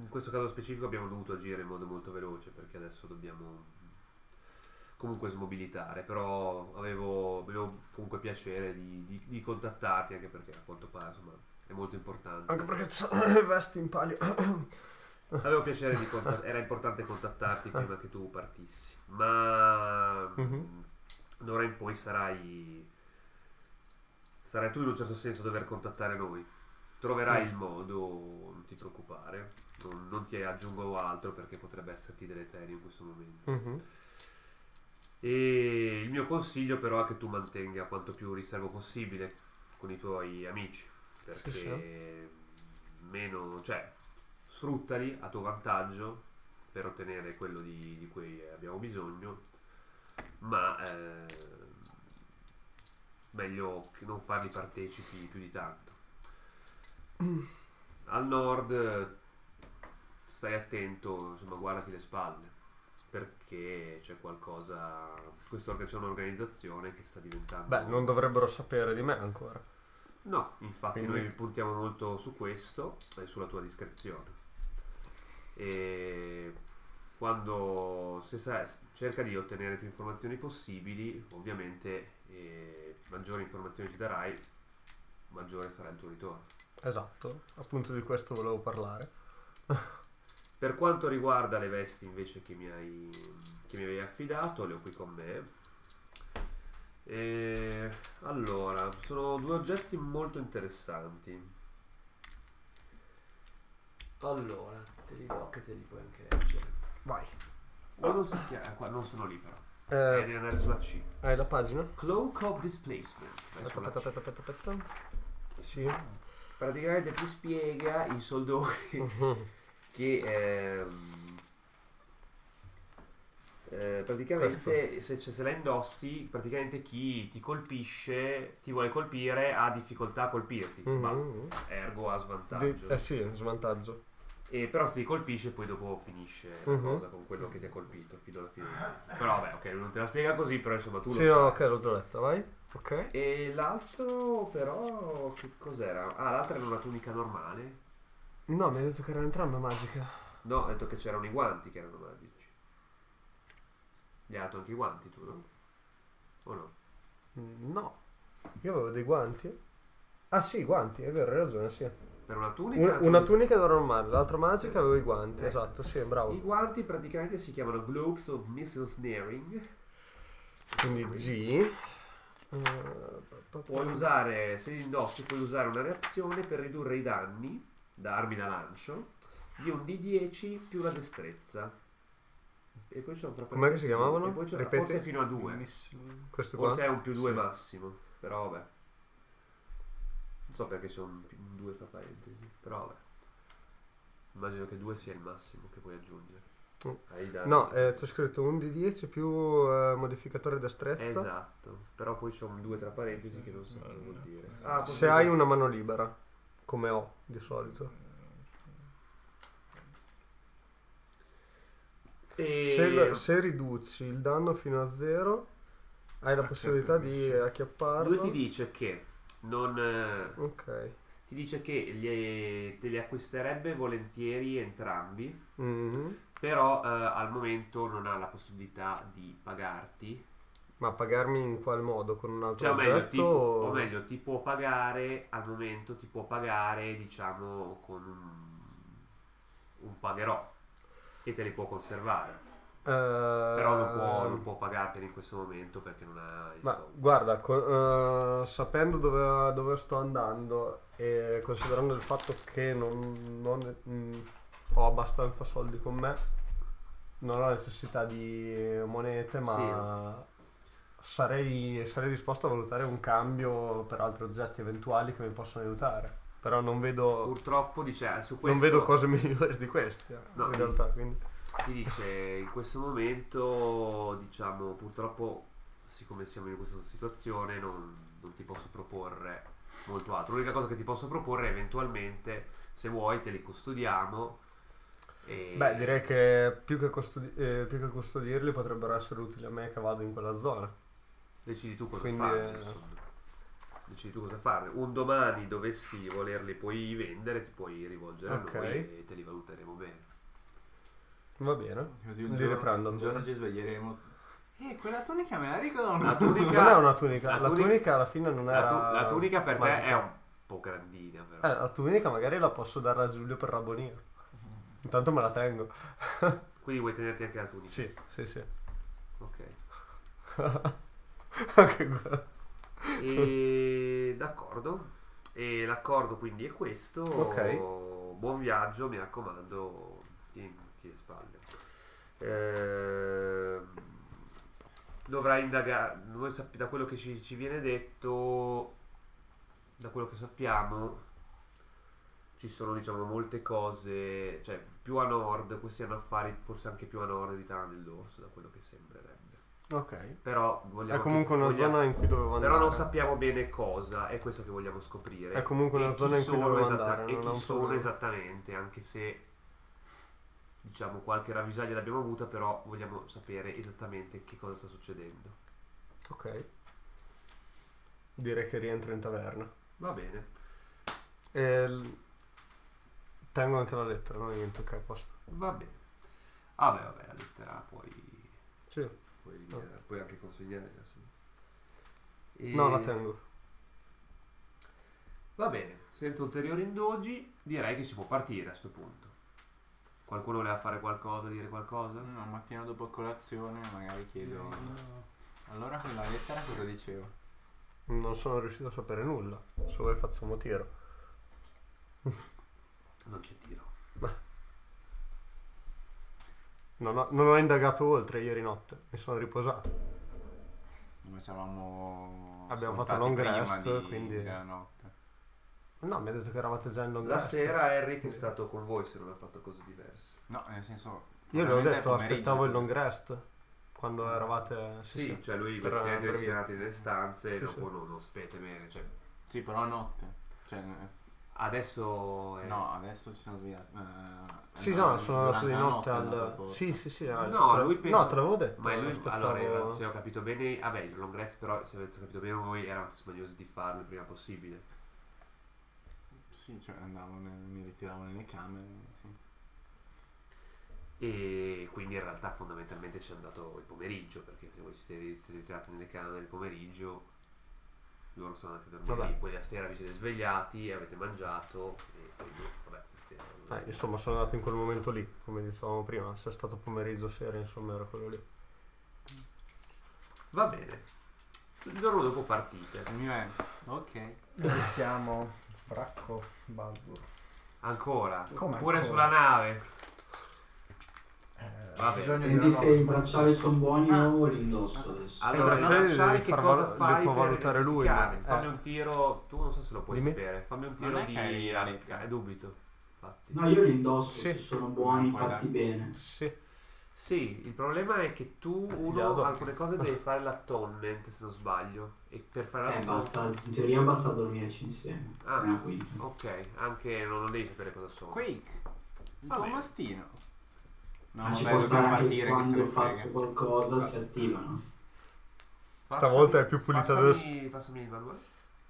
F: in questo caso specifico abbiamo dovuto agire in modo molto veloce perché adesso dobbiamo mm, comunque smobilitare però avevo, avevo comunque piacere di, di- di contattarti anche perché a quanto pare insomma è molto importante
A: Anche perché ci sono le vesti in palio.
F: avevo piacere di contat- era importante contattarti prima che tu partissi ma mm,
A: Mhm.
F: d'ora in poi sarai sarai tu in un certo senso a dover contattare noi troverai il modo non ti preoccupare non, non ti aggiungo altro perché potrebbe esserti deleterio in questo momento
A: Mhm.
F: e il mio consiglio però è che tu mantenga quanto più riservo possibile con i tuoi amici, perché
A: Sì,
F: meno, cioè, sfruttali a tuo vantaggio per ottenere quello di, di cui abbiamo bisogno, ma eh, meglio che non farli partecipi più di tanto. Al nord eh, stai attento, insomma, guardati le spalle perché c'è qualcosa. Questo c'è un'organizzazione che sta diventando.
A: Beh, non dovrebbero sapere di me ancora.
F: No, infatti
A: Quindi-
F: noi puntiamo molto su questo e sulla tua discrezione. E quando se sai, cerca di ottenere più informazioni possibili, ovviamente eh, maggiori informazioni ci darai, maggiore sarà il tuo ritorno.
A: Esatto, appunto di questo volevo parlare.
F: Per quanto riguarda le vesti invece che mi, hai, che mi avevi affidato, le ho qui con me. E allora, sono due oggetti molto interessanti. Allora, te li do che te li puoi anche leggere.
A: Vai.
F: Ma non, so chi è, qua, non sono libero. Eh,
A: Eh,
F: devi andare sulla C.
A: hai la pagina?
F: Cloak of Displacement. Vai
A: Aspetta,
F: sulla C.
A: aspetta, aspetta, aspetta, aspetta. Sì.
F: Praticamente ti spiega in soldoni che ehm, eh, praticamente se, cioè, se la indossi, praticamente chi ti colpisce, ti vuole colpire, ha difficoltà a colpirti, ma
A: Mhm.
F: ergo ha
A: Di-
F: svantaggio.
A: eh sì, un svantaggio.
F: E però se ti colpisce poi dopo finisce la
A: Mhm.
F: cosa con quello che ti ha colpito fino alla fine. Però vabbè, ok, non te la spiega così, però insomma tu
A: Sì,
F: lo
A: no,
F: sai.
A: ok, l'ho già letta, vai. Ok.
F: E l'altro però che cos'era? Ah, l'altra era una tunica normale.
A: No, mi hai detto che erano entrambe magiche.
F: No, ha detto che c'erano i guanti che erano magici. Gli hai dato anche i guanti tu, no? O no?
A: Mm, No. Io avevo dei guanti. Ah sì, i guanti, è vero, hai ragione, sì.
F: Per una tunica?
A: Un-
F: la
A: una tunica normale, l'altra magica avevo i guanti,
F: Eh.
A: esatto, sì,
F: I
A: bravo.
F: guanti praticamente si chiamano Gloves of Snaring.
A: Quindi G. Eh, pa- pa-
F: Puoi usare, se li indossi, puoi usare una reazione per ridurre i danni da armi da lancio di un D10 più la destrezza. E poi c'è un frappone.
A: Com'è che si chiamavano?
F: E poi c'è
A: Ripeti?
F: forse fino a 2.
A: Questo qua.
F: Forse è un più 2 massimo. Però vabbè. Non so perché c'è un 2 fra parentesi. Però vabbè. Immagino che 2 sia il massimo che puoi aggiungere.
A: Mm.
F: Ai danni.
A: No, eh, c'è scritto un di 10 più eh, modificatore destrezza.
F: Esatto. Però poi c'è un 2 tra parentesi che non so cosa vuol dire. Ah, forse
A: Se hai
F: due.
A: una mano libera, come ho di solito.
F: E-
A: Se, lo- se riduci il danno fino a zero, hai
F: Ah,
A: la possibilità di acchiapparlo.
F: Lui ti dice che non eh,
A: Ok.
F: ti dice che gli- te li acquisterebbe volentieri entrambi,
A: Mhm.
F: però eh, al momento non ha la possibilità di pagarti.
A: Ma pagarmi in qual modo? Con un altro
F: Cioè, o meglio,
A: oggetto?
F: ti,
A: o-
F: o meglio, ti può pagare al momento, ti può pagare, diciamo, con un, un pagherò che te li può conservare.
A: Eh,
F: Però non può, non può pagarteli in questo momento perché non ha i
A: Ehm. Ma
F: soldi.
A: guarda, co- eh, sapendo dove, dove sto andando e considerando il fatto che non, non- mh, ho abbastanza soldi con me, non ho necessità di monete, ma sarei, sarei disposto a valutare un cambio per altri oggetti eventuali che mi possono aiutare. Però non vedo,
F: Purtroppo dice, eh, su questo
A: non vedo cose migliori di queste, eh,
F: No,
A: in realtà. Quindi.
F: Ti dice in questo momento, diciamo, purtroppo, siccome siamo in questa situazione, non, non ti posso proporre molto altro. L'unica cosa che ti posso proporre è eventualmente, se vuoi, te li custodiamo. E...
A: Beh, direi che più che, custodi- eh, più che custodirli potrebbero essere utili a me che vado in quella zona.
F: Decidi tu cosa
A: quindi,
F: fare.
A: eh,
F: insomma. Decidi tu cosa fare. Un domani dovessi volerli poi vendere, ti puoi rivolgere
A: Ok.
F: a noi e te li valuteremo bene.
A: Va bene.
G: Così un
A: Li
G: giorno,
A: riprendo.
G: un giorno ci sveglieremo. Eh, quella tunica me la ricordo.
F: La tunica,
A: Non è una tunica,
F: La
A: la,
F: tunica-
A: tunica, alla fine non
F: la
A: era.
F: tu- la tunica per te
A: magica.
F: è un po' grandina, però.
A: Eh, la tunica magari la posso dare a Giulio per Rabonia. Intanto me la tengo.
F: Quindi vuoi tenerti anche la tunica?
A: Sì, sì, sì.
F: Ok.
A: Che guarda.
F: E d'accordo. E l'accordo quindi è questo.
A: Ok.
F: Buon viaggio, mi raccomando, tieniti le spalle. Ehm, dovrai indagare. Noi sappi- da quello che ci, ci viene detto, da quello che sappiamo, ci sono diciamo molte cose. Cioè, più a nord, questi hanno affari forse anche più a nord di Tana dell'Orso, da quello che sembrerebbe.
A: ok.
F: Però vogliamo
A: È comunque una
F: vogliamo-
A: zona in cui dovevo andare.
F: però non sappiamo bene cosa, è questo che vogliamo scoprire.
A: È comunque una
F: E chi
A: zona in cui
F: sono
A: dovevo
F: esatta-
A: andare,
F: E
A: non ho
F: chi
A: un
F: sono
A: problema.
F: esattamente, anche se diciamo qualche ravvisaglia l'abbiamo avuta, però vogliamo sapere esattamente che cosa sta succedendo.
A: Ok. Direi che rientro in taverna.
F: Va bene,
A: E l- Tengo anche la lettera, no? Niente, ok, a posto.
F: va bene. Ah beh, vabbè, la lettera puoi,
A: Sì.
F: puoi, rinviare- puoi anche consegnare. adesso. E-
A: No, la tengo.
F: Va bene, senza ulteriori indugi direi che si può partire a questo punto. Qualcuno voleva fare qualcosa, dire qualcosa?
A: Eh,
G: No, mattina dopo colazione magari chiedo... Allora lettera, quella lettera cosa diceva?
A: Non sono riuscito a sapere nulla. Se vuoi facciamo tiro.
I: Non c'è tiro.
A: Non ho, non ho indagato oltre ieri notte. Mi sono riposato.
G: Noi c'eravamo.
A: Abbiamo fatto
G: saltati
A: long
G: prima
A: rest,
G: di-
A: quindi-
G: della notte.
A: No, mi ha detto che eravate già in long
F: La
A: rest.
F: sera Harry che è stato con voi se non ha fatto cose diverse.
G: No, nel senso.
A: Io le ho
G: probabilmente è
A: detto,
G: pomeriggio.
A: aspettavo il long rest. Quando eravate...
F: Mm. Sì, cioè lui
A: Per-
F: praticamente
A: per
F: si
A: via.
F: era nelle stanze e
A: Sì,
F: dopo
A: sì.
F: non, non spete bene. Cioè,
G: Sì, però a notte. Cioè, eh,
C: Eh.
F: adesso è...
G: no, adesso ci sono svegliati. Eh,
A: Sì, no, sono andato
G: durante
A: di
G: la
A: notte
G: è andato
A: al...
G: fuori.
A: Sì, sì, sì. al-
F: No,
A: tra-
F: lui pensa-
A: No, te l'avevo detto.
F: Ma lui,
A: aspettavo-
F: allora, era- se ho capito bene, vabbè, il long rest però, se avete capito bene voi, eravate smaniosi di farlo il prima possibile.
G: Sì, cioè andavo nel- mi ritiravo nelle camere. Sì.
F: E quindi in realtà fondamentalmente ci è andato il pomeriggio, perché se voi siete ri- siete ritirati nelle camere il pomeriggio, loro sono andati a dormire
A: Vabbè.
F: lì, poi la sera vi siete svegliati e avete mangiato e quindi, vabbè, queste...
A: Eh, insomma, sono andato in quel momento lì, come dicevamo prima. Se è stato pomeriggio, sera, insomma, era quello lì.
F: Va bene. Il giorno dopo partite.
G: Il mio è. Ok.
B: Chiamo Bracco Baldur.
F: Ancora.
B: Come
F: Pure
B: ancora?
F: sulla nave.
B: Eh,
F: Vabbè.
B: bisogna di
C: Quindi
B: una
C: se
B: nuova
C: i bracciali
B: risposta.
C: sono buoni
F: Ah.
C: o li indosso adesso?
F: Allora,
A: Eh,
F: no,
A: sai,
F: Shari,
A: devi
F: che
A: far
F: cosa
A: val-
F: fai
A: devi
F: per
A: valutare lui,
F: identificare?
A: ma-
F: Fammi
A: eh.
F: un tiro, tu non so se lo puoi
A: Dimmi.
F: sapere. Fammi un
G: Non
F: tiro
G: è
F: di
G: che hai la lettera.
F: eh, dubito. Infatti.
C: No, io li indosso
A: Sì.
C: se sono buoni,
G: Guarda.
C: fatti bene.
A: Sì.
F: Sì, il problema è che tu uno
A: Glielo.
F: alcune cose devi fare l'attonment, se non sbaglio, e per fare
C: Eh,
F: l'attonment
C: basta, in teoria basta dormirci insieme.
F: Ah.
G: Eh,
C: Una quinta.
F: Ok, anche non lo devi sapere cosa sono.
G: Quake. Il
F: Va
G: tuo
F: bene.
G: mastino. No,
C: Ma Ah, ci
G: vabbè,
C: può
G: dobbiamo
C: stare che
G: partire che se
C: quando
G: ne
C: faccio
G: frega.
C: qualcosa si attivano.
F: Passami-
A: Stavolta è più pulita
F: passami, Passami il manuale.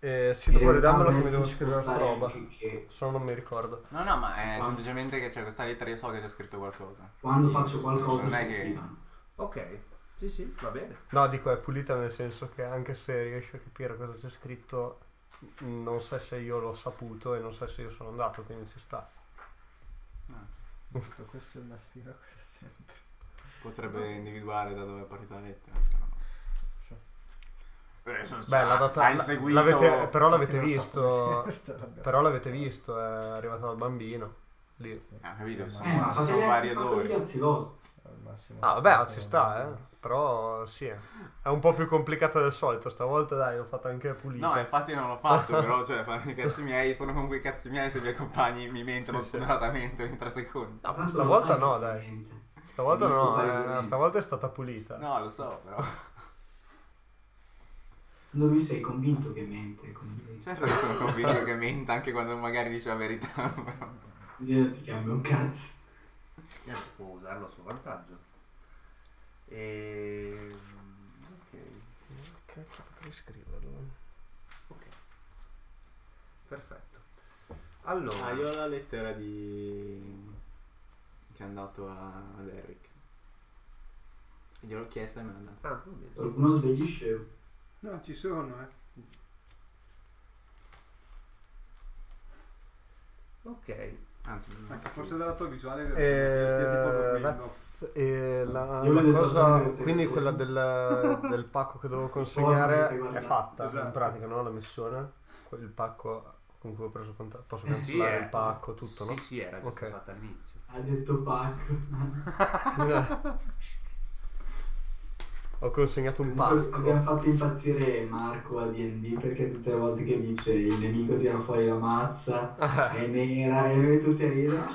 A: Eh, sì,
C: In
A: devo
C: realtà
A: ridammelo
C: non
A: che mi devo
C: ci può
A: scrivere la sta
C: stare
A: roba.
C: anche che
A: Se no non mi ricordo.
G: No, no, ma è semplicemente che c'è questa lettera, io so che c'è scritto qualcosa.
C: Quando faccio qualcosa
G: Non
C: si
G: è che-
C: attivano.
F: Ok. Sì, sì, va bene.
A: No, dico, è pulita nel senso che anche se riesci a capire cosa c'è scritto, non so se io l'ho saputo e non so se io sono andato, quindi ci sta.
G: Eh,
B: Tutto questo è il mastino, cosa c'entra?
G: Potrebbe individuare da dove è partita la lettera. però no. Eh, so-
A: Beh, la data...
G: Hai
A: la-
G: seguito.
A: l'avete- però l'avete
B: Infatti non
A: visto...
B: so come si- ce l'abbiamo.
A: Però l'avete visto, è arrivato dal bambino. Lì.
B: Sì,
G: Ah, capito?
B: Eh,
G: Ci
C: Eh, ma
G: sono, ci sono vari
C: fate gli
G: odori.
C: cazzi vostri.
B: al massimo.
A: Ah, vabbè, ci sta, eh. Però sì, è un po' più complicata del solito. Stavolta dai, l'ho fatta anche pulita.
G: No, infatti non lo faccio, però, cioè, fanno i cazzi miei, sono comunque i cazzi miei se i miei compagni mi mentono spudoratamente in tre secondi.
A: No,
C: Tanto
A: stavolta
C: lo sanno
A: no, dai.
C: veramente.
A: Stavolta
C: Visto
A: no,
C: palesemente.
A: eh, stavolta è stata pulita.
G: No, lo so, però.
C: Non mi sei convinto che mente, quindi
G: Certo che sono convinto che menta anche quando magari dice la verità, però.
C: io ti cambio un cazzo.
F: Eh, può usarlo a suo vantaggio. E... Ok.
A: Cacchio, potrei scriverlo.
F: Ok. Perfetto. Allora,
G: Ah, io ho la lettera di... che è andato a... ad Eric. Gliel'ho chiesta e me l'ha data.
F: Ah, va bene.
C: Qualcuno svegli scemo.
D: No, ci sono, eh.
F: Ok.
G: Anzi, non
D: Anche
G: so.
D: forse dalla tua visuale è vero che stia tipo
A: Eh,
D: dormendo.
A: that's- eh, la,
C: Ah. Io
A: la
C: vedo
A: cosa,
C: esattamente
A: quindi
C: sì.
A: quella del, del pacco che dovevo consegnare
C: Forma,
A: è fatta
D: esatto.
A: in pratica, no? La missione, il pacco con cui ho preso contatto, posso
F: Sì,
A: cancellare
F: eh.
A: il pacco, tutto,
F: sì, sì, era già
A: Ok.
F: stata fatta all'inizio.
C: Ha detto pacco.
A: no? ho consegnato un
C: Abbiamo
A: pacco.
C: fatto impazzire Marco a D&D perché tutte le volte che dice il nemico tira fuori la mazza è nera e noi tutti a ridere.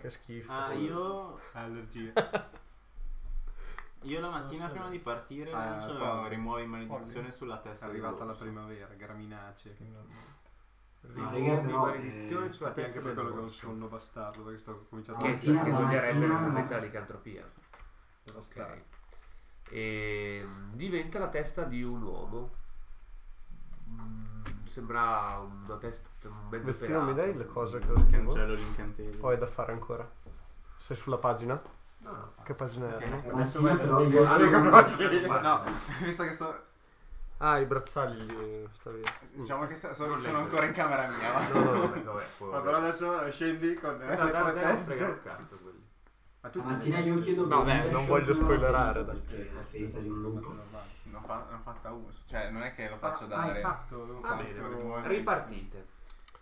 A: Che schifo.
G: Ah, io...
D: Allergie.
G: Io la mattina prima di partire
D: Ah,
G: lancio
D: Polly.
G: oh, rimuovi maledizione
D: Polly.
G: sulla testa
D: È arrivata la
G: dell'orso.
D: primavera, graminace.
C: No, raga,
D: Di
C: però,
D: maledizione
C: eh,
D: sulla
F: infatti
D: testa
F: anche per
D: quello
F: quello
D: che ho un
F: che ho
D: sonno bastardo perché sto cominciando
C: Ah,
F: Che
D: a
F: si
C: sì,
D: stare
C: ma-
F: toglierebbe
C: no,
F: la
C: no.
F: metà di cantropia.
D: bastardo.
F: E mm, diventa la testa di un uomo. Mm, Sembra una testa un mezzo
A: Vestino, mi
F: pelata,
A: dai le
F: insomma.
A: cose che ho scritto?
G: Cancello l'incantesimo.
A: O è da fare ancora? Sei sulla pagina?
F: No, no.
A: Che pagina
G: Ok.
A: è?
C: La mattina
D: Adesso vai
C: però
D: per-
C: io
D: Ah,
C: sono-
G: Ma no, visto che sto...
A: Ah, i bracciali lì, stavi...
G: Diciamo che so- sono,
F: Non
G: sono
F: leggo.
G: ancora in camera mia.
F: No, no, no, vabbè, vabbè,
D: Ma però adesso scendi con eh,
F: Guarda,
D: le
F: guarda,
D: tue
F: non
D: teste.
F: frega un cazzo quelli.
D: Ma tu
C: La mattina io chiedo...
A: No, beh,
C: beh,
A: non voglio spoilerare, dai.
G: Ne ho, fa- ne ho fatta uno. Cioè, non è che lo
D: Faccio
G: faccio
D: ah, hai
G: dare.
D: fatto? l'ho
F: Va
D: fatto.
G: Buon
F: bene, ripartite.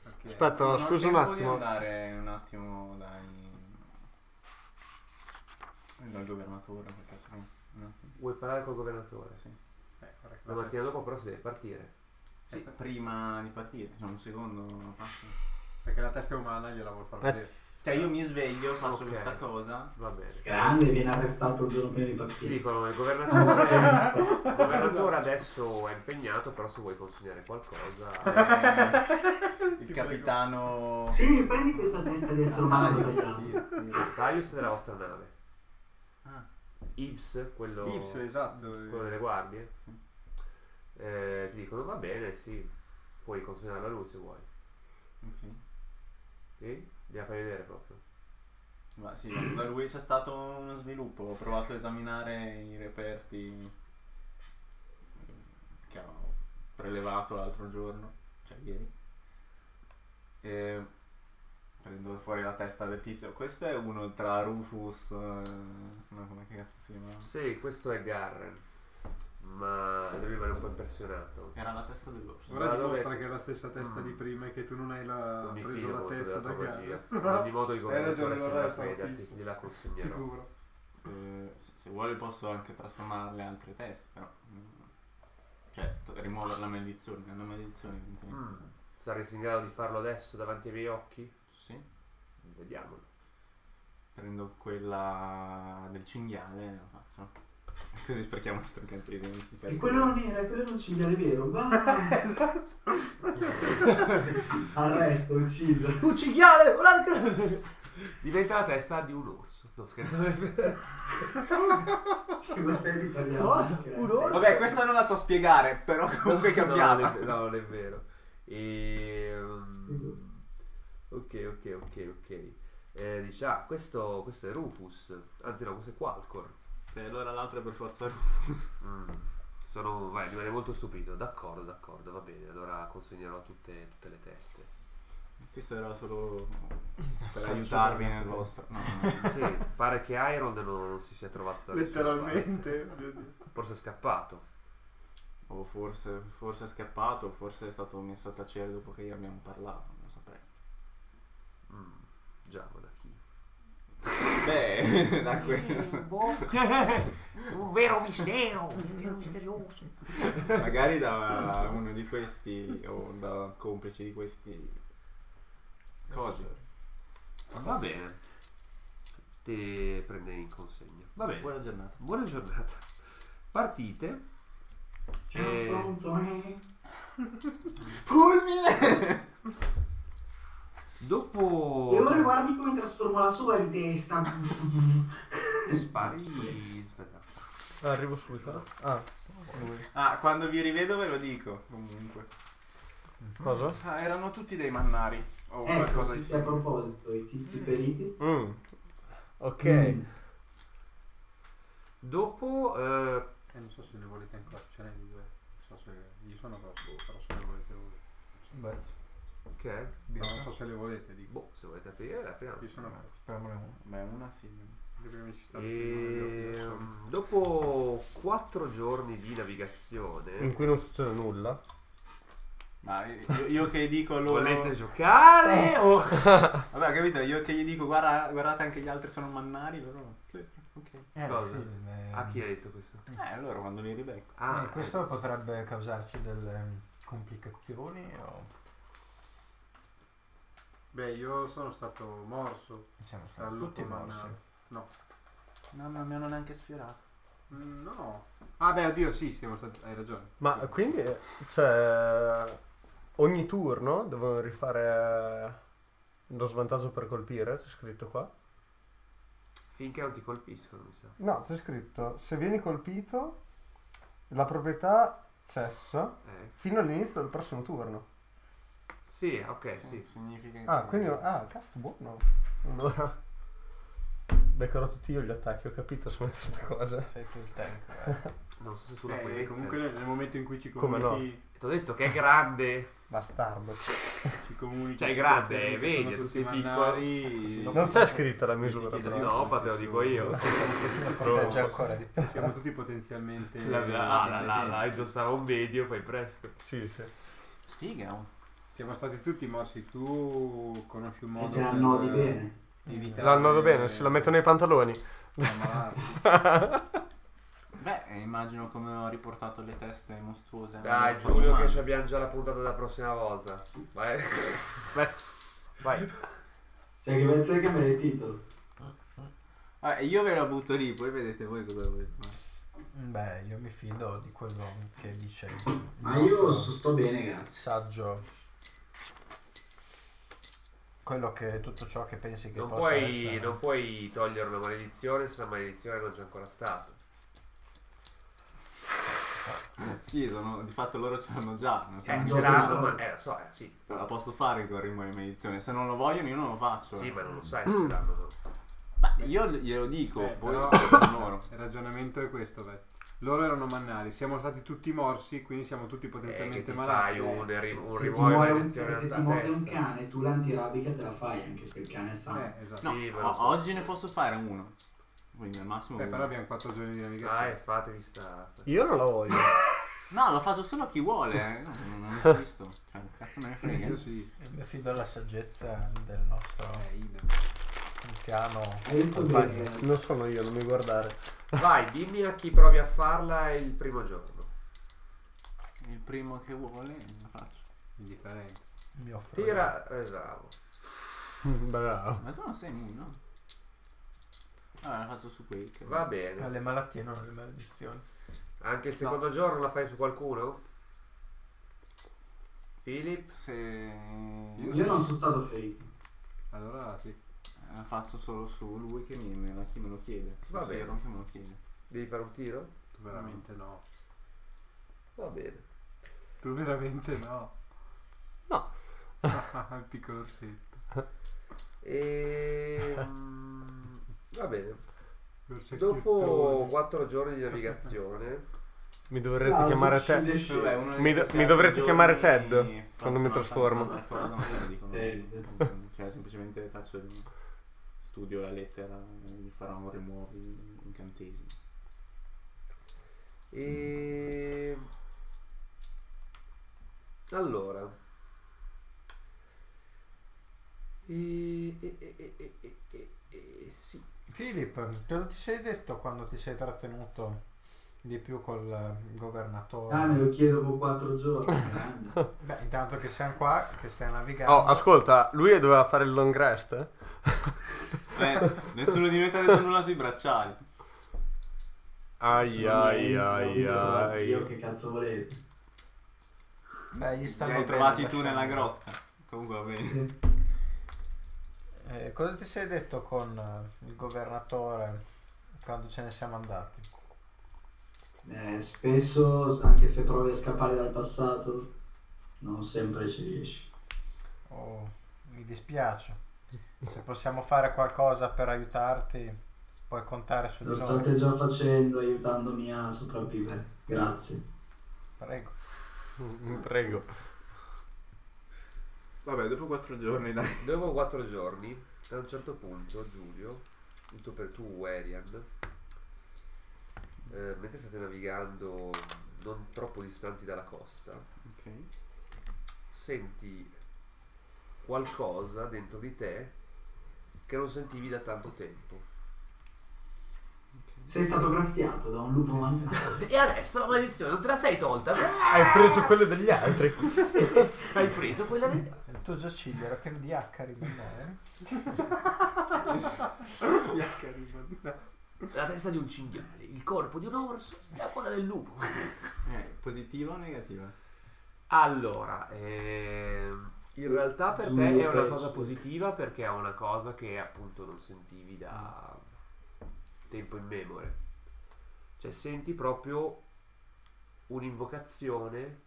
D: Ok.
A: Aspetta,
G: Non ho
A: scusa un
G: tempo di
A: attimo.
G: andare un attimo dai. dal governatore, perché se no- un attimo,
F: Vuoi parlare col governatore?
G: sì.
D: Eh, corretto.
F: La mattina dopo però si deve partire.
G: Sì, prima di partire, cioè un secondo passo.
D: Perché la testa umana gliela vuol far vedere.
G: Cioè io mi sveglio, faccio
F: Ok.
G: questa cosa.
F: Va bene.
C: Grande, viene arrestato il giorno prima di
F: Ti
C: partire.
F: dicono il governatore, il
D: Esatto.
F: governatore adesso è impegnato, però se vuoi consegnare qualcosa...
G: eh, il capitano.
C: Sì, prendi questa testa di essere umano
G: Ah,
C: e tagliamo.
G: sì.
F: Taius della vostra nave.
G: Ah.
F: Ibs, quello,
D: Ips, esatto.
F: quello delle guardie. Eh, ti dicono va bene, sì, puoi consegnare la luce se vuoi.
G: Ok.
F: Sì? Gliela fai vedere proprio.
G: Ma sì, da lui c'è stato uno sviluppo, ho provato a esaminare i reperti che avevo prelevato l'altro giorno, cioè ieri. E prendo fuori la testa del tizio. Questo è uno tra Rufus. eh, no, come che cazzo si chiama?
F: Sì, questo è Garren, ma lui rimane un po' impressionato.
G: Era la testa dell'orso.
D: Ora
F: Ma
D: dimostra
F: dove- Mm.
D: che è la stessa testa di prima e che tu non hai la...
F: Non mi
D: preso
F: fido
D: la
F: molto della
D: testa da
F: tua magia.
D: gara.
F: In ogni modo il
D: Hai ragione,
F: governatore se
D: allora
F: la
D: stavo
F: creda,
D: fisso.
F: ti- gliela consegnerò.
D: Sicuro.
G: Eh, se, se vuole posso anche trasformarle altre teste, però. mm, Cioè, to- rimuovere la maledizione. È una maledizione.
F: Mm.
G: evidentemente.
F: Saresti in grado di farlo adesso davanti ai miei occhi?
G: Sì.
F: Vediamolo.
G: Prendo quella del cinghiale e la faccio. Così sprechiamo un altro cartellino. non si
C: E
G: perde.
C: quello non era, quello non ci viene vero. Va.
A: Esatto.
C: Arresto, ucciso.
G: Un cinghiale! volate!
F: Diventa la testa di un orso. No, scherzo.
C: Cosa? Un oro?
G: Vabbè, questa non la so spiegare, però comunque è cambiata.
F: No, non è vero. E, um, ok, ok, ok, ok. Eh, dice, ah, questo, questo è Rufus. Anzi, no, questo è Qualcor.
G: E allora l'altra è per forza
F: Mm. Sono, vai, rimane molto stupito. D'accordo, d'accordo, va bene. Allora consegnerò tutte, tutte le teste.
G: Questo era solo per
J: Assaggio
G: aiutarvi
J: della
G: nel
J: testa.
G: vostro. No, no.
F: Sì, pare che Iron non si sia trovato da nessuna
D: Letteralmente.
F: parte. Forse è scappato.
G: O forse, forse è scappato, o forse è stato messo a tacere dopo che gli abbiamo parlato, non saprei.
F: Mm. Già, ma da chi?
G: Beh, da quello.
F: Eh, Un vero mistero, un mistero misterioso.
G: Magari da uno di questi o da complici di questi cose.
F: Va bene. Ti prende in consegna. Va bene.
G: Buona giornata.
F: Buona giornata. Partite.
C: Ciao, stronzo, eh. E ora
F: Dopo
C: guardi come trasformo la sua in testa.
F: spari. Aspetta.
A: Arrivo subito. Ah,
G: Ah, quando vi rivedo ve lo dico, comunque.
A: cosa?
G: Ah, erano tutti dei mannari o
F: Eh,
C: Ecco,
G: qualcosa
C: sì,
G: di
C: sì, a proposito, i tizi periti.
A: Mm. Ok.
C: Mm.
F: Dopo eh,
D: E non so se ne volete ancora, ce n'è di due. Non so se gli sono troppo,
F: Boh.
D: però se ne volete voi.
B: Beh,
F: ok.
D: No,
B: birra.
D: non so se le volete, dico.
F: Boh, se volete aprire, apriamo.
D: Gli sono troppo.
B: Speriamone uno.
G: Beh, una sì.
D: Le prime
F: Ehm.
D: ci stanno.
F: E ehm, dopo quattro giorni di navigazione
A: In cui non succede nulla.
G: Ma io, io che dico loro...
F: volete giocare o
G: Vabbè, capito? Io che gli dico, guarda, guardate anche gli altri sono mannari, loro... Sì, Ok.
B: Eh,
F: Cosa?
B: sì, le-
F: a chi hai detto questo?
G: Eh, allora quando li ribecco.
F: Ah,
B: Eh, questo potrebbe causarci delle mm, complicazioni o
D: Beh, io sono stato morso.
B: diciamo
D: Tra
F: Ah,
B: sono tutti
D: lupo e
B: morsi.
D: nano.
G: No, ma mi hanno neanche sfiorato.
D: Mm, No. Ah, beh, oddio, sì, siamo stati. Hai ragione.
A: Ma quindi, eh, cioè, ogni turno devono rifare lo svantaggio per colpire, c'è scritto qua?
F: finché non ti colpiscono, mi sa.
A: No, c'è scritto, se vieni colpito, la proprietà cessa
F: Eh.
A: fino all'inizio del prossimo turno.
F: Sì, ok, sì.
G: Significa che...
A: Ah, quindi, ah, cazzo, buono. Allora, beccherò tutti io gli attacchi, ho capito su questa cosa.
B: Sei tu il tank. eh.
F: Non so se tu la puoi
D: Eh,
F: mettere.
D: comunque nel momento in cui ci
A: Come no?
D: comunichi,
F: Ti ho detto che è grande.
B: Bastardo.
D: ci comunichi
F: Cioè,
D: ci
F: grande,
D: confermi che
F: vedi, Ecco,
D: sono
F: tu
D: tutti
F: sei piccolo.
D: mannari,
A: Non c'è scritta la misura,
D: Ti chiedo
A: però.
D: io
F: No,
D: come
F: ma te lo
D: se
F: dico
D: sono-
F: io.
B: Protegge ancora di più.
D: Siamo tutti potenzialmente
F: La, la, la, la, la, indossava un medio, fai presto.
A: Sì, sì.
G: Sfiga. oh.
D: Siamo stati tutti morsi. Tu conosci un modo
C: E te la annodi bene.
D: evitare-
A: L'hanno bene, se la metto nei pantaloni.
D: ammalarsi.
G: Beh, eh, immagino come ho riportato le teste mostruose. alla
F: Dai,
G: mia
F: Giulio, che
G: domanda.
F: ci abbiamo già la puntata della prossima volta. Vai. Vai. Vai.
C: Cioè, che pensi che cambiare il titolo?
G: Vabbè, io ve la butto lì, poi vedete voi cosa volete. fare.
B: Beh, io mi fido di quello che dice. il
C: Ma io
B: nostro
C: so- sto bene, grazie.
B: saggio. Quello che tutto ciò che pensi che
F: Non
B: possa
F: puoi,
B: essere.
F: non puoi togliere una maledizione se la maledizione non c'è ancora stata.
G: Sì, sono, di fatto loro ce l'hanno già. Non so,
F: Eh,
G: non
F: ce
G: so
F: l'hanno,
G: se-
F: ma eh, lo so, eh, sì.
G: Però La posso fare con rimo di medizione. Se non lo vogliono, io non lo faccio. eh.
F: Sì, ma non lo sai se ce l'hanno. no.
G: Beh, io glielo dico,
D: Eh,
G: voi
D: però-
G: con loro.
D: Il ragionamento è questo, Vez. Loro erano mannari, siamo stati tutti morsi, quindi siamo tutti
F: Eh, che
D: potenzialmente
F: ti fai
D: malati.
F: un, ri- un
C: Se ti
F: rimuovi
C: muore un,
F: maledizione
C: se ti
F: alla
C: muore un
F: testa.
C: cane, tu l'antirabica te la fai anche se il cane è sano.
D: Eh, esatto.
G: No,
F: Sì, ma-
G: o- oggi ne posso fare uno. Quindi al massimo.
D: Beh,
G: uno.
D: Eh, però abbiamo 4 giorni di
F: Dai,
D: navigazione.
F: fatevi sta. sta-
A: Io non la voglio.
G: No, lo faccio solo a chi vuole. eh. No, non non ho visto. Cioè, cazzo me ne frega.
D: Io sì.
B: Mi fido alla saggezza del nostro
D: Eh, idem.
B: anziano.
C: Hai visto
B: compagno.
C: bene?
A: Non sono io, non mi guardare.
F: Vai, dimmi a chi provi a farla il primo giorno.
G: Il primo che vuole, lo faccio.
D: Indifferente.
B: Mi offro
F: Tira, esatto.
A: Bravo.
G: Ma tu non sei nulla. no? Allora, la faccio su quei. che-
F: Va bene.
B: alle malattie, non alle maledizioni.
F: Anche il secondo giorno la fai su qualcuno? Philip?
G: Se.
C: Io non sono stato ferito.
D: Allora sì.
G: La faccio solo su lui che mi, me la, chi me lo chiede.
F: Va
G: Sì,
F: bene.
G: Ron che me lo chiede.
F: Devi fare un tiro?
D: Tu veramente no.
F: Va bene.
D: Tu veramente no.
A: No.
D: Il piccolo orsetto.
F: E... mm, Va bene.
D: L'orsetto
F: Dopo 4 giorni di navigazione,
A: Mi dovrete
C: Ah,
A: chiamare te.
G: Vabbè, uno dei-
A: Mi do-
G: cioè,
A: mi dovrete
G: dei
A: chiamare
G: giorni
A: Ted,
G: faccio
A: quando mi
G: una-
A: trasformo.
G: una cosa, non ve lo dico, non ve lo dico. Eh, Cioè, semplicemente faccio il- studio la lettera, mi farò un rimuovi incantesimi.
F: E... Allora. E... E... E... E... E... e- e- e- Sì.
B: Philip, cosa ti sei detto quando ti sei trattenuto di più col eh, governatore?
C: Ah, me lo chiedo dopo 4 giorni. grande.
B: Beh, intanto che siamo qua, che stai navigando.
G: ah,
A: Oh, ascolta, lui doveva fare il long rest? eh?
G: Eh, nessuno di noi ti ha detto nulla sui bracciali.
A: Ai ai ai
C: Io
A: ai.
C: che cazzo volete?
B: Beh, gli
G: Li
B: stanno
G: hai
B: bene,
G: trovati tu
B: lasciamo.
G: nella grotta. Comunque va bene.
B: Eh, cosa ti sei detto con eh, il governatore quando ce ne siamo andati?
C: Eh, spesso, anche se provi a scappare dal passato, non sempre ci riesci.
B: Oh, mi dispiace. Se possiamo fare qualcosa per aiutarti, puoi contare su
C: Lo
B: di noi.
C: state già facendo, aiutandomi a sopravvivere. Grazie.
B: Prego.
A: Mm, Prego.
G: Vabbè, dopo quattro giorni dai.
F: Dopo quattro giorni, a un certo punto, Giulio, tutto per tu, Erian, eh, mentre state navigando non troppo distanti dalla costa,
G: Ok.
F: senti qualcosa dentro di te che non sentivi da tanto tempo.
C: Sei stato graffiato da un lupo mannaro.
F: E adesso la maledizione non te la sei tolta?
A: Ah, Hai preso quello degli altri.
F: Hai preso quella del...
B: Il tuo giaciglio era pieno di acari, non è?
F: la testa di un cinghiale, il corpo di un orso e la coda del lupo.
G: Eh, positiva o negativa?
F: Allora, ehm, in realtà per te è una cosa positiva perché è una cosa che appunto non sentivi da tempo immemore. Cioè senti proprio un'invocazione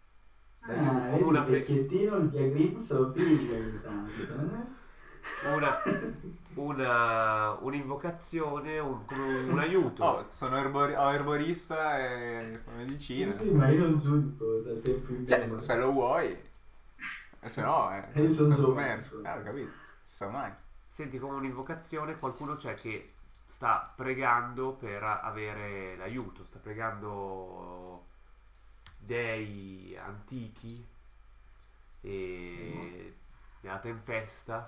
F: eh,
C: Ah, vedi
F: Una
C: il
F: pre-
C: vecchiettino, il diagrim se lo piglia ogni tanto. eh?
F: una, una, un'invocazione, un, come un, un aiuto.
G: Oh, sono erbori- ho erborista e fa medicina.
C: Sì, ma io non giudico da tempo in
G: Cioè,
C: tempo.
G: se, se lo vuoi, eh, se no è
C: Eh, sono
G: un
C: giovane,
G: commercio.
C: sono
G: Eh, ho capito. Si sa mai.
F: Senti come un'invocazione qualcuno c'è che sta pregando per avere l'aiuto, sta pregando dei antichi e della tempesta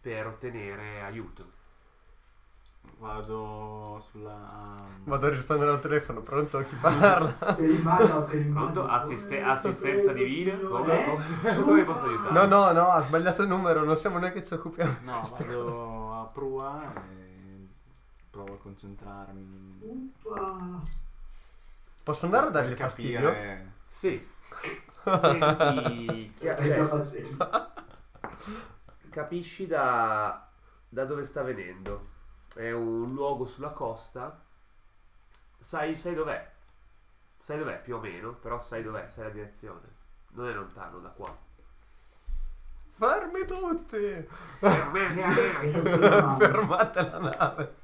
F: per ottenere aiuto.
G: Vado sulla.
A: Vado a rispondere al telefono, pronto chi parla?
C: Te li mando, te li mando. Eh,
F: Pronto? Assiste-
C: Come
F: assistenza
C: prego,
F: divina? Come,
C: signore.
F: come- come posso aiutare?
A: No, no, no, ha sbagliato il numero, non siamo noi che ci occupiamo.
G: No, vado a prua e provo a concentrarmi.
C: Uppa.
A: Posso andare a
G: per
A: dargli fastidio?
G: capire-
F: Sì. Senti,
C: Che sta facendo?
F: capisci da, da dove sta venendo. È un luogo sulla costa. Sai, sai dov'è? Sai dov'è più o meno, però sai dov'è, sai la direzione. Non è lontano da qua.
A: Fermi tutti!
C: Fermate.
A: Fermate la nave!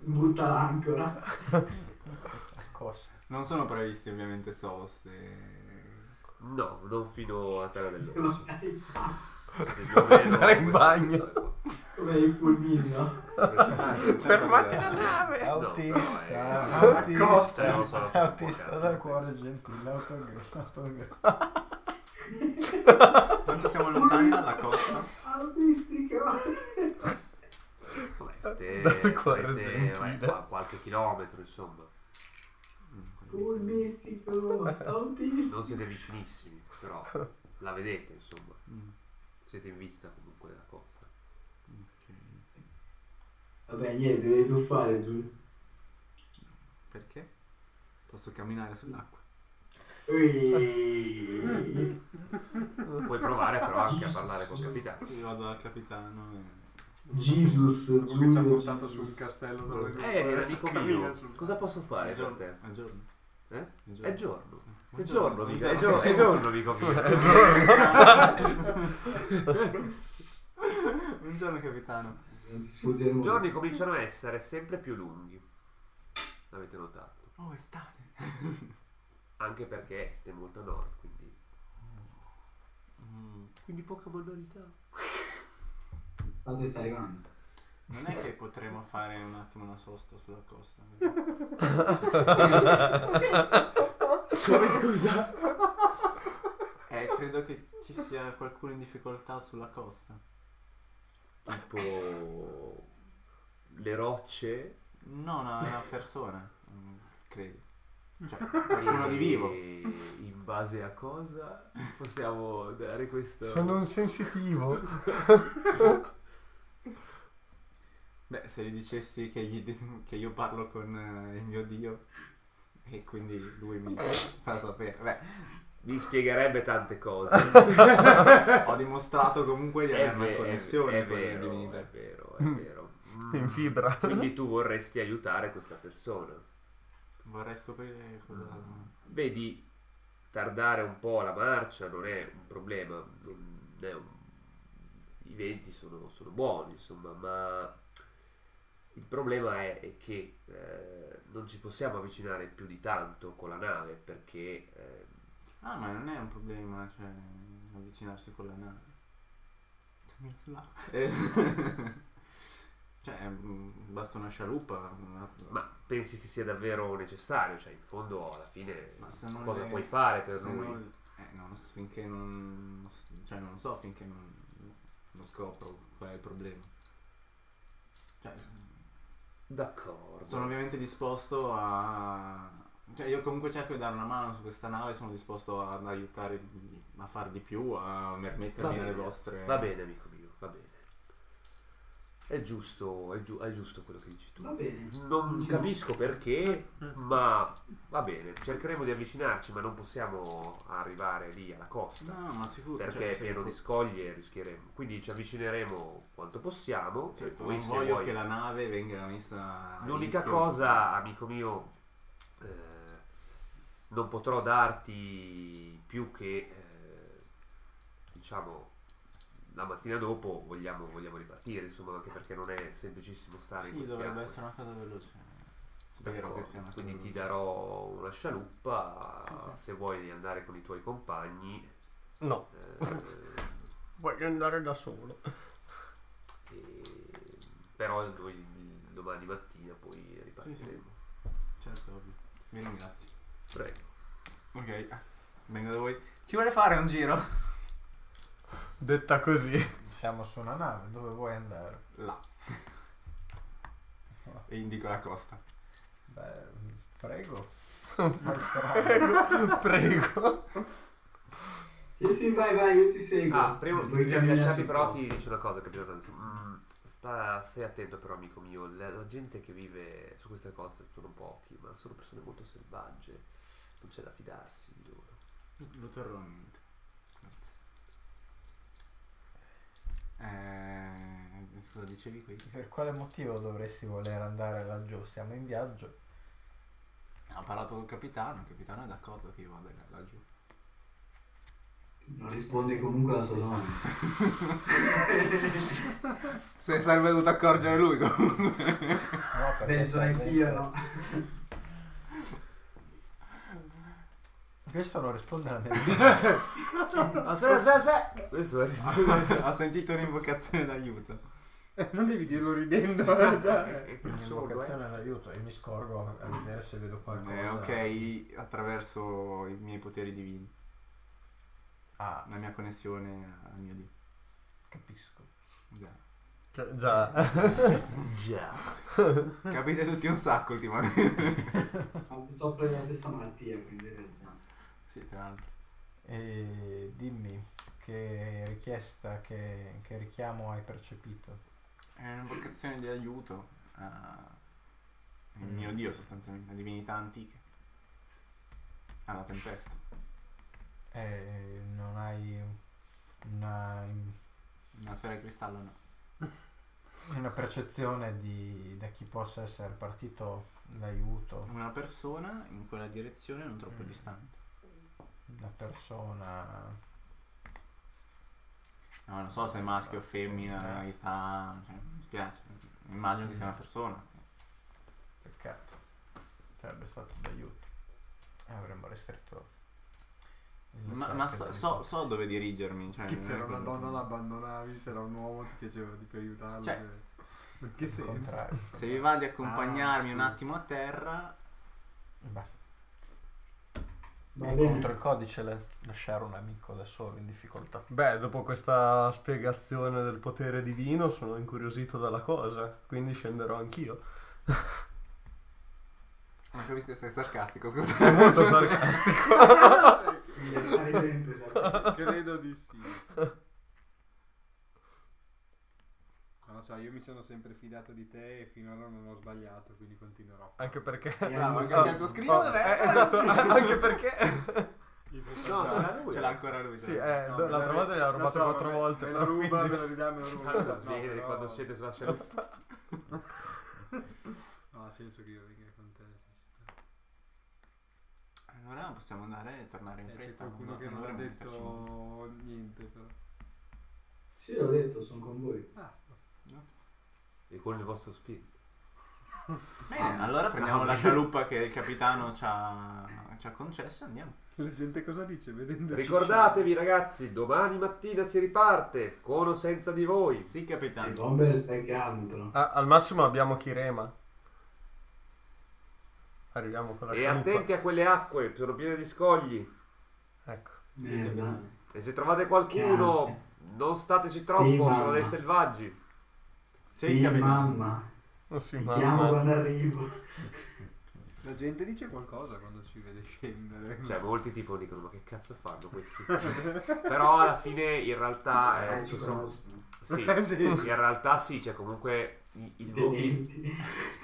C: Butta l'ancora.
B: Costa.
G: Non sono previsti ovviamente soste.
F: No, non fino a terra dell'orso.
C: Come
F: Più o meno
A: Andare in
F: questo-
A: bagno.
C: i pulmini, no? Ah,
G: Cioè, Fermate la
F: Eh, No,
B: Autista,
F: no, è-
B: autista,
F: non so,
B: autista dal cuore gentile, autogrill, autogrill.
G: Quanto siamo lontani dalla costa?
C: Autistico.
F: Vabbè, ste-
A: Dal cuore
F: sarete,
A: gentile.
F: vabbè, qua- qualche chilometro, insomma.
G: Mm,
C: Pulmistico. Autistico.
F: Non siete vicinissimi, però la vedete, insomma. Siete in vista comunque della costa.
C: Vabbè, niente, devi tuffare giù.
G: Perché? Posso camminare sull'acqua.
F: Mm.
C: Ui.
F: Puoi provare però anche a parlare col capitano.
G: Sì, vado dal capitano eh, e...
C: Jesus,
D: Quello che ci ha
C: Giulio,
D: portato
C: Jesus.
D: sul castello. dove-
F: Eh, era amico
D: Cammina
F: mio.
D: sul-
F: Cosa posso fare
G: È
F: per
G: giorno.
F: te?
G: È giorno.
F: Eh?
G: giorno.
F: È giorno.
G: È
F: È
G: giorno,
F: giorno,
G: è
F: amico. È
G: giorno.
F: giorno, è giorno, amico mio.
G: Buongiorno capitano.
C: Non ti sfugge
F: I
C: nulla.
F: giorni cominciano a essere sempre più lunghi. L'avete notato.
G: Oh, estate.
F: Anche perché siete molto a nord, quindi.
G: Mm,
F: Quindi poca modalità.
C: State sta arrivando.
G: Non è che potremmo fare un attimo una sosta sulla costa?
F: Come scusa?
G: Eh, credo che ci sia qualcuno in difficoltà sulla costa.
F: Tipo. Le rocce.
G: No, una, una persona, mm, credo. Cioè, qualcuno di vivo.
F: E in base a cosa possiamo dare questo.
A: Sono un sensitivo.
D: Eh,
G: Beh, se gli dicessi che, gli- che io parlo con eh, il mio dio e quindi lui mi fa sapere. Beh,
F: Mi spiegherebbe tante cose.
G: ho dimostrato comunque di
F: è,
G: avere una
F: ve-
G: connessione
F: è
G: con le
F: vero,
G: divinità.
F: è vero, è vero. Mm.
A: In fibra.
F: Quindi tu vorresti aiutare questa persona.
G: Vorrei scoprire cosa...
F: Vedi, tardare un po' la marcia non è un problema. non è un- I venti sono, sono buoni, insomma, ma il problema è, è che eh, non ci possiamo avvicinare più di tanto con la nave perché eh,
G: Ah, ma non è un problema, cioè, avvicinarsi con la nave. Cammina sull'acqua. Eh, cioè, mm, basta una scialuppa. una-
F: Ma pensi che sia davvero necessario? Cioè, in fondo, alla fine,
G: Ma se non
F: cosa
G: le-
F: puoi fare per
G: se
F: lui?
G: non- eh, non lo so, finché non... Cioè, non lo so finché non, non scopro qual è il problema. Cioè,
F: D'accordo.
G: sono ovviamente disposto a... Cioè, io comunque cerco di dare una mano su questa nave, sono disposto ad aiutare a far di più, a
F: Va
G: permettermi
F: bene,
G: le vostre...
F: va bene, amico mio, va bene. È giusto, è, giu- è giusto quello che dici tu.
C: Va bene.
F: Non capisco perché, ma va bene. Cercheremo di avvicinarci, ma non possiamo arrivare lì alla costa.
G: No, ma sicuro.
F: Perché
G: cioè,
F: è pieno
G: se-
F: di scoglie e rischieremo. Quindi ci avvicineremo quanto possiamo.
G: Cioè,
F: e
G: tu
F: poi
G: non
F: se
G: voglio
F: vuoi-
G: che la nave venga messa. a
F: L'unica
G: rischio.
F: cosa, amico mio, eh, non potrò darti più che, eh, diciamo, la mattina dopo vogliamo, vogliamo ripartire, insomma, anche perché non è semplicissimo stare in
G: Sì,
F: questi
G: dovrebbe
F: acque.
G: essere una cosa veloce. Spero
F: D'accordo,
G: che sia una cosa
F: Quindi ti
G: veloce.
F: darò una scialuppa
G: Sì, sì.
F: se vuoi andare con i tuoi compagni.
A: No,
F: eh,
A: voglio andare da solo.
F: e- Però noi domani mattina poi ripartiremo.
G: Certo, ovvio. Vi ringrazio.
F: Prego.
G: Ok, vengo da voi. Ci vuole fare un giro?
A: Detta così.
B: Siamo su una nave, dove vuoi andare?
G: Là. e indico la costa.
B: Beh, prego.
A: Prego.
C: Sì, sì, vai, vai, io ti seguo.
F: Ah, prima
C: Vuoi
F: prima di
C: camminare
F: lasciarvi
C: sul
F: però
C: posto?
F: ti dice una cosa, capitano. Tanzi. Mm, sta- stai attento però, amico mio, la, la gente che vive su queste cose sono pochi, ma sono persone molto selvagge, non c'è da fidarsi di loro.
G: Lo terrò in mente. Grazie. Eh, scusa, dicevi qui?
B: Per quale motivo dovresti voler andare laggiù? Siamo in viaggio.
G: Ha parlato col capitano, il capitano è d'accordo che io vada laggiù.
C: Non risponde comunque alla sua domanda.
G: Se sarebbe dovuto accorgere lui comunque.
B: No, perché
C: Penso
B: talmente-
C: anch'io, no?
B: Questo non risponde alla mia domanda.
D: Aspetta, aspetta, aspetta.
F: Questo è
G: ha sentito un'invocazione d'aiuto.
D: Non devi dirlo ridendo.
F: Eh,
D: Già.
B: Un'invocazione all'aiuto e mi scorgo a a vedere se vedo qualcosa.
G: Eh, ok, attraverso i miei poteri divini,
B: Ah,
G: la mia connessione al mio dio.
B: capisco.
G: Già.
A: Cioè, già.
F: Già.
G: Capite tutti un sacco ultimamente.
C: Ma Soffre della stessa malattia, quindi in realtà.
G: sì, tra l'altro.
B: E dimmi che richiesta, che, che richiamo hai percepito?
G: È un'invocazione di aiuto a... il
B: Mm.
G: mio dio sostanzialmente, la divinità antica. Alla tempesta.
B: Eh, non hai una,
G: Una sfera di cristallo no.
B: una percezione di, da chi possa essere partito l'aiuto?
G: Una persona in quella direzione non troppo
B: Mm.
G: distante.
B: Una persona...
G: No, Eh, non so se è maschio o femmina,
B: Eh.
G: età, cioè, mi spiace. Immagino che sia
B: Mm.
G: una persona.
B: Peccato. Sarebbe stato d'aiuto. E Eh, avremmo restretto. il
G: Ma,
B: cerchio
G: ma so,
B: delle
G: so-
B: cose.
G: so dove dirigermi. Cioè,
D: Che
G: non è
D: c'era una
G: quello-
D: donna l'abbandonavi, c'era un uomo ti piaceva di più aiutarlo.
G: Cioè-
D: che- In che
B: Il
D: senso?
B: contrario.
G: Se vi va di accompagnarmi
D: Ah,
G: un attimo a terra,
B: Beh,
C: Va
B: è contro
C: bene.
B: il codice la- lasciare un amico da solo in difficoltà.
A: Beh, dopo questa spiegazione del potere divino sono incuriosito dalla cosa, quindi scenderò anch'io.
G: non capisco se sei sarcastico, scusa.
A: È molto sarcastico.
C: Quindi fare sempre,
F: Ah,
C: sempre.
D: Credo di sì. Non lo so, io mi sono sempre fidato di te e finora non ho sbagliato, quindi continuerò.
A: Anche perché...
G: Ah,
C: Andiamo
G: ma
C: su-
G: anche il tuo scrivo
A: Eh,
G: dov'è?
A: esatto, anche perché... eh,
D: Io sono
F: No,
D: stato-
F: ce l'ha lui.
G: Ce l'ha ancora lui.
A: Sì,
G: dai.
A: eh,
D: No, me la
A: l'altra
D: ri-
A: volta gliel'ha
D: lo
A: rubato
D: so,
A: quattro
D: me-
A: volte.
D: Me la
A: però
D: ruba,
A: quindi-
D: me la ridà, me la ruba.
F: Tanto
D: No,
F: si vede
D: però-
F: quando siete sulla scialuppa.
D: No, ha senso che io venga con te. se ci sta.
G: Allora possiamo andare e tornare in
D: Eh, c'è
G: fretta.
D: qualcuno
G: no,
D: che non ha
G: dovremmo
D: detto
G: metterci molto.
D: niente, però.
C: Sì, l'ho detto, sono con voi.
D: Ah,
F: E con il vostro spirito.
G: Bene, allora prendiamo la scialuppa che il capitano ci ha, ci ha concesso e andiamo.
D: la gente cosa dice vedendo
F: Ricordatevi ragazzi, domani mattina si riparte, con o senza di voi.
G: Sì,
C: Il
G: capitano.
C: bomber stai calmo, però.
A: Ah, al massimo abbiamo Kirema. Arriviamo con la
F: E
A: scialuppa.
F: attenti a quelle acque, sono piene di scogli.
A: Ecco.
C: Merda.
F: E se trovate qualcuno,
C: Cazzo.
F: non stateci troppo, sono
C: mamma.
F: dei selvaggi.
G: Sì,
C: Sì,
G: capitano.
C: mamma.
A: Non si
C: Ti
B: Diciamo
C: chiamo
A: mamma.
C: quando arrivo.
F: Eh,
D: La gente dice qualcosa quando ci vede scendere.
F: Cioè, molti tipo dicono, ma che cazzo fanno questi? Però alla fine, in realtà...
C: Eh,
F: eh,
C: ci
F: sono-
C: conoscono.
F: Sì,
D: Eh, sì.
F: in realtà sì, c'è comunque il, il
C: Tenenti.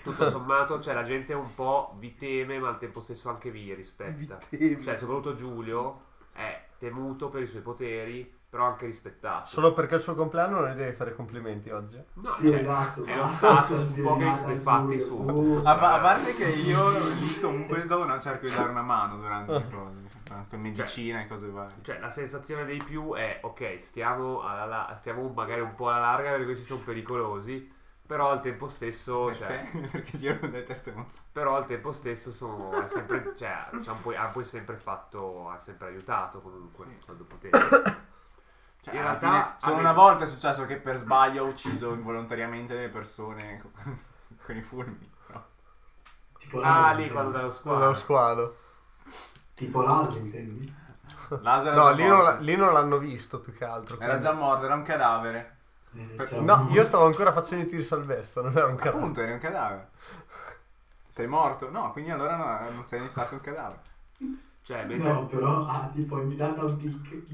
F: tutto sommato, cioè la gente un po' vi teme, ma al tempo stesso anche vi rispetta.
D: Vi temo.
F: Cioè, soprattutto Giulio, eh, temuto per i suoi poteri, però anche rispettato.
A: Solo perché è il suo compleanno non le devi fare complimenti oggi. eh.
F: No,
C: Sì,
F: cioè,
C: esatto.
F: è lo status un po' che siete fatti su.
C: Uh,
G: A, pa- a parte che io lì comunque do una- cerco di dare una mano durante le cose, con medicina e cose varie.
F: Cioè, la sensazione dei più è, ok, stiamo, alla la- stiamo magari un po' alla larga perché questi sono pericolosi, però al tempo stesso, cioè,
G: Perché? Perché girano delle teste mozzate.
F: però al tempo stesso sono, è sempre, cioè, ci ha un po', ha poi sempre fatto, ha sempre aiutato comunque,
G: Sì.
F: quando poteva.
G: Cioè,
F: In
G: alla
F: realtà,
G: fine, solo
F: avete-
G: una volta è successo che per sbaglio ho ucciso involontariamente delle persone co- con, i fulmini. però.
C: tipo
F: Ah,
C: l'asi,
F: lì
C: intendi?
F: quando dallo
A: Lo
F: squadro.
A: squalo.
C: Tipo l'asi, intendi?
G: Laser
A: No,
G: era,
A: lì
G: già
A: non,
G: morto.
A: la- lì non l'hanno visto più che altro.
G: era
A: quindi-
G: già morto, era un cadavere.
C: Eh,
G: Per-
C: cioè,
A: No, io stavo ancora facendo i tiri salvezza, non era un cavolo.
G: Appunto, eri un cadavere. Sei morto? No, quindi allora no, non sei stato un cadavere.
F: Cioè, mentre,
C: No, però ha tipo invitato a un pic.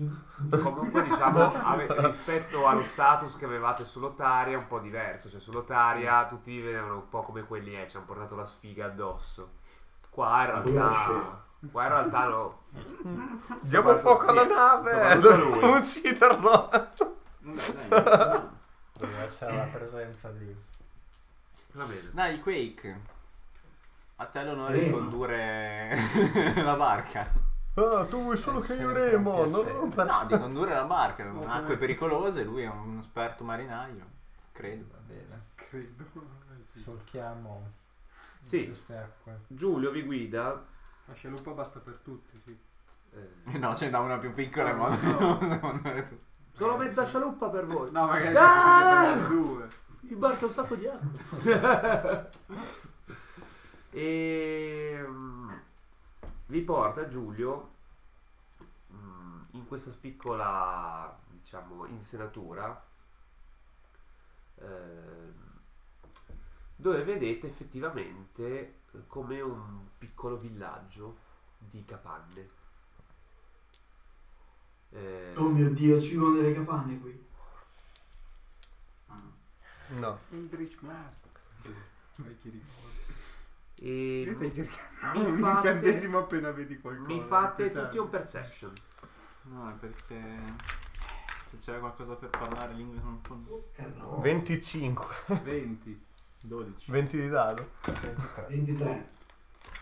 F: comunque diciamo, ave- rispetto allo status che avevate sull'Otaria è un po' diverso, cioè sull'Otaria tutti vi vedevano un po' come quelli eh, ci hanno portato la sfiga addosso. Qua in realtà, qua in realtà no.
A: Diamo
F: Soprattutto-
A: fuoco alla
F: sì,
A: nave!
F: soprattutto
A: Dobbiamo ucciderlo!
F: Mm,
B: Deve essere la presenza di...
F: Va bene.
G: Dai, Quake. A te l'onore
A: Mm.
G: di
C: Remo.
G: condurre la barca.
A: Ah, tu vuoi solo che io
B: Sempre
A: remo,
B: un
A: non
B: Eh, piacere.
A: rompere-
G: No, di condurre la barca. Acque pericolose, lui è un esperto marinaio, credo.
B: Va bene.
D: Credo. Eh, Sì.
B: Solchiamo
F: Sì.
B: queste acque.
F: Giulio vi guida.
D: La scialuppa basta per tutti, sì.
G: No, ce n'è una più piccola, ma
D: No.
G: devo andare tu.
D: Solo mezza
F: scialuppa per voi.
D: No, magari
F: Ah!
D: siete due.
F: Vi barca un sacco di acqua. e mm, vi porta Giulio mm, in questa piccola, diciamo, insenatura ehm, dove vedete effettivamente eh, come un piccolo villaggio di capanne. Eh,
C: Oh mio dio, ci vivono delle capanne qui. Ah.
A: No.
D: Eldritch Blast. Vai, Kirito.
F: e
D: Io stai cercando
F: Mi
D: un
F: fate-
D: incantesimo appena vedi qualcosa.
F: mi fate
D: Aspetta.
F: tutti un perception.
G: No, è perché se c'era qualcosa per parlare lingue non conosco.
C: Cazzo.
A: 25,
D: 20.
G: 12.
A: 20 di dado.
C: 23.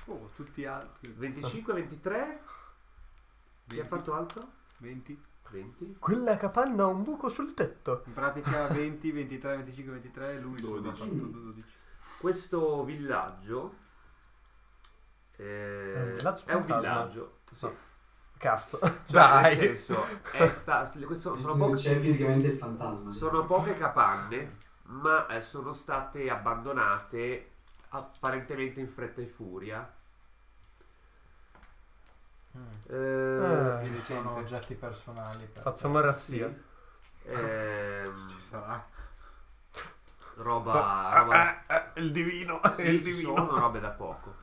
D: Oh, tutti altri.
F: 25, 23. Chi ha
D: 20.
F: fatto altro?
D: 20.
F: 20.
A: Quella capanna ha un buco sul tetto.
D: In pratica 20, 23, 25, 23 e lui solo ha
G: 12.
D: fatto 12.
F: Questo villaggio
A: È un
F: eh,
A: villaggio
F: è un
A: fantasma.
F: villaggio. Cioè, Sì.
A: Cazzo.
F: Cioè, nel
A: Dai.
F: senso, è sta- le- questo- sono,
C: Sono
F: poche-
C: C'è fisicamente il fantasma. diciamo.
F: sono poche capanne, ma eh, sono state abbandonate apparentemente in fretta e furia.
B: Mm.
F: Eh,
A: Eh,
B: Ci sono
D: Vicente.
B: oggetti personali. Per...
A: Facciamo
F: sì.
A: razzia.
F: Ehm,
D: Ci sarà.
F: roba, roba
A: Ah, il divino,
F: Sì,
A: il
F: ci
A: divino.
F: sono robe da poco.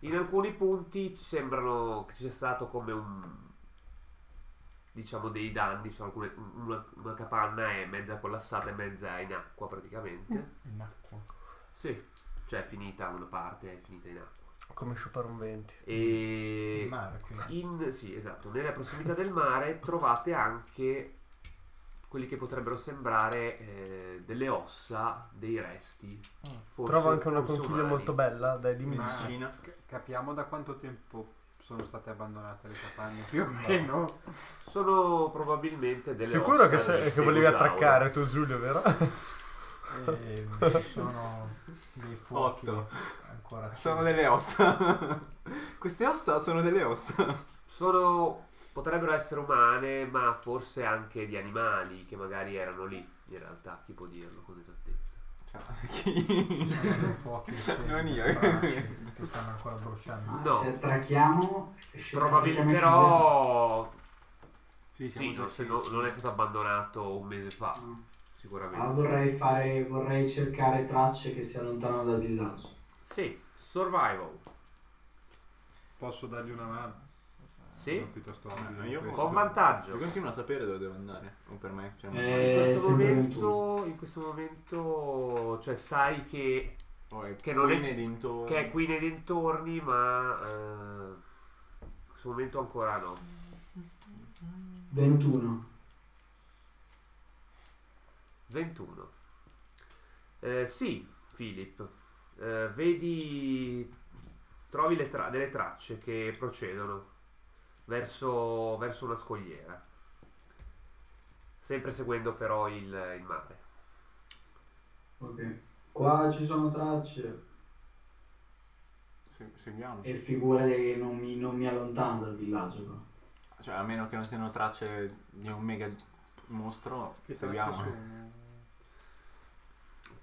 F: In alcuni punti ci sembrano che ci sia stato come un diciamo dei danni, cioè alcune- una, una capanna è mezza collassata e mezza in acqua
A: Mm.
F: praticamente.
B: In acqua.
F: Sì, cioè è finita una parte, è finita in acqua.
A: Come sciupare un 20.
B: Il
F: E
B: mare, quindi.
F: in, sì, esatto, nella prossimità del mare trovate anche quelli che potrebbero sembrare eh, delle ossa, dei resti.
B: Mm.
F: forse-
A: Trovo anche una
F: forse
A: conchiglia
F: umani.
A: molto bella, dai dimmi.
D: Ma-
G: Medicina.
D: C- Capiamo da quanto tempo sono state abbandonate le capanne più o meno.
F: Sono probabilmente delle
A: Sicuro
F: ossa
A: che,
F: del
A: sei- che
F: stegosauro.
A: volevi attraccare tu Giulio, vero?
B: E ci sono dei fuochi
G: Otto.
B: ancora accesi.
G: Sono delle ossa. Queste ossa sono delle ossa.
F: Sono potrebbero essere umane, ma forse anche di animali che magari erano lì, in realtà, chi può dirlo con esattezza.
G: Cioè, chi-
B: Sono dei fuochi accesi
G: Non io.
B: per braci che stanno ancora bruciando.
C: Ah,
F: no.
C: Se attracchiamo, esce-
F: Probabilmente
C: attracchiamo il
F: però
D: Sì,
F: sì, non, se
D: no
F: no- non è stato abbandonato un mese fa,
C: fantasma. Ah,
F: sicuramente.
C: vorrei fare. Vorrei cercare tracce che si allontanano dal villaggio.
F: Sì, survival.
D: Posso dargli una mano? Sono
F: Sì,
D: piuttosto
G: Ah,
D: abile in
G: io
D: questo.
F: con vantaggio.
G: Io continuo a sapere dove devo andare. O per me. Cioè,
F: In
C: Eh.
F: questo
C: sempre
F: momento, in questo momento, cioè sai che
G: poi
F: che non è-
G: nei dintorni.
F: che è qui nei dintorni, ma eh, in questo momento ancora no.
C: 21.
F: 21. Eh, sì, Philip, Eh, vedi, trovi le tra- delle tracce che procedono verso, verso una scogliera, sempre seguendo però il, il mare.
C: Ok. Qua ci sono tracce
G: Se- Seguiamo.
C: e figure che non mi, non mi allontano dal villaggio. però.
G: Cioè, a meno che non siano tracce di un mega mostro, seguiamo.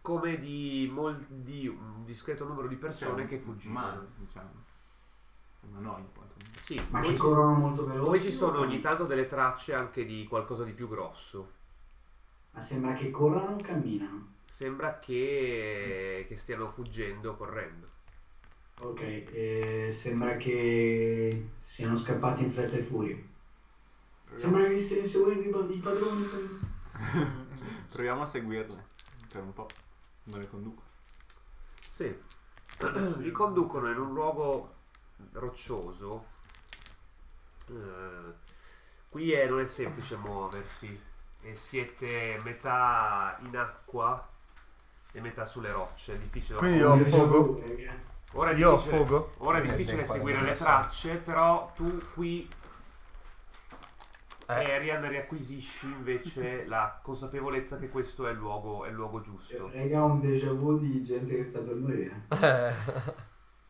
F: Come di, mol- di un discreto numero di persone
G: Cioè,
F: che fuggivano.
G: Ma, diciamo. Ma noi, in quanto-
F: Sì,
C: Ma
F: poi
C: che
F: ci-
C: corrono molto
F: poi
C: veloci.
F: ci sono
C: o-
F: ogni tanto delle tracce anche di qualcosa di più grosso.
C: Ma sembra che corrano o camminano.
F: Sembra che, che stiano fuggendo correndo.
C: Ok, e sembra che siano scappati in fretta e furia. Sembra che stiano inseguendo i pa- i padroni.
G: Proviamo a seguirle per un po'. Me le conduco.
F: Sì. Vi conducono in un luogo roccioso. Eh, qui è- non è semplice muoversi. E siete metà in acqua e metà sulle rocce. È difficile.
A: Quindi io ho fuoco.
F: Ora è
A: Io ho
F: difficile-
A: fuoco.
F: Ora è
B: Eh,
F: difficile
B: beh, qua
F: seguire
B: non
F: le
B: lo so.
F: tracce, però tu qui,
B: Eh.
F: Arian, riacquisisci invece la consapevolezza che questo è il luogo, è il luogo giusto.
C: Raga, ho un déjà vu di gente che sta per morire.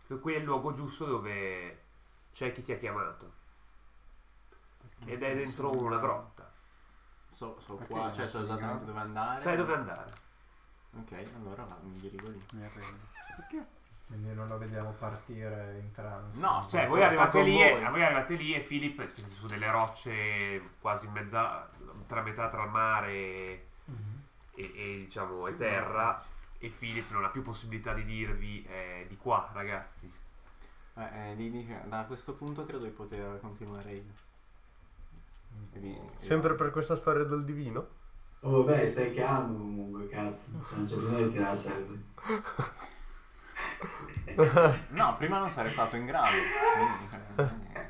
F: Che qui è il luogo giusto dove c'è chi ti ha chiamato. Ed è dentro una grotta.
G: So, so
D: Perché
G: qua,
D: non
G: cioè
D: è
G: so
D: collegato?
G: esattamente dove andare.
D: eh.
F: Sai dove andare.
G: Ok, allora va, mi dirigo lì.
D: Mi arrendo.
B: Quindi non la vediamo partire in trance.
A: Ah,
G: No,
F: Cioè,
G: Sono
F: voi
G: stato
F: arrivate,
G: con
F: lì e,
G: voi.
F: voi arrivate lì e Philip siete su delle rocce quasi in mezza, tra metà tra mare e, e, diciamo, e terra. E Philip non ha più possibilità di dirvi eh, di qua, ragazzi.
G: Eh, eh, lì dice- da questo punto credo di poter continuare io. E vi- e-
A: Sempre per questa storia del divino?
C: Oh, vabbè, stai calmo comunque, cazzo. Cioè, non c'è bisogno di tirare senso.
G: No, prima non sarei stato in grado. quindi, eh,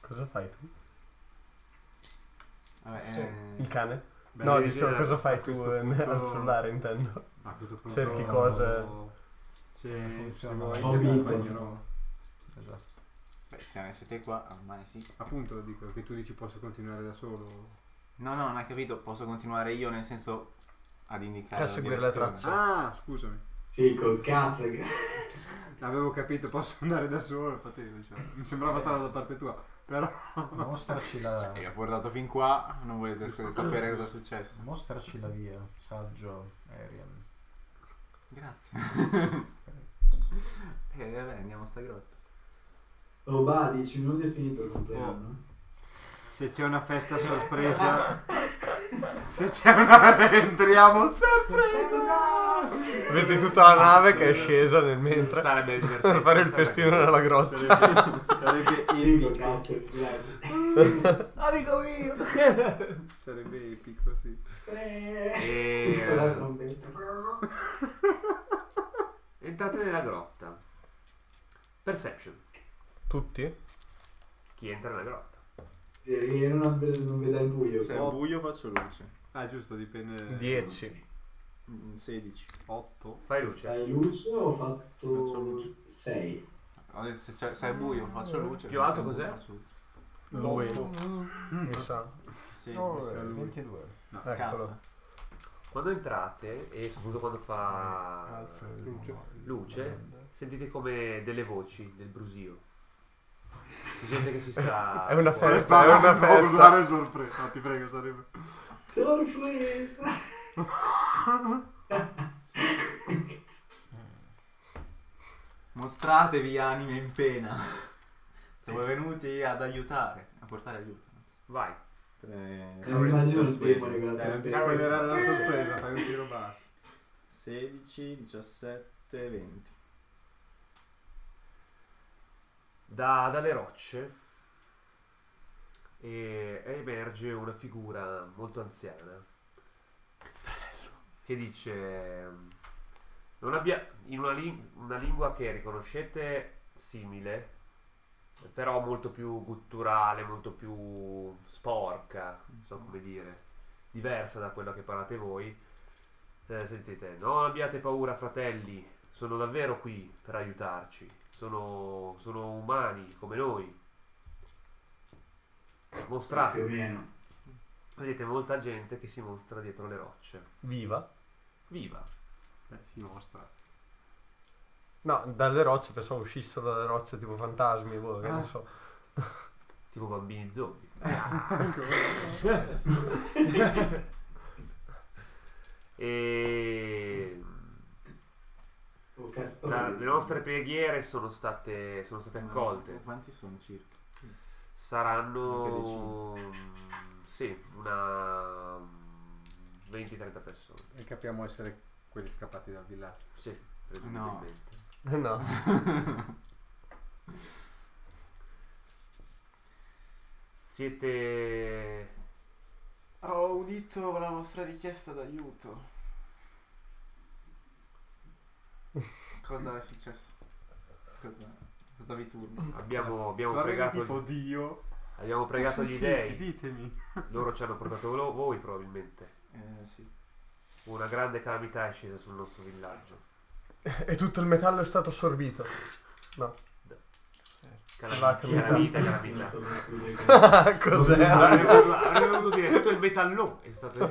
A: Cosa fai tu?
G: vabbè, eh,
A: Il cane?
D: Beh,
A: no,
D: devi
A: dicevo,
D: vedere
A: cosa fai
D: a
A: tu
D: questo
A: eh,
D: punto-
A: al cellulare, intendo.
D: A questo punto
A: Cerchi cose.
D: Se
B: Funziona.
D: funziona,
C: Zombie.
D: Esatto.
G: beh, se siete qua, ormai sì.
D: Appunto, dico che tu dici posso continuare da solo.
G: No, no, non hai capito, posso continuare io nel senso ad indicare.
A: A
G: la
A: seguire le
G: direzione.
A: tracce.
D: Ah, scusami.
C: Sì, col cazzo. che-
D: Avevo capito, posso andare da solo. Infatti, cioè, mi sembrava strano da parte tua. Però.
B: Mostraci la,
G: E Ah, ho portato fin qua, non volete s- sapere cosa è successo.
B: mostraci la via, saggio Arian.
G: Grazie. E vabbè, andiamo a sta grotta.
C: Oh, bah, 10 minuti è finito il compleanno.
D: Se c'è una festa sorpresa. se c'è una. Entriamo sorpresa!
A: Vedi tutta la nave che è scesa nel mentre
F: Sarebbe divertente.
A: per fare il
F: sarebbe-
A: festino nella grotta.
D: Sarebbe,
A: Eh,
D: sarebbe
C: Dico,
D: epico.
C: cazzo, grazie.
D: Sarebbe epico, sì.
C: Eh, con la
F: E...
C: trombetta.
F: Entrate nella grotta. Perception.
A: Tutti?
F: Chi entra nella grotta?
C: Sì, perché non, non vedo il buio. Oh,
G: Se è buio faccio luce.
D: Ah, giusto, dipende.
A: 10.
G: Mm, 16.
D: 8.
F: Fai luce.
C: C'hai luce ho
G: Faccio
C: fatto
G: luce.
C: 6.
G: Allora, Se, c'è- se è buio faccio luce.
F: Più alto
G: se è buio,
F: cos'è?
G: faccio luce.
A: Lui,
B: No,
A: mi sa.
G: Sì,
B: eh,
G: se è Ah, lui.
B: 22.
G: No,
A: Eccolo.
G: K.
F: eh. Quando entrate, e soprattutto quando fa
B: Alfred,
D: Luce.
F: luce, sentite come delle voci, del brusio. Di Gente che si sta...
A: È una
F: fuori.
A: festa, è una
D: Stavo
A: festa.
D: urlare sorpresa. No, ti prego, sarebbe.
C: Sorpresa!
G: Mostratevi anime in pena. Siamo venuti ad aiutare, a portare aiuto.
F: Vai.
G: Eh,
C: Non immagino il demone con la
G: Dai, non ti
C: trombetta.
G: spoilerare la sorpresa.
D: fai un tiro basso.
G: 16, 17, 20.
F: Da- dalle rocce e emerge una figura molto anziana che dice non abbia in una, lin- una lingua che riconoscete simile però molto più gutturale, molto più sporca, non so come dire, diversa da quella che parlate voi. Eh, sentite, non abbiate paura fratelli, sono davvero qui per aiutarci, sono, sono umani come noi.
C: più o
F: Mostrate,
C: meno.
F: vedete molta gente che si mostra dietro le rocce.
A: Viva?
F: Viva!
D: Beh, Eh, si mostra.
A: No, dalle rocce, pensavo uscissero dalle rocce tipo fantasmi, boh, che
D: Ah.
A: ne so.
F: Tipo bambini zombie. e
C: O castoro.
F: la- le nostre preghiere sono state, sono
D: Mm.
F: state
G: Ma
F: accolte.
G: Eh, Quanti sono circa? Anche
F: Saranno
G: decine.
F: mm, sì, una mm, 20-30 persone.
D: E capiamo essere quelli scappati dal villaggio.
F: Sì, presumibilmente.
A: No.
F: Siete
G: Ah,
K: Ho udito la vostra richiesta d'aiuto. Cosa è successo? Cosa, cosa vi turna?
F: abbiamo, abbiamo
D: Vorrei
F: pregato
D: tipo
F: gli,
D: Dio.
F: abbiamo pregato gli
D: Sentite,
F: dei.
D: Ditemi.
F: Loro ci hanno portato lo- voi probabilmente.
K: Eh sì.
F: Una grande calamità è scesa sul nostro villaggio.
A: E tutto il metallo è stato assorbito.
F: Calam-
A: calamità. Eh,
F: Calamita, calamita.
A: Cos'era?
F: Avrei voluto- avrei voluto dire tutto il metallò è stato...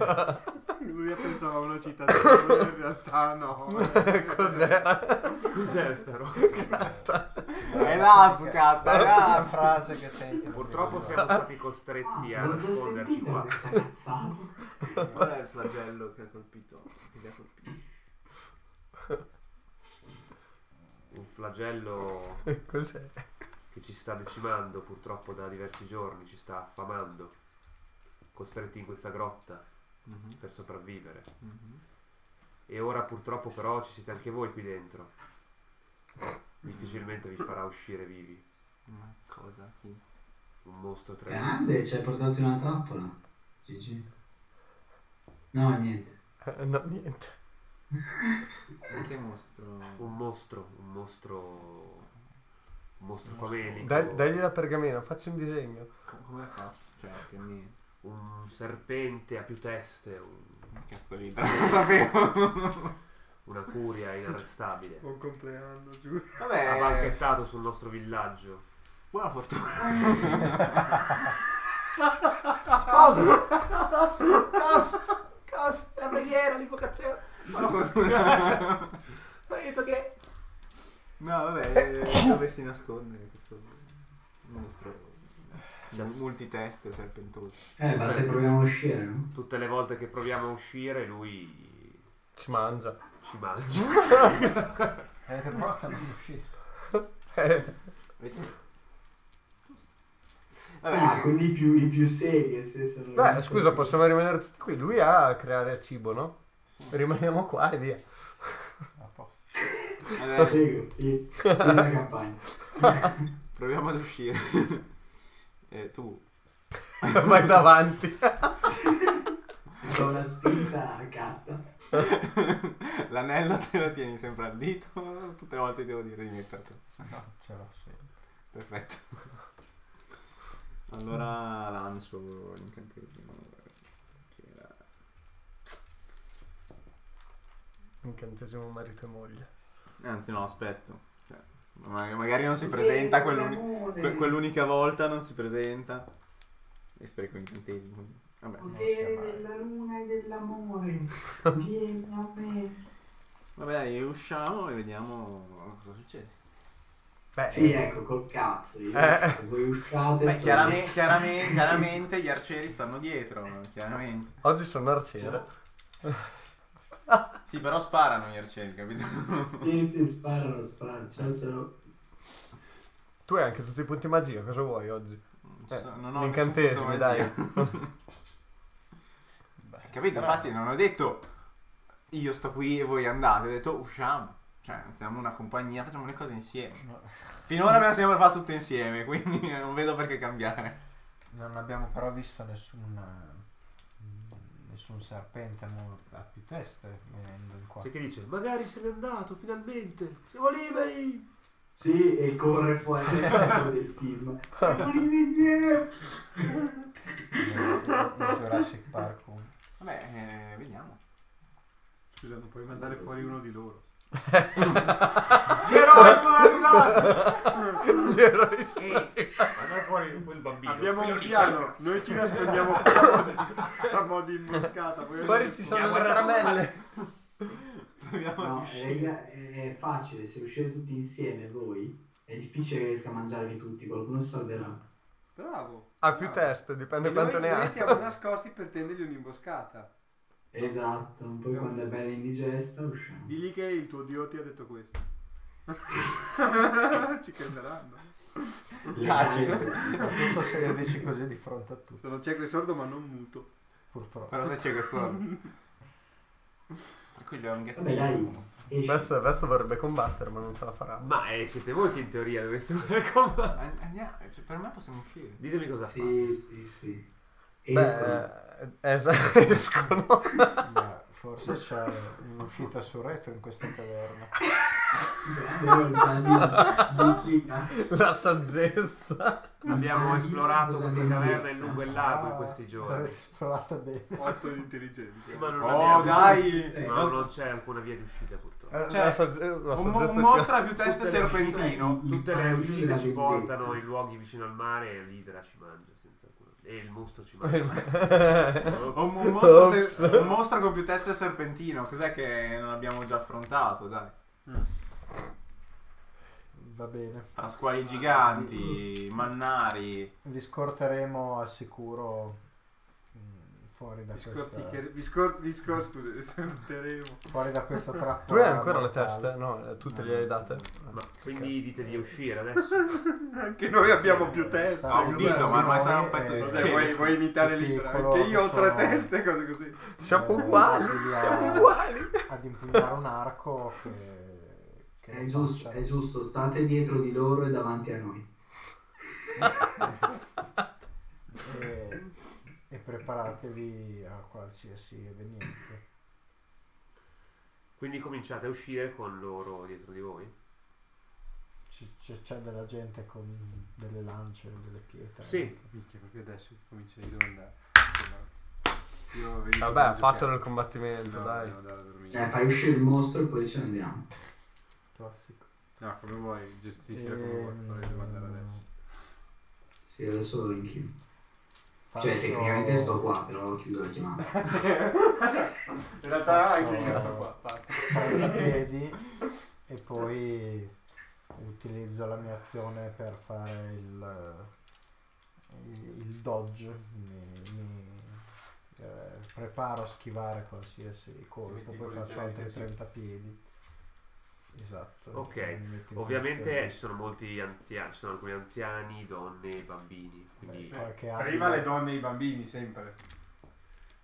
D: Lui pensava a una citazione, in realtà no. Eh,
A: Cos'era?
F: Cos'è sta roba?
K: È là, scatta, è
B: La
K: là.
B: frase che senti. non
F: Purtroppo
B: ti
F: siamo stati costretti a
C: Ah, non ci ho
F: nasconderci
C: sentito
F: qua.
C: questa cazzata.
K: Qual è il flagello che ha colpito? Che ti ha colpito?
F: Un flagello
A: Cos'è?
F: che ci sta decimando purtroppo da diversi giorni, ci sta affamando. Costretti in questa grotta
A: Mhm.
F: per sopravvivere. E ora purtroppo però ci siete anche voi qui dentro. Difficilmente vi farà uscire vivi.
G: Ma cosa? Chi?
F: Un mostro tremendo.
C: Grande, ci hai portato in una trappola. GG. No, niente.
A: Eh, No, niente.
G: Che mostro?
F: Un mostro, un mostro. Un mostro
G: Mostro.
F: famelico.
A: Dai- Dagli la pergamena, facci un disegno.
G: Co- Come fa? Cioè, che mi...
F: Un serpente a più teste, un-
G: Cazzo di non lo sapevo.
F: una furia inarrestabile.
D: Buon compleanno, giuro.
F: Ha
K: Vabbè,
F: banchettato sul nostro villaggio.
G: Buona fortuna.
K: cosa? Cosa? Cosa? La preghiera, l'invocazione.
G: Buona fortuna.
K: Ma hai detto che...
G: No, vabbè, eh, dove si nasconde questo mostro?
F: Ci ha-
G: Mu- Multiteste serpentoso.
C: Eh, ma se proviamo a uscire, no?
F: Tutte le volte che proviamo a uscire, lui
A: Ci mangia.
F: ci mangia.
B: prego. Avete provato a non uscire.
A: Eh,
C: Ah,
G: Vabbè,
C: quindi i Ah, più, i più seghi, se sono...
A: Beh, scusa, possiamo rimanere tutti qui. Lui a creare cibo, no? Rimaniamo qua e via.
B: A posto.
G: vabbè,
C: Eh, Prego, sì. Sì, la campagna.
G: proviamo ad uscire. Eh, tu,
A: Vai davanti.
C: Do una spinta a carta.
G: l'anello te lo tieni sempre al dito, tutte le volte ti devo dire rimetterlo.
B: No, ce l'ho sempre.
G: Perfetto. Allora lancio l'incantesimo. Che era...
A: Incantesimo marito e moglie.
G: Anzi, no, aspetto. Cioè, ma- magari non si presenta quell'uni- que- quell'unica volta, non si presenta. E spreco incantesimo. Vabbè,
C: Potere della luna e dell'amore. Vieni a me.
G: vabbè, dai, usciamo e vediamo cosa succede.
A: Beh,
C: Sì, ecco, col cazzo. Io,
A: Eh.
C: Voi usciate...
G: Eh, Beh,
C: sto-
G: chiarame- chiarame- chiaramente gli arcieri stanno dietro, chiaramente.
A: oggi sono arciere.
G: Sì, però sparano gli arcieri, capito?
C: Sì, sì, sparano, sparano. Cioè, sono...
A: Tu hai anche tutti i punti magia, cosa vuoi oggi?
G: Non
A: Eh,
G: so- non ho
A: Incantesimi,
G: nessun punto
A: dai.
G: magia. Capito? Infatti non ho detto io sto qui e voi andate, ho detto usciamo. Cioè, siamo una compagnia, facciamo le cose insieme.
B: No.
G: Finora abbiamo sempre fatto tutto insieme, quindi non vedo perché cambiare.
B: Non abbiamo però visto nessun, eh, nessun serpente mo- a più teste venendo in qua.
F: C'è chi dice, magari se n'è andato finalmente, siamo liberi.
C: Sì, e corre fuori dal campo del film. Olivier!
B: Jurassic Park 1.
G: Vabbè, eh, vediamo.
D: Scusa, non puoi mandare fuori uno di loro.
G: Gli eroi sono arrivati!
I: Guarda fuori quel bambino.
D: Abbiamo
I: quello
D: un
I: lì.
D: piano, noi ci nascondiamo a modi, a mo' di imboscata. poi-
A: Fuori ci sono le
I: Andiamo a
A: caramelle.
G: Proviamo a
C: No,
G: riuscire.
C: raga, è facile, se riuscite tutti insieme voi, è difficile che riesca a mangiarvi tutti, qualcuno si salverà.
D: Bravo.
A: Ha più
D: Bravo.
A: teste, dipende
D: E
A: quanto
D: noi,
A: ne
D: noi
A: ha.
D: siamo nascosti per tendergli un'imboscata.
C: Esatto, poi quando è bella indigesta usciamo.
D: Digli che il tuo dio ti ha detto questo. ci crederanno.
B: Soprattutto se lo dici così di fronte a tutti,
D: Sono cieco e sordo ma non muto.
B: purtroppo.
G: Però se c'è questo... Tranquillo, è un gattino.
C: Vabbè, dai.
G: un mostro.
C: Esci.
A: Vezzo Vezzo vorrebbe combattere, ma non ce la farà.
F: Ma eh, siete voi che in teoria dovreste voler combattere.
G: An- Andiamo, cioè, per me possiamo uscire.
F: Ditemi cosa fate.
C: Sì, sì, sì. Escono.
A: Beh, es- escono.
B: Beh, forse c'è un'uscita sul retro in questa caverna.
A: La saggezza.
F: Abbiamo esplorato questa caverna in lungo e in largo in
I: Ah.
F: questi giorni.
B: L'avete esplorata Ah, bene.
D: 8 di intelligenza.
F: Ma non
G: Oh,
F: abbiamo-
G: dai!
C: Eh,
F: Ma non c'è alcuna via di uscita purtroppo.
A: Eh, la saggezza, la
G: Un, mo-
A: saggezza
G: un
A: che-
G: mostro ha più
C: Tutte
G: teste
C: le
G: serpentino.
C: uscite- il
F: Tutte le
C: paese della
F: uscite ci
C: vendetta.
F: portano in luoghi vicino al mare e l'idra ci mangia senza alcuna. E il mostro ci mangia.
A: Ops.
G: Un, un mostro se-
A: Ops.
G: un mostro con più teste serpentino. Cos'è che non abbiamo già affrontato? Dai.
B: Va bene.
G: Tra squali giganti, mannari.
B: Vi scorteremo al sicuro mm, fuori da
D: Vi
B: questa,
D: scorticher- vi scor- vi scor- scusa, vi salteremo.
B: fuori da questa trappola.
A: Tu hai ancora le
B: Ah, mortale.
A: teste? No, eh, tutte le hai date.
F: Ma quindi dite di uscire adesso.
D: Anche noi abbiamo più teste.
B: Sta
G: Ho un dito,
B: arrivando
G: ma ormai
B: noi
G: sarà un pezzo
B: e-
G: di
D: Cos'è, vuoi, vuoi imitare l'Ibra?
B: Piccolo,
D: Che io ho tre
B: sono-
D: teste, cose così.
A: Siamo
B: eh,
A: uguali,
B: arrivi a-
A: siamo uguali.
B: Ad impugnare un arco che... che
C: È
B: lo
C: giusto,
B: faccia.
C: è giusto, state dietro di loro e davanti a noi.
B: e, e preparatevi a qualsiasi evenienza.
F: Quindi cominciate a uscire con loro dietro di voi.
B: Ci- c'è, c'è della gente con delle lance, delle pietre.
F: Sì.
D: Minchia, perché adesso comincia io devo andare. Io vi
A: Vabbè, ha
D: ricordo
A: fatto
D: che-
A: nel combattimento,
D: eh, No,
A: dai.
D: devo andare a dormire.
C: Cioè, fai uscire il mostro e poi ce ne andiamo.
B: Classico.
D: No, come vuoi, gestiscila come vuoi,
B: Ehm,
D: però io devo andare adesso.
C: Sì, adesso lo inchino.
B: Faccio-
C: Cioè, tecnicamente sto qua, però ho chiuso la chiamata.
D: In realtà
B: faccio-
D: anche io sto qua, basta.
B: prendo i piedi e poi utilizzo la mia azione per fare il, eh, il dodge. Mi, mi, eh, preparo a schivare qualsiasi colpo,
D: metti
B: poi
D: con il
B: faccio
D: piede,
B: altri
D: sì.
B: 30 piedi. Esatto.
F: Ok,
B: mi metto in
F: Ovviamente
B: posizione.
F: ci sono molti anziani, ci sono alcuni anziani, donne, bambini. Quindi,
B: Beh, qualche
D: Prima le
B: abile-
D: donne e i bambini, sempre.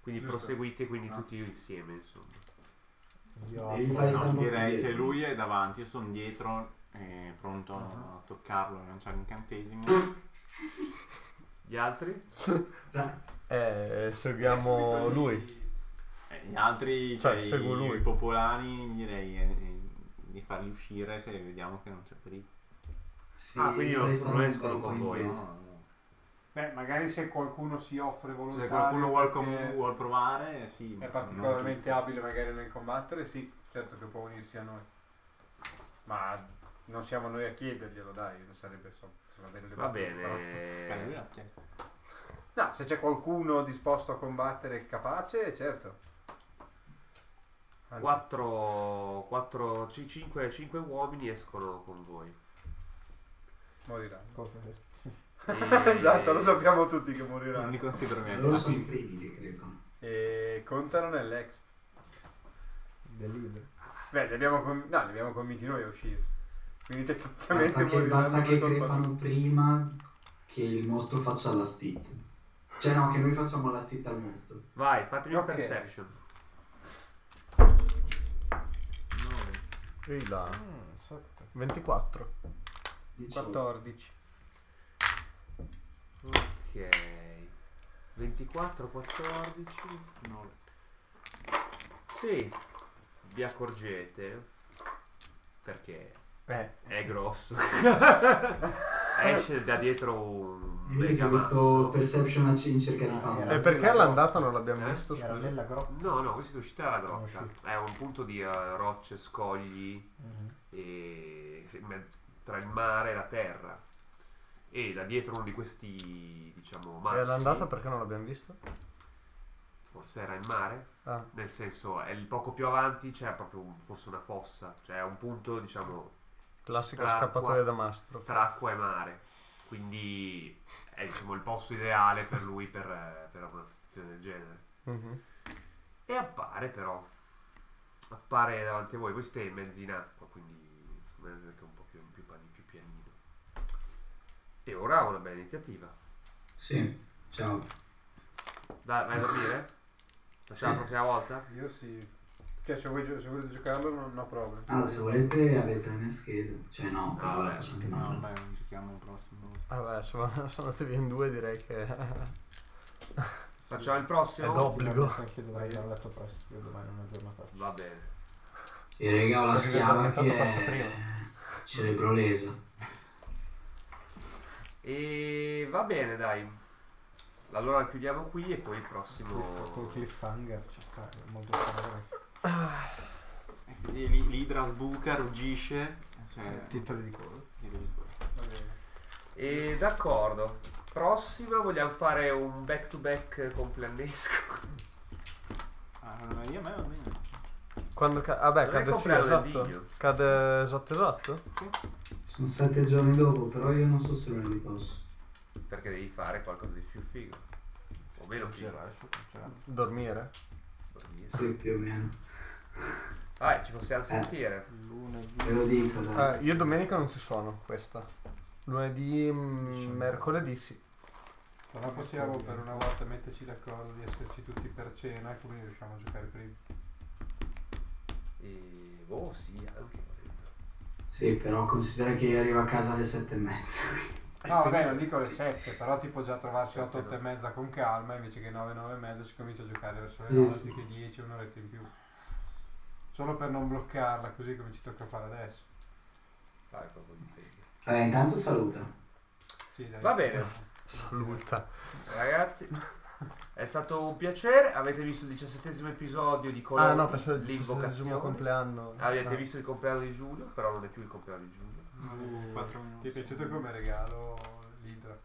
F: quindi
D: giusto.
F: proseguite quindi
D: Ah.
F: tutti insieme, insomma.
B: Io
C: Devi
B: apro-
C: fare
G: No,
C: stanno
G: direi
C: dietro.
G: che lui è davanti, io sono dietro, eh, pronto a toccarlo, a lanciare incantesimi.
F: Gli altri?
C: Sa-
A: Eh, seguiamo lui.
G: Eh, gli altri,
A: Cioè,
G: cioè, i,
A: seguo lui.
G: i popolani, direi eh, di farli uscire se vediamo che non c'è pericolo.
C: sì,
F: Ah, quindi non- non
C: fai stanno
F: escono
C: un po'
F: con voi.
C: indietro.
D: Beh, magari se qualcuno si offre volontario.
G: Se qualcuno vuol, com-
D: perché
G: vuol provare, sì.
D: È
G: ma
D: particolarmente
G: non
D: abile magari nel combattere, sì, certo che può unirsi a noi. Ma non siamo noi a chiederglielo, dai, non sarebbe so, sono avere le
F: Va
D: battute,
G: tutti. Eh, lui
F: bene.
G: l'ha chiesto.
D: però- No, se c'è qualcuno disposto a combattere e capace, certo. Anzi,
F: 4, 4, 5, 5 uomini escono con voi.
D: morirà.
B: Poveri.
F: E-
D: esatto, lo sappiamo tutti che
G: Non
D: morirà.
G: li considero miei
C: Loro
G: amici.
C: sono i primi che credono.
D: E contano nell'ex.
B: Delirio.
D: Beh, li abbiamo, con- no, li abbiamo convinti noi a uscire. Quindi
C: Basta
D: tecnicamente
C: che,
D: moriranno
C: basta
D: per
C: che
D: colpa nostra.
C: crepano prima che il mostro faccia la stit. Cioè no, che noi facciamo la stit al mostro.
F: Vai, fatemi
D: Ok.
F: un perception.
A: Ehi là.
B: Mm, sotto.
A: 24.
C: Diciamo,
D: 14.
F: Ok. 24, 14, 9. Sì, vi accorgete perché
B: Eh,
F: È grosso.
A: Eh,
F: Esce da dietro un
C: Invece questo
F: megamasso.
C: perception a c- in cerca di fama.
B: Era
A: E perché all'andata non l'abbiamo
F: Eh?
A: visto?
B: era
A: Scusa.
B: nella grotta.
F: No, no, questa è uscita dalla grotta.
B: Conosciuto.
F: È un punto di eh, rocce, scogli,
B: Mhm.
F: e in mezzo- tra il mare e la terra e da dietro uno di questi diciamo
A: E
F: massi
A: all'andata perché non l'abbiamo visto?
F: forse era il mare
A: Ah.
F: nel senso è il poco più avanti c'è proprio un- forse una fossa cioè è un punto diciamo
A: Classico
F: Tra
A: scappatoio
F: qua.
A: da mastro.
F: tra acqua e mare quindi è diciamo il posto ideale per lui per, eh, per una situazione del genere
A: Mhm.
F: e appare però appare davanti a voi voi siete mezzo in acqua quindi insomma, è anche un po' più, più, pan- più pianino e ora ha una bella iniziativa
C: Sì, ciao.
F: Dai, vai a dormire? Facciamo la prossima volta?
D: Io sì. Cioè, se, vuoi gio- se volete giocarlo, non no problem.
C: Ah, se volete avete le mie schede. Cioè no,
F: Ah,
C: vabbè,
F: beh,
C: sono anche
D: No,
C: male.
D: beh, non giochiamo il prossimo.
A: Vabbè, sono, sono andati via in due direi che è
F: Facciamo il prossimo?
A: d'obbligo.
B: Anche io dovrei andare a letto presto, io domani non ho giornata.
F: Va bene.
C: E raga, ho la
B: Se mi
C: schiava
B: avete
C: che
B: addormentato,
C: è
B: passa
C: cerebrolesa.
F: E va bene, dai. Allora chiudiamo qui e poi il prossimo...
B: Cliff- Con cliffhanger, cioè, cavolo, è molto strano. eh.
G: È così, lì- l'idra sbuca, ruggisce.
F: Eh.
G: Cioè,
B: Titoli di coda.
F: E d'accordo. Prossima vogliamo fare un back to back compleannesco.
G: Ah, non è io, ma è un meno.
A: Quando ca- vabbè,
F: Non è
A: cade sì,
F: compleanno del
A: esatto.
F: Digno.
A: Cade esatto esatto?
C: Sono sette giorni dopo, però io non so se non li posso.
F: Perché devi fare qualcosa di più figo. O meno figo.
A: Dormire.
F: Dormire.
C: Sì, più o meno.
F: Vai, ci possiamo
C: Eh.
F: sentire.
C: Ve lo dico, dai.
A: Eh, io domenica non ci sono, questa. Lunedì, mh, mercoledì sì.
D: Però possiamo per una volta metterci d'accordo di esserci tutti per cena, così riusciamo a giocare prima.
F: E... Boh, sì, anche. volendo.
C: Sì, però considera che arrivo a casa alle sette e mezza. Eh,
D: No, vabbè, non dico alle 7, però tipo già trovarsi
F: Sette,
D: 8, 8 e mezza con calma, invece che 9, 9 e mezza si comincia a giocare verso le
C: Sì,
D: 9,
C: sì.
D: anziché 10, un'oretta in più. Solo per non bloccarla, così come ci tocca fare adesso.
F: Dai, proprio di peggio.
C: Vabbè, intanto saluta.
D: Sì, dai.
F: Va bene.
A: Saluta.
F: Ragazzi, è stato un piacere. Avete visto il diciassettesimo episodio di Colombo,
A: Ah no, pensavo il
F: l'invocazione.
A: suo compleanno.
F: Avete
A: Ah.
F: visto il compleanno di Giulio, però non è più il compleanno di Giulio.
G: 4 minuti.
D: Ti è piaciuto come regalo l'idra?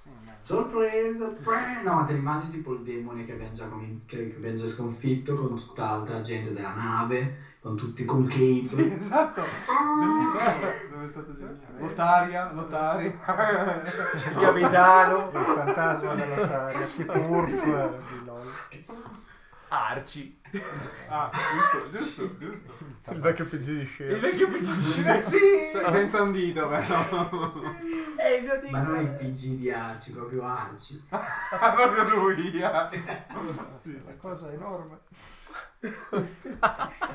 G: Sì, ma-
C: Sorpresa! pre- No, ma te li immagini tipo il demone che abbiamo già, com- che che abbiamo già sconfitto con tutta l'altra gente della nave, con tutti con Cape.
D: Sì, esatto!
G: Ah.
D: Bellissimo! Dove è stato geniale? Lotaria, Lotaria.
F: Capitano,
B: Il fantasma della Taria, tipo Urf eh, di LOL.
F: Arci,
G: Ah, giusto, giusto, giusto.
A: Il vecchio PG di
F: il
A: scena.
F: vecchio PC di Cina. Sì,
G: Se- senza un dito, però.
F: è il mio
C: Ma non il
F: dito.
C: PG di Arci, proprio Arci.
D: Ah, proprio lui! ah.
B: La cosa enorme.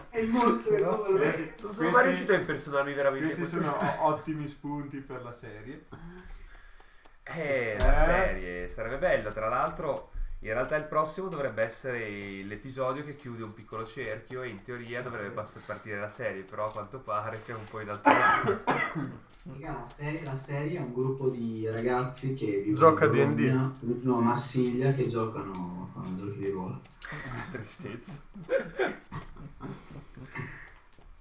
C: È il mostro che
B: Grazie.
C: vuole.
F: Non sono mai
D: Questi-
F: riuscito a impersonarmi veramente.
D: Questi sono o- ottimi spunti per la serie.
F: Eh,
D: Eh.
F: la serie sarebbe bello. Tra l'altro, in realtà il prossimo dovrebbe essere l'episodio che chiude un piccolo cerchio e in teoria dovrebbe pass- partire la serie, però a quanto pare siamo un po' in alto.
C: Raga, la serie, la serie è un gruppo di ragazzi che vivono
A: Gioca
C: a
A: D&D.
C: Bologna, No, a Marsiglia che giocano fanno giochi di ruolo.
F: Tristezza.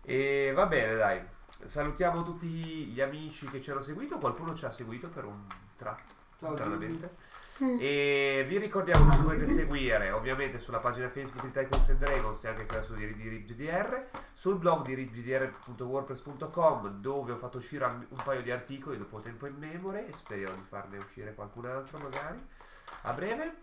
F: e va bene, dai. Salutiamo tutti gli amici che ci hanno seguito. Qualcuno ci ha seguito per un tratto. stranamente. E vi ricordiamo che ci potete seguire ovviamente sulla pagina Facebook di Tycoons and Dragons e anche quella su di, di RipGDR, sul blog di ripgdr.wordpress.com dove ho fatto uscire un un paio di articoli dopo tempo in memoria e spero di farne uscire qualcun altro magari a breve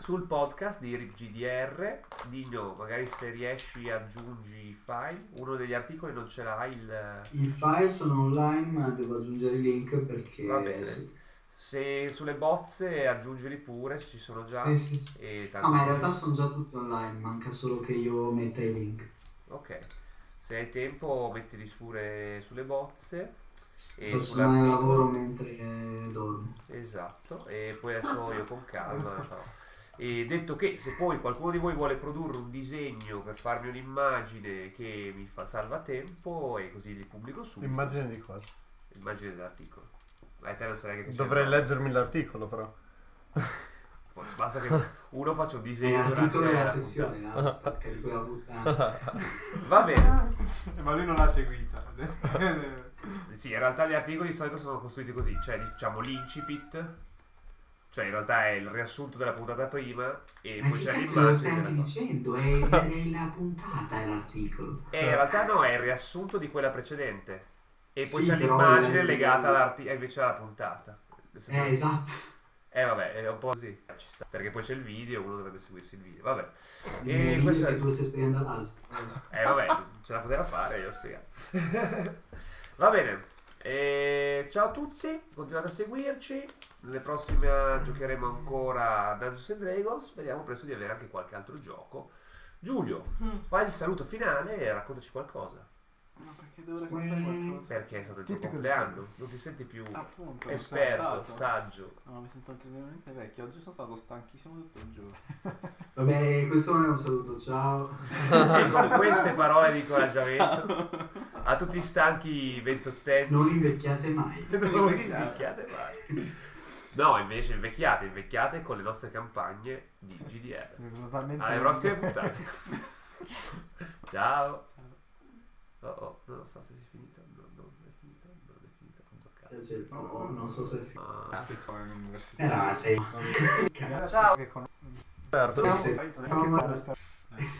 F: sul podcast di RipGDR Digno, magari se riesci aggiungi i file uno degli articoli non ce l'ha il
C: I file sono online ma devo aggiungere i link perché...
F: Va bene.
C: Eh, Sì,
F: se sulle bozze aggiungili pure se ci sono già
C: sì, sì, sì.
F: e
C: No, Ah, ma in
F: tanto-
C: realtà sono già tutti online, manca solo che io metta i link.
F: ok se hai tempo mettili pure sulle bozze e
C: Posso andare al
F: sull'articolo
C: lavoro mentre eh, dormo.
F: esatto e poi adesso io con calma farò. E detto che se poi qualcuno di voi vuole produrre un disegno per farmi un'immagine che mi fa salva tempo e così li pubblico subito.
A: Immagine di cosa?
F: Immagine dell'articolo. Ma te non sarei che ci
A: Dovrei
F: siamo.
A: leggermi l'articolo però.
F: Poi Basta che uno faccia un disegno
C: Era il
F: durante
C: titolo della
F: la
C: sessione, no? Perché di quella puttana.
F: puntata. Va bene.
D: Ma lui non l'ha seguita.
F: Sì, in realtà gli articoli di solito sono costruiti così, cioè diciamo l'incipit, cioè in realtà è il riassunto della puntata prima e
C: Ma
F: poi
C: che
F: c'è
C: cazzo lo stai
F: l'immagine. della
C: anche
F: cosa.
C: dicendo? È, è la puntata è l'articolo.
F: Eh, in realtà no, è il riassunto di quella precedente. E poi
C: Sì,
F: c'è
C: però
F: l'immagine
C: è-
F: legata all'arti- eh, invece alla puntata.
C: Eh, esatto.
F: Eh, vabbè, è un po' così. Ci sta. Perché poi c'è il video, uno dovrebbe seguirsi il video. Vabbè.
C: Il
F: E
C: video
F: questo
C: che
F: è...
C: tu lo stai spiegando all'ASP.
F: Eh, vabbè, ce la poteva fare, io ho spiegato. Va bene. E ciao a tutti, continuate a seguirci. Nelle prossime giocheremo ancora a Dungeons and Dragons. Speriamo presto di avere anche qualche altro gioco. Giulio, fai il saluto finale e raccontaci qualcosa.
K: Ma perché devo raccontare
C: Eh,
K: qualcosa?
F: Mm, Perché è stato il tuo
B: Tipico di
F: compleanno, non ti senti più
G: Ah,
K: Appunto, non sono
F: esperto,
K: stato.
F: saggio.
K: No, mi sento incredibilmente vecchio. Oggi sono stato stanchissimo tutto il giorno.
C: Vabbè, questo non è un saluto, ciao.
F: e con queste parole di incoraggiamento a tutti i stanchi ventottenni
C: Non invecchiate mai.
F: non vi invecchiate mai. No, invece invecchiate, invecchiate con le nostre campagne di GDR.
B: Totalmente
F: Alle Ah, prossime puntate. Ciao. Oh, oh, non lo so se è finita, non, non è finita, non è finita. non è finita.
C: Cioè, oh, non so se...
F: Ma... Eh,
C: Era sei.
B: Ciao. Che con...
A: Certo.
C: Ciao.
B: Che tale sta-